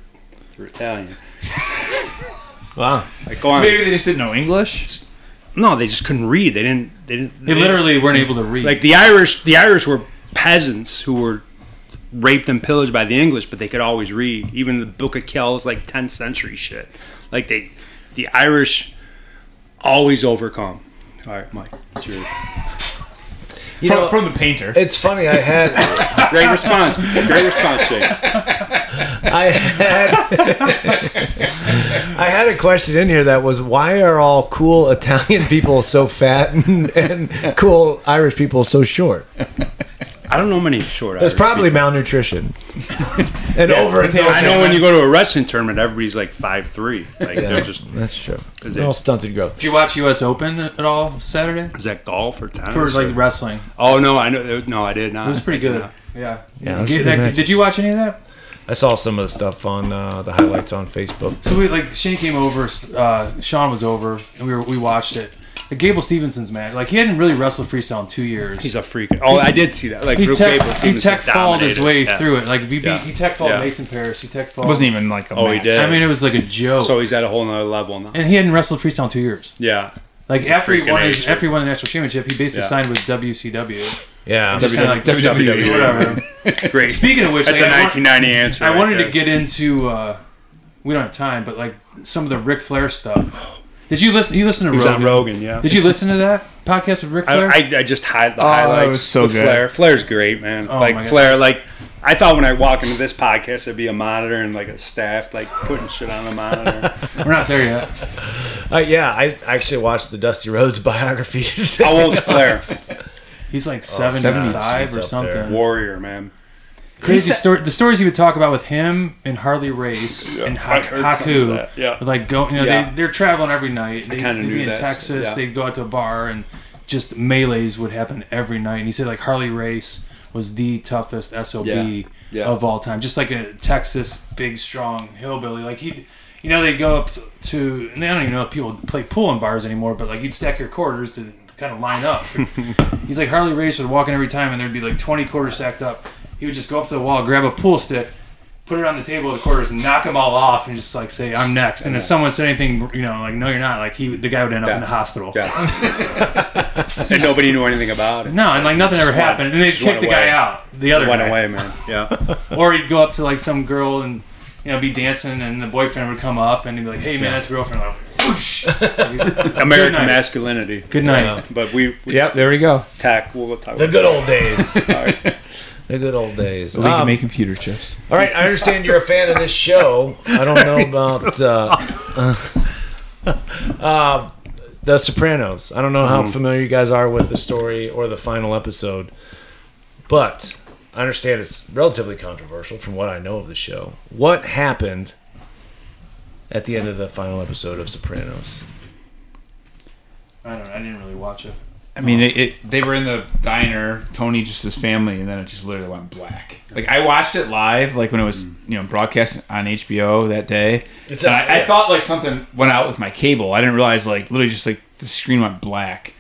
they're Italian.
Wow.
Like go on.
Maybe they just didn't know English.
No, they just couldn't read. They didn't. They didn't.
They literally weren't able to read.
like the Irish. The Irish were peasants who were raped and pillaged by the English, but they could always read. Even the Book of Kells, like 10th century shit. Like they, the Irish always overcome. All right, Mike, it's your
from, from the painter.
It's funny. I had
great response. Great response, Jake.
I had I had a question in here that was why are all cool Italian people so fat and, and cool Irish people so short?
I don't know many short.
It's
Irish
probably
people.
malnutrition and overindulgence.
I know when you go to a wrestling tournament, everybody's like five three. Like they're just
That's true.
is,
They're all
it,
stunted growth.
Did you watch U.S. Open at all Saturday?
is that golf or tennis?
For
or-
like wrestling,
oh no, I know. No, I did not.
it was pretty good.
No.
Yeah.
that was a
Did,
good match.
did you watch any of that?
I saw some of the stuff on uh, the highlights on Facebook.
So we like Shane came over, uh, Sean was over, and we were, we watched it. The Gable Stevenson's match, like he hadn't really wrestled freestyle in two years.
He's a freak. Oh, I did see that. Like
he
Drew
tech,
Gable
he
seems to
tech falled his
dominated.
way
Yeah.
through it. Like he, beat,
Yeah.
he tech falled
Yeah.
Mason Parrish. He tech falled.
It wasn't even like a
Oh, he
match.
did.
I mean, it was like a joke.
So he's at a whole nother level now.
and he hadn't wrestled freestyle in two years.
Yeah,
Like
a
after he
freaking
won his,
nature.
after he won the national championship, he basically
Yeah.
signed with WCW.
Yeah.
Just kind of like
WWE.
WWE, whatever.
great.
Speaking of which,
That's
like,
a
I want-
1990 answer.
I
right
wanted
there.
to get into. Uh, we don't have time, but like some of the Ric Flair stuff. Did you listen? You listen to
He was
Rogan?
on Rogan. Yeah.
Did you listen to that podcast with Ric
I,
Flair?
I, I just hide the
Oh, that
highlights.
was so
with
good.
Flair. Flair's great, man.
Oh, my
like
God.
Flair, like I thought when I walk into this podcast, it'd be a monitor and like a staff, like putting shit on the monitor.
We're not there yet.
Uh, yeah, I actually watched the Dusty Rhodes biography today.
How old's Flair?
He's
Oh,
like
seventy,
75
he's
or
up
something.
there.
Warrior, man.
Crazy story. The stories he would talk about with him and Harley Race and
I
Hak-
heard some of
Haku.
that, yeah.
Like go, you know,
Yeah.
they, they're traveling every night. They,
kinda
they'd
knew
be in
that,
Texas.
yeah.
They'd go out to a bar and just melees would happen every night. And he said like Harley Race was the toughest sob
Yeah. Yeah.
of all time. Just like a Texas big strong hillbilly. Like he'd. You know, they go up to, and I don't even know if people play pool in bars anymore, but like you'd stack your quarters to kind of line up. He's like Harley Race would walk in every time, and there'd be like 20 quarters stacked up. He would just go up to the wall, grab a pool stick, put it on the table of the quarters, knock them all off, and just like say, "I'm next." And if someone said anything, you know, like "No, you're not," like he, the guy would end up
Yeah.
in the hospital.
Yeah. and nobody knew anything about it.
No, and like nothing ever
Just went-
happened, and they'd
just
kick
went
the
away.
guy out, the other
Went
guy.
away, man. Yeah.
or he'd go up to like some girl and you know be dancing, and the boyfriend would come up and he'd be like, "Hey, man, that's your girlfriend." Like, whoosh. Good
American
night.
masculinity.
Good night.
But we, we
Yep, there we go.
tack. We'll talk
The
about
good old days.
that.
The good old days.
We can
Um,
make computer chips.
All right, I understand you're a fan of this show. I don't know about uh, uh, uh, The Sopranos. I don't know
Mm.
how familiar you guys are with the story or the final episode, but I understand it's relatively controversial from what I know of the show. What happened at the end of the final episode of Sopranos?
I don't know. I didn't really watch it.
I
Oh.
mean, it, it, they were in the diner, Tony, just his family, and then it just literally went black. Like I watched it live, like when it was you know broadcast on HBO that day.
Mm. It's
and
a-
I, I thought like something went out with my cable. I didn't realize like literally just like the screen went black.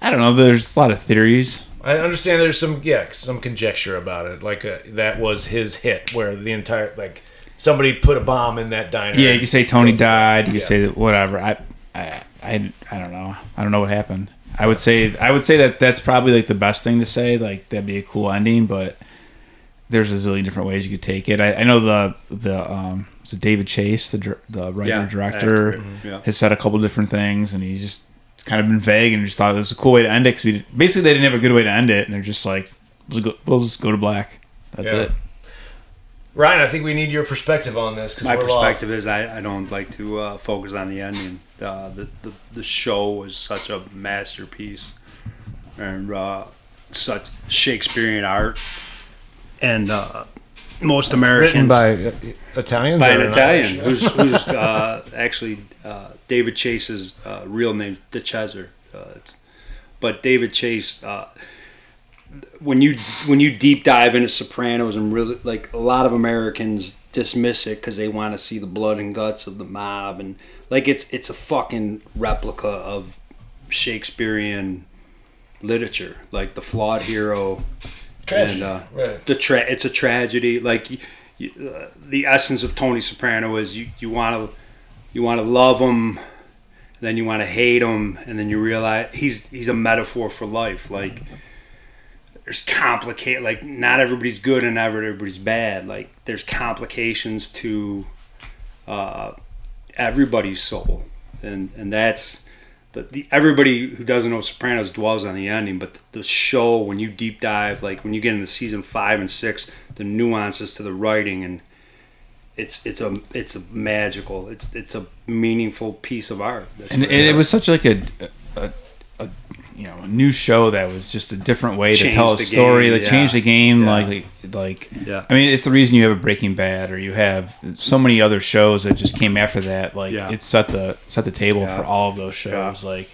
I don't know. There's a lot of theories.
I understand there's some yeah some conjecture about it, like uh, that was his hit, where the entire like somebody put a bomb in that diner.
Yeah, you could say Tony died. You could say that whatever. I, I, I, I don't know. I don't know what happened. I would say I would say that that's probably like the best thing to say. Like that'd be a cool ending, but there's a zillion different ways you could take it. I, I know the the um was it David Chase, the dir- the writer
Yeah,
director,
actor, yeah.
has said a couple different things, and he's just kind of been vague and just thought it was a cool way to end it. Cause we did- basically they didn't have a good way to end it, and they're just like we'll just go, we'll just go to black. That's
Yeah.
it.
Ryan, I think we need your perspective on this. 'cause
My
we're
perspective
lost.
is I, I don't like to uh, focus on the ending. Uh, the, the the show was such a masterpiece and uh, such Shakespearean art, and uh, most
written
Americans
by uh, Italians.
by
or
an
not?
Italian who's who's uh, actually uh, David Chase's uh, real name De Cesare. Uh, it's, but David Chase, uh, when you when you deep dive into Sopranos and really like a lot of Americans dismiss it because they want to see the blood and guts of the mob and like it's it's a fucking replica of Shakespearean literature, like the flawed hero.
Tragedy,
uh,
right.
the tra- it's a tragedy. Like you, you, uh, the essence of Tony Soprano is you you want to you want to love him, then you want to hate him, and then you realize he's he's a metaphor for life. Like there's complicate like not everybody's good and not everybody's bad. Like there's complications to uh, everybody's soul, and and that's the, the everybody who doesn't know Sopranos dwells on the ending, but the, the show when you deep dive, like when you get into season five and six, the nuances to the writing and it's it's a it's a magical it's it's a meaningful piece of art. That's
and
what
it, it was such like a, a, a you know a new show that was just a different way to
Changed
tell a
the
story
game,
that
yeah.
changed the game
Yeah.
like like
Yeah.
i mean it's the reason you have a breaking bad or you have so many other shows that just came after that like
Yeah.
it set the set the table
Yeah.
for all of those shows like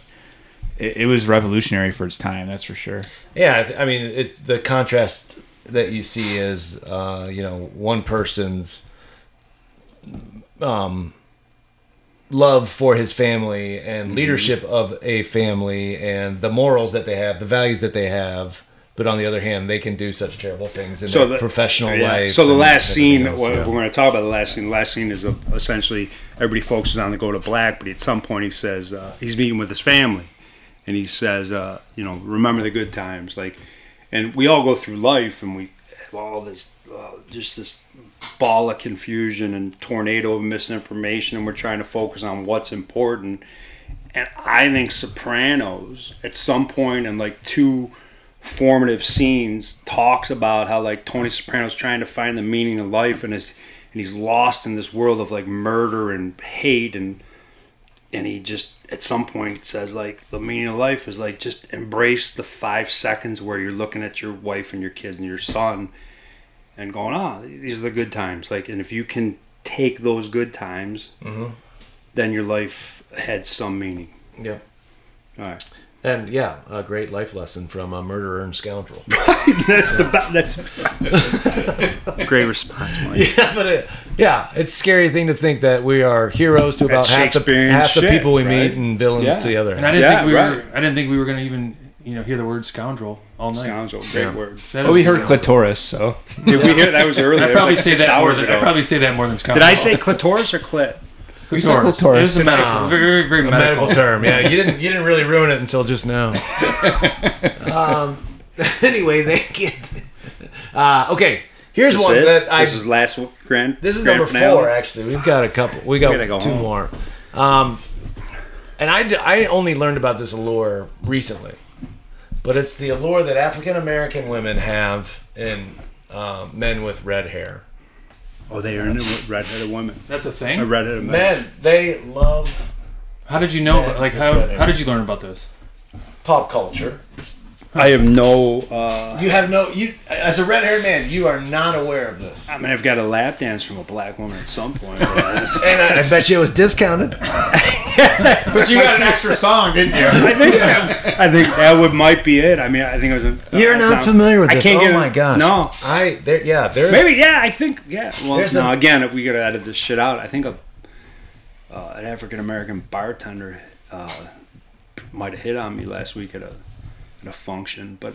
it, it was revolutionary for its time that's for sure
Yeah, I, th- I mean, it's the contrast that you see is, uh, you know, one person's um, love for his family and
Mm-hmm.
leadership of a family and the morals that they have, the values that they have. But on the other hand, they can do such terrible things in their
the-
professional
yeah.
life.
So the
and
last
everything
scene,
else,
what
yeah.
we're going to talk about the last scene. The last scene is uh essentially everybody focuses on the go to black, but at some point he says uh, he's meeting with his family, and he says, uh, you know, remember the good times, like, and we all go through life and we have all this, uh, just this ball of confusion and tornado of misinformation, and we're trying to focus on what's important. And I think Sopranos, at some point in like two formative scenes, talks about how like Tony Soprano's trying to find the meaning of life and is and he's lost in this world of like murder and hate and and he just at some point says like the meaning of life is like just embrace the five seconds where you're looking at your wife and your kids and your son and going ah these are the good times like and if you can take those good times
Mm-hmm.
then your life had some meaning
Yeah.
all right
And yeah, a great life lesson from a murderer and scoundrel.
that's the ba- that's great response Mike.
yeah, but it, yeah, it's a scary thing to think that we are heroes to about
That's
half the
Shakespearean
half the
shit,
people we
right?
meet and villains
Yeah.
to the other.
And I didn't
Yeah,
think we
right.
were. I didn't think we were going to even you know hear the word scoundrel all night.
scoundrel great word
That
well, we
is-
heard clitoris so
Did we hear that was earlier?
I
It was
probably
like
say
six
that more
hours
than
ago.
I probably say that more than scoundrel.
Did I say clitoris or clit?
clitoris?
clitoris.
It was a medical,
Ah.
very very
a
medical.
medical term. Yeah, you didn't you didn't really ruin it until just now. um, anyway, they get uh, okay. Here's
This
one
it?
that I
This is last one- grand.
this is
grand
number
finale?
four actually. We've got a couple. We got
We gotta go
two
home.
more. Um, and I, d- I only learned about this allure recently, but it's the allure that African American women have in um, men with red hair.
Oh, they are into redheaded women.
That's a
A
thing.
redheaded man.
Men, they love
How did you know?
Yeah,
like
it's
how
red hair.
how did you learn about this?
pop culture.
I have no. Uh,
You have no you as a red haired man, you are not aware of this.
I mean, I've got a lap dance from a black woman at some point. but I just-
And I, I bet you it was discounted.
But you got an extra song, didn't you?
I think that, I think that would might be it. I mean, I think it was. A,
You're
uh,
not
no.
familiar with
I
this.
can't
oh
get it.
my gosh.
No.
I there yeah, there is
Maybe yeah. I think yeah. Well,
There's
now
a-
again, if we gotta edit this shit out, I think a uh, an African American bartender uh, might have hit on me last week at a at a function, but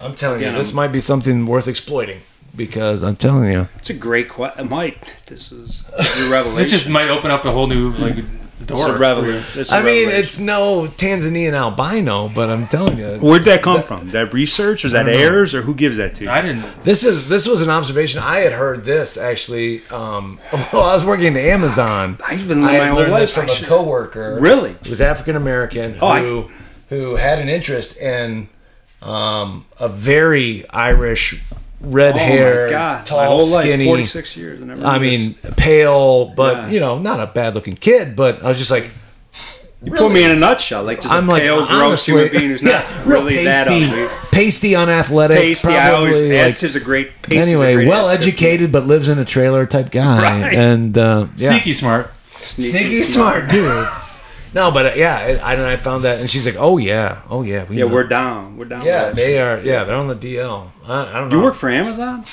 I'm telling you,
Yeah,
this
I'm-
might be something worth exploiting because I'm telling you.
It's a great question, Mike. This is, this is a revelation.
This just might open up a whole new like
This is
door.
a revelation. This is
I
a
mean,
revelation.
it's no Tanzanian albino, but I'm telling you,
where'd that come from? That research? Is that errors, or who gives that to you?
I didn't.
this is this was an observation I had heard this actually. Um, while I was working at Amazon,
I even
I
learned
had
my whole
learned this
life.
from
I
a
should-
coworker.
Really?
who was African American who
Oh, I-
who had an interest in um, a very Irish, red
Oh
hair,
my god!
tall,
my whole life,
skinny.
forty-six years. I, never
I
knew
mean,
this.
pale, but
Yeah.
you know, not a bad looking kid. But I was just like,
you put me in a nutshell. Like just
I'm
a
like,
pale, gross
honestly,
human being who's not
yeah, real
really that
pasty,
ugly.
pasty, unathletic,
Pasty.
probably
I always.
like,
that's just a great. pasty is a
anyway,
great
well
adjective.
educated but lives in a trailer type guy,
Right.
and uh, yeah.
Sneaky smart.
Sneaky,
sneaky smart dude. No, but uh, yeah, it, I I found that, and she's like, "Oh yeah, oh yeah, we
Yeah,
know."
we're down. We're down.
yeah,
with that
they
shit.
are yeah, they're on the DL. I, I don't know.
You work for Amazon?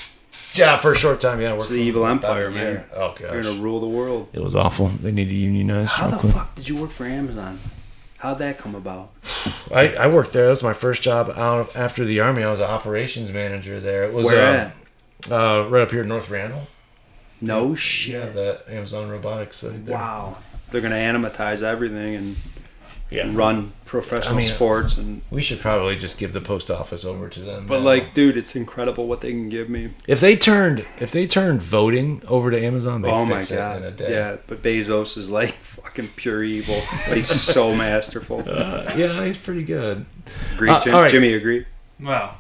yeah for a short time, yeah. I worked
It's the
for
evil
about a
empire, man.
year. Oh
You're
gosh,
gonna rule the world.
it was awful. They need to unionize.
How
real
the
quick.
fuck did you work for Amazon? How'd that come about?
I, I worked there. That was my first job out after the army. I was an operations manager there. It was
Where
uh,
at?
uh, right up here in North Randall.
No
Yeah,
shit.
the Amazon Robotics. site there.
Wow. They're gonna animatize everything and
Yeah.
run professional
I mean,
sports and
We should probably just give the post office over to them.
but
now.
like dude it's incredible what they can give me
if they turned if they turned voting over to Amazon, they
oh
would
my
fix it in a
god
day.
yeah but bezos is like fucking pure evil but he's so masterful
yeah, he's pretty good.
agree
Uh,
Jim,
all right.
jimmy agree
Well,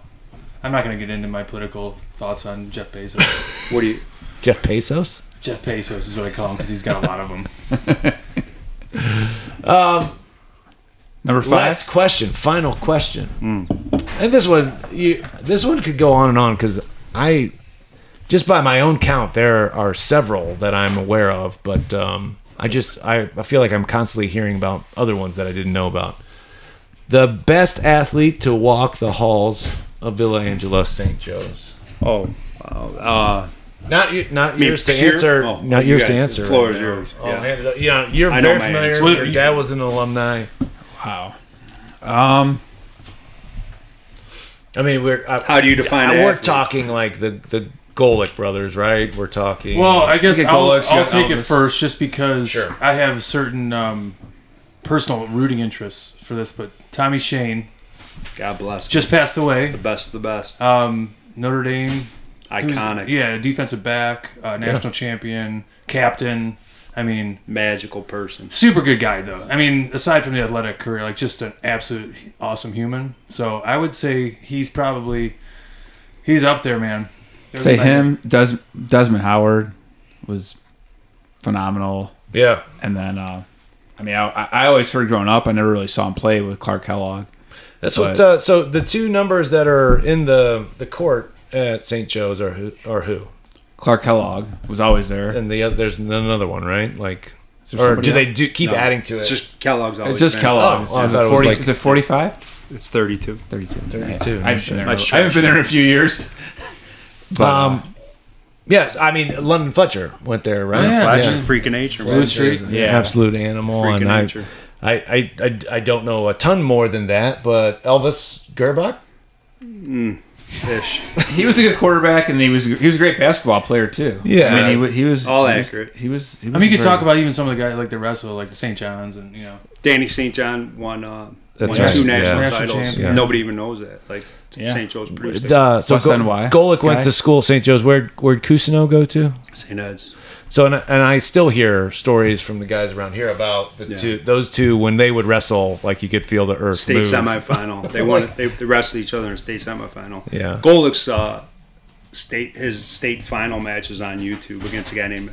I'm not going to get into my political thoughts on Jeff Bezos.
what do you
Jeff Pesos.
Jeff Bezos is what I call him because he's got a lot of them.
Number five.
Last question, final question.
Hmm.
And this one, you, this one could go on and on because I, just by my own count, there are several that I'm aware of. But um, I just, I, I feel like I'm constantly hearing about other ones that I didn't know about. The best athlete to walk the halls of Villa Angela St. Joe's.
oh wow. uh
Not you, not
mean,
yours to
pure-
answer.
oh,
not
you
yours to
guys, the
answer. Oh,
floor is
now.
yours,
I'll
yeah.
hand it up. Yeah, you're
I know
very
my
familiar.
answer.
Your dad was an alumni.
Wow. Um,
I mean, we're I,
how do you define
I,
it
we're talking like the the Golic brothers, right? We're talking.
Well, I guess
You got
I'll,
Golics, you
I'll
got
take it
Elvis.
first just because
Sure.
I have certain um, personal rooting interests for this. But Tommy Shane
god bless
just passed away.
the best of the best
Um, Notre Dame. who's-
iconic
yeah, defensive back, uh, national champion, captain. I mean,
magical person
super good guy, though. I mean, aside from the athletic career, like just an absolute awesome human. So I would say he's probably. He's up there, man. There's
say
my-
him. Des, Desmond Howard was phenomenal.
yeah,
And then, uh, I mean, I, I- I always heard growing up, I never really saw him play with Clark Kellogg.
that's
But-
what. Uh, so the two numbers that are in the the court at St. Joe's are who are who,
Clark Kellogg was always there.
and the other there's another one, right? Like,
Is there
or
somebody
do
else?
they do keep
No.
adding to it?
it's just kellogg's always
It's just
been-
Kellogg.
Oh,
Is
oh, I
it
thought it was
40
like-
is it 45?
it's 32
32.
32.
I haven't been there, in a-
Much
I haven't been there in a few years. But, uh,
um, yes, I mean London Fletcher went there, right?
yeah.
Oh, Fletcher,
Yeah.
freaking nature
Blue Street.
yeah. absolute animal,
freaking
and I,
nature
I, I, I, I don't know a ton more than that, but Elvis Gerbach.
ish
he was a good quarterback, and he was he was a great basketball player too.
Yeah.
I mean, he, wa- he was
All
he was-
accurate.
He was. He was
I mean, you could
very-
talk about even some of the guys like the wrestler, like the St. John's, and you know,
Danny St. John won, uh,
That's
won
right,
two
yeah.
national
National
titles.
champion.
Nobody even knows that. Like
Yeah.
St. Joe's produced it.
Uh, so
West
Go-
NY
Golic went
guy.
to school St. Joe's. Where where'd Cousineau go to?
St. Ed's.
So and, and I still hear stories from the guys around here about the
Yeah.
two those two when they would wrestle like you could feel the earth
State
move.
semifinal. They won. They, they wrestled each other in state semifinal.
Yeah.
Golik's uh, state his state final match is on YouTube against a guy named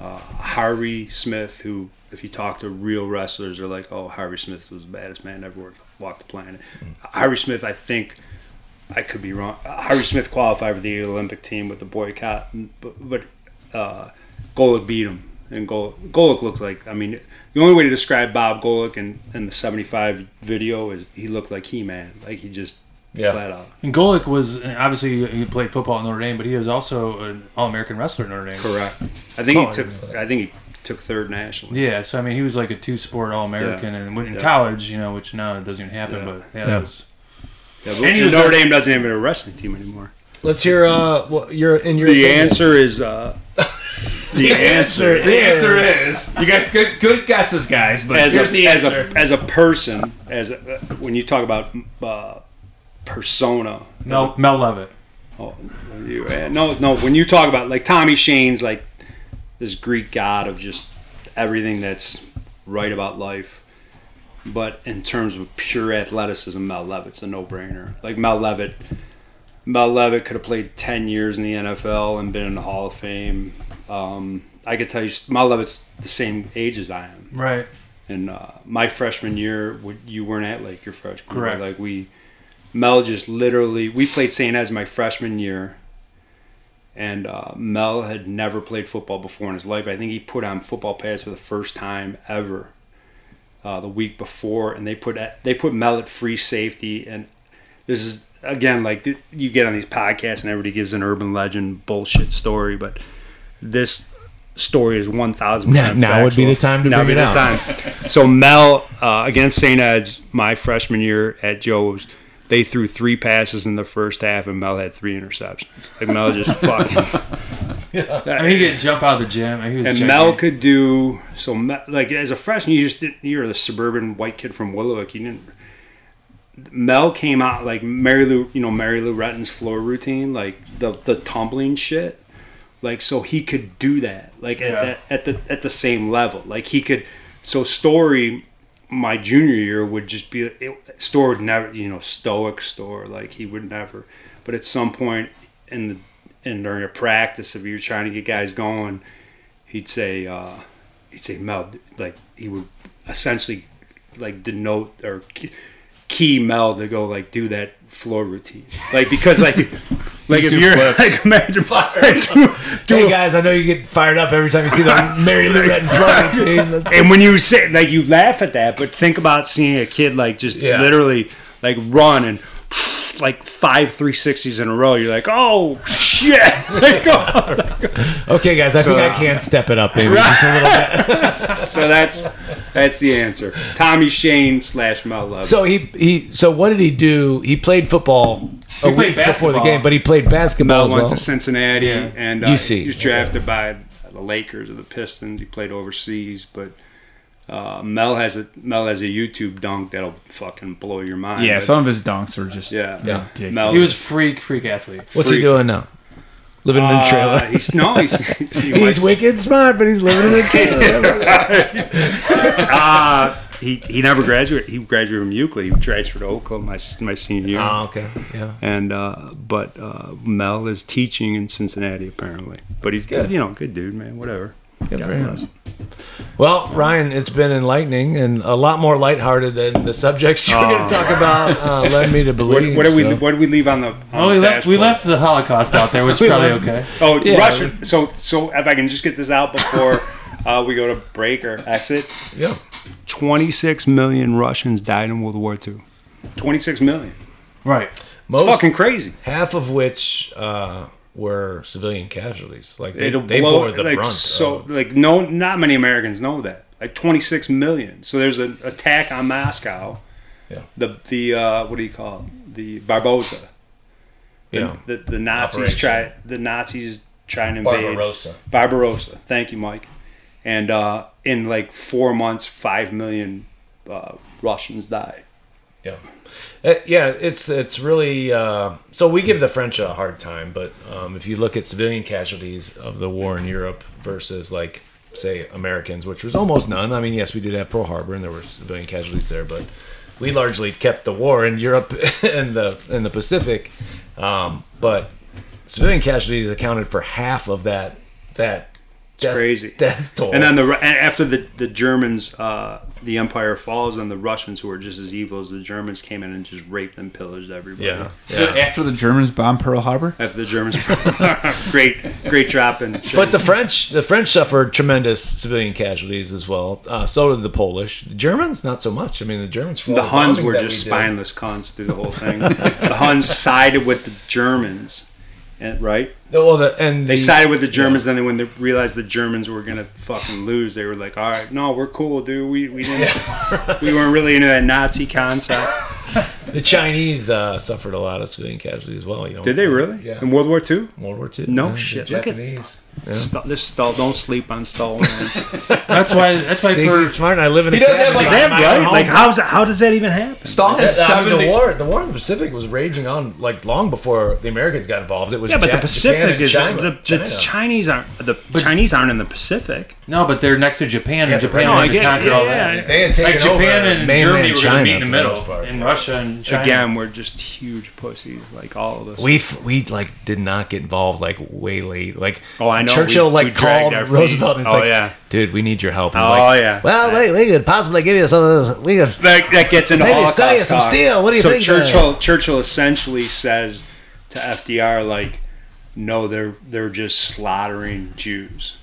uh, Harvey Smith, who if you talk to real wrestlers, they're like, "Oh, Harvey Smith was the baddest man ever worked, walked the planet."
Mm.
Harvey Smith, I think. I could be wrong. Uh, Harvey Smith qualified for the Olympic team with the boycott, but, but uh, Golick beat him. And Gol Golick looks like, I mean, the only way to describe Bob Golick in, in the 75 video is he looked like He Man. Like he just
Yeah.
flat out.
and Golick was obviously he played football at Notre Dame, but he was also an All-American wrestler at Notre Dame.
Correct. I think
Oh,
he took, I think he took third nationally.
Yeah, so I mean, he was like a two-sport All-American, and went in
Yeah.
college, you know, which now it doesn't even happen.
Yeah.
But yeah,
Yeah.
that was
Yeah,
And he
but
was
Notre
a-
Dame doesn't even have a wrestling team anymore.
Let's hear uh what your in your
The
opinion.
answer is, uh, the answer
The answer is you guys good good guesses, guys. But
as
here's
a,
the
as
answer.
a as a person as a, when you talk about uh, persona
Mel Mel Levitt.
Oh, you- eh, no, no. When you talk about like Tommy Shane's like this Greek god of just everything that's right about life, but in terms of pure athleticism, Mel Levitt's a no-brainer. Like Mel Levitt, Mel Levitt could have played ten years in the NFL and been in the Hall of Fame. Um, I could tell you, Mel Levitt's the same age as I am.
Right.
And uh, my freshman year, w- you weren't at Lake your freshman
Correct.
year. Like we, Mel just literally we played St. Ed's my freshman year, and uh, Mel had never played football before in his life. I think he put on football pads for the first time ever uh, the week before, and they put they put Mel at free safety. And this is again like th- you get on these podcasts, and everybody gives an urban legend bullshit story, but this story is one thousand.
Now- now would be the time to bring it
Time. So Mel uh, against St. Ed's, my freshman year at Joe's. They threw three passes in the first half, and Mel had three interceptions. Like Mel just fucking
I mean, he could jump out of the gym. He was
And
gigantic.
Mel could do so. Mel, like as a freshman, you just didn't, you're the suburban white kid from Willowick. You didn't. Mel came out like Mary Lou, you know Mary Lou Retton's floor routine, like the the tumbling shit. Like so, he could do that. Like at
Yeah.
that, at the at the same level. Like he could. So story, my junior year would just be it, store would never you know stoic store like he would never. But at some point in the and during a practice, if you're trying to get guys going, he'd say uh, he'd say Mel like he would essentially like denote or key- key Mel to go like do that floor routine like because like like if
do
you're
flips.
like imagine like, do, do
Hey
a-
guys, I know you get fired up every time you see the Mary Lou Retton floating team. That's-
and when you sit like you laugh at that but think about seeing a kid like just
Yeah.
literally like run and like five 360s in a row you're like oh shit like, oh.
Okay, guys, I think I can step it up, maybe just a little bit.
so that's that's the answer tommy shane slash mel love
So he he. So what did he do? He played football a
played
week before the
basketball.
game, but he played
Mel
basketball
went
as well.
to Cincinnati,
Yeah.
and uh,
You see.
he was drafted by the Lakers or the Pistons. He played overseas, but uh, Mel has a Mel has a YouTube dunk that'll fucking blow your mind.
Yeah,
But-
some of his dunks are just
yeah,
Yeah.
ridiculous.
Mel
He was freak, freak athlete.
What's
freak.
he doing now? Living in a trailer.
Uh, he's no, he's he
He's
went-
wicked smart, but he's living in a trailer.
uh, he he never graduated. He graduated from Euclid. He transferred to Oakland my s- my senior year.
oh, okay. Yeah.
and uh, but uh, Mel is teaching in Cincinnati apparently. But he's good, you know, good dude, man. Whatever.
Good
God
for him.
bless.
Well, Ryan, it's been enlightening and a lot more lighthearted than the subjects you were going
Oh.
to talk about. Uh, led me to believe.
What, what did we
so.
what did we leave on the? On
Oh, we
the
left. We
dashboard?
left the Holocaust out there, which is probably okay.
Oh,
Yeah.
Russia. So, so if I can just get this out before uh, we go to break or exit,
Yeah.
26 million Russians died in World War II. 26 million.
Right.
Most,
Fucking crazy.
half of which uh, were civilian casualties. Like they,
It'll
they
blow
bore the
like,
brunt.
So,
of-
like, no, not many Americans know that. Like 26 million. So there's an attack on Moscow.
Yeah.
The the uh, what do you call it? The Barbosa. The,
yeah.
The, the Nazis
Operation.
try. The Nazis try and invade.
Barbarossa.
Barbarossa. Thank you, Mike. And uh, in like four months, five million uh, Russians died.
Yeah. Uh, yeah, it's it's really uh, so we give the French a hard time, but um, if you look at civilian casualties of the war in Europe versus like say Americans, which was almost none. I mean, yes, we did have Pearl Harbor and there were civilian casualties there, but we largely kept the war in Europe and the in the Pacific. Um, but civilian casualties accounted for half of that that death,
crazy.
death toll.
And then the Ru- and after the the Germans, uh, the Empire falls, and the Russians, who were just as evil as the Germans, came in and just raped and pillaged everybody.
yeah,
So
yeah.
After the Germans bombed Pearl Harbor,
After the Germans, great, great drop in.
But the French, the French suffered tremendous civilian casualties as well. Uh, so did the Polish. The Germans, not so much. I mean, the Germans. for all
the Huns
bombing
were
that
just
we did-
spineless cons through the whole thing. the Huns sided with the Germans, and right.
Well, the, and
They
the,
sided with the Germans, then they, when they realized the Germans were gonna fucking lose, they were like, "All right, no, we're cool, dude. We we didn't, we weren't really into that Nazi concept."
the Chinese uh, suffered a lot of civilian casualties as well. You know,
Did they really?
Yeah.
In World War II?
World War II.
No
yeah, the
shit, look at-
Japanese.
Sta- this stall, don't sleep on Stalin. man.
That's why. That's why
Sneaky
for
smart. and I live in. He
doesn't have,
Is
like,
that right? Like, how's that, how does that even happen?
Stalin has
the
70
war, the war in the Pacific was raging on like long before the Americans got involved. It was
Yeah, but
Ja-
the Pacific
Japan
is uh,
and China,
the,
China.
the Chinese aren't the Chinese aren't in the Pacific.
no, but they're next to Japan,
Yeah,
and
they're
Japan
right
wants to
next to-
conquer all that.
yeah, yeah.
they had taken
Like Japan
over
and
mainland
Germany were going to
China
meet in
for
the
the
middle,
most part.
and Russia and China.
Again, we're just huge pussies, like all of us.
we f- we like did not get involved like way late. Like
Oh, I know.
Churchill
We-
like
we
called
dragged our feet.
Roosevelt. And it's
Oh,
like,
yeah.
dude, we need your help. And
Oh,
like,
yeah.
Well, wait, we could possibly give you some. Of this. We could.
that, that gets into
Maybe
all
sell you some steel. What do you
so
think,
Churchill Churchill essentially says to FDR like, no, they're they're just slaughtering Jews,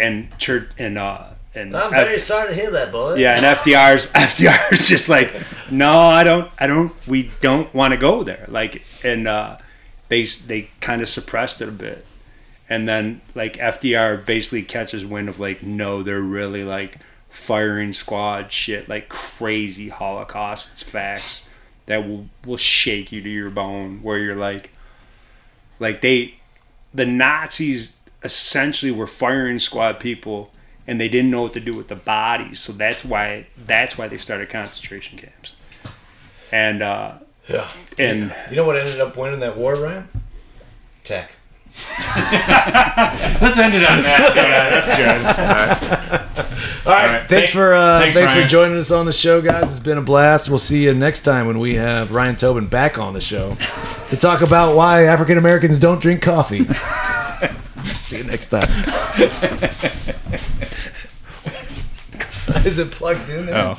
and church and uh and F-
sorry to hear that, boy.
yeah and FDR's FDR's just like, no, I don't I don't we don't want to go there like and uh they s- they kind of suppressed it a bit. And then like FDR basically catches wind of like no, they're really like firing squad shit, like crazy Holocaust facts that will will shake you to your bone where you're like like they the Nazis essentially were firing squad people and they didn't know what to do with the bodies. So that's why that's why they started concentration camps. And uh,
Yeah.
and
You know what ended up winning that war, Ryan? Tech.
Let's end it on that.
All right.
right.
Thanks
Thank-
for uh,
thanks,
thanks, for
Ryan.
joining us on the show, guys. It's been a blast. We'll see you next time when we have Ryan Tobin back on the show to talk about why African Americans don't drink coffee. see you next time. Is it plugged in there?
Oh.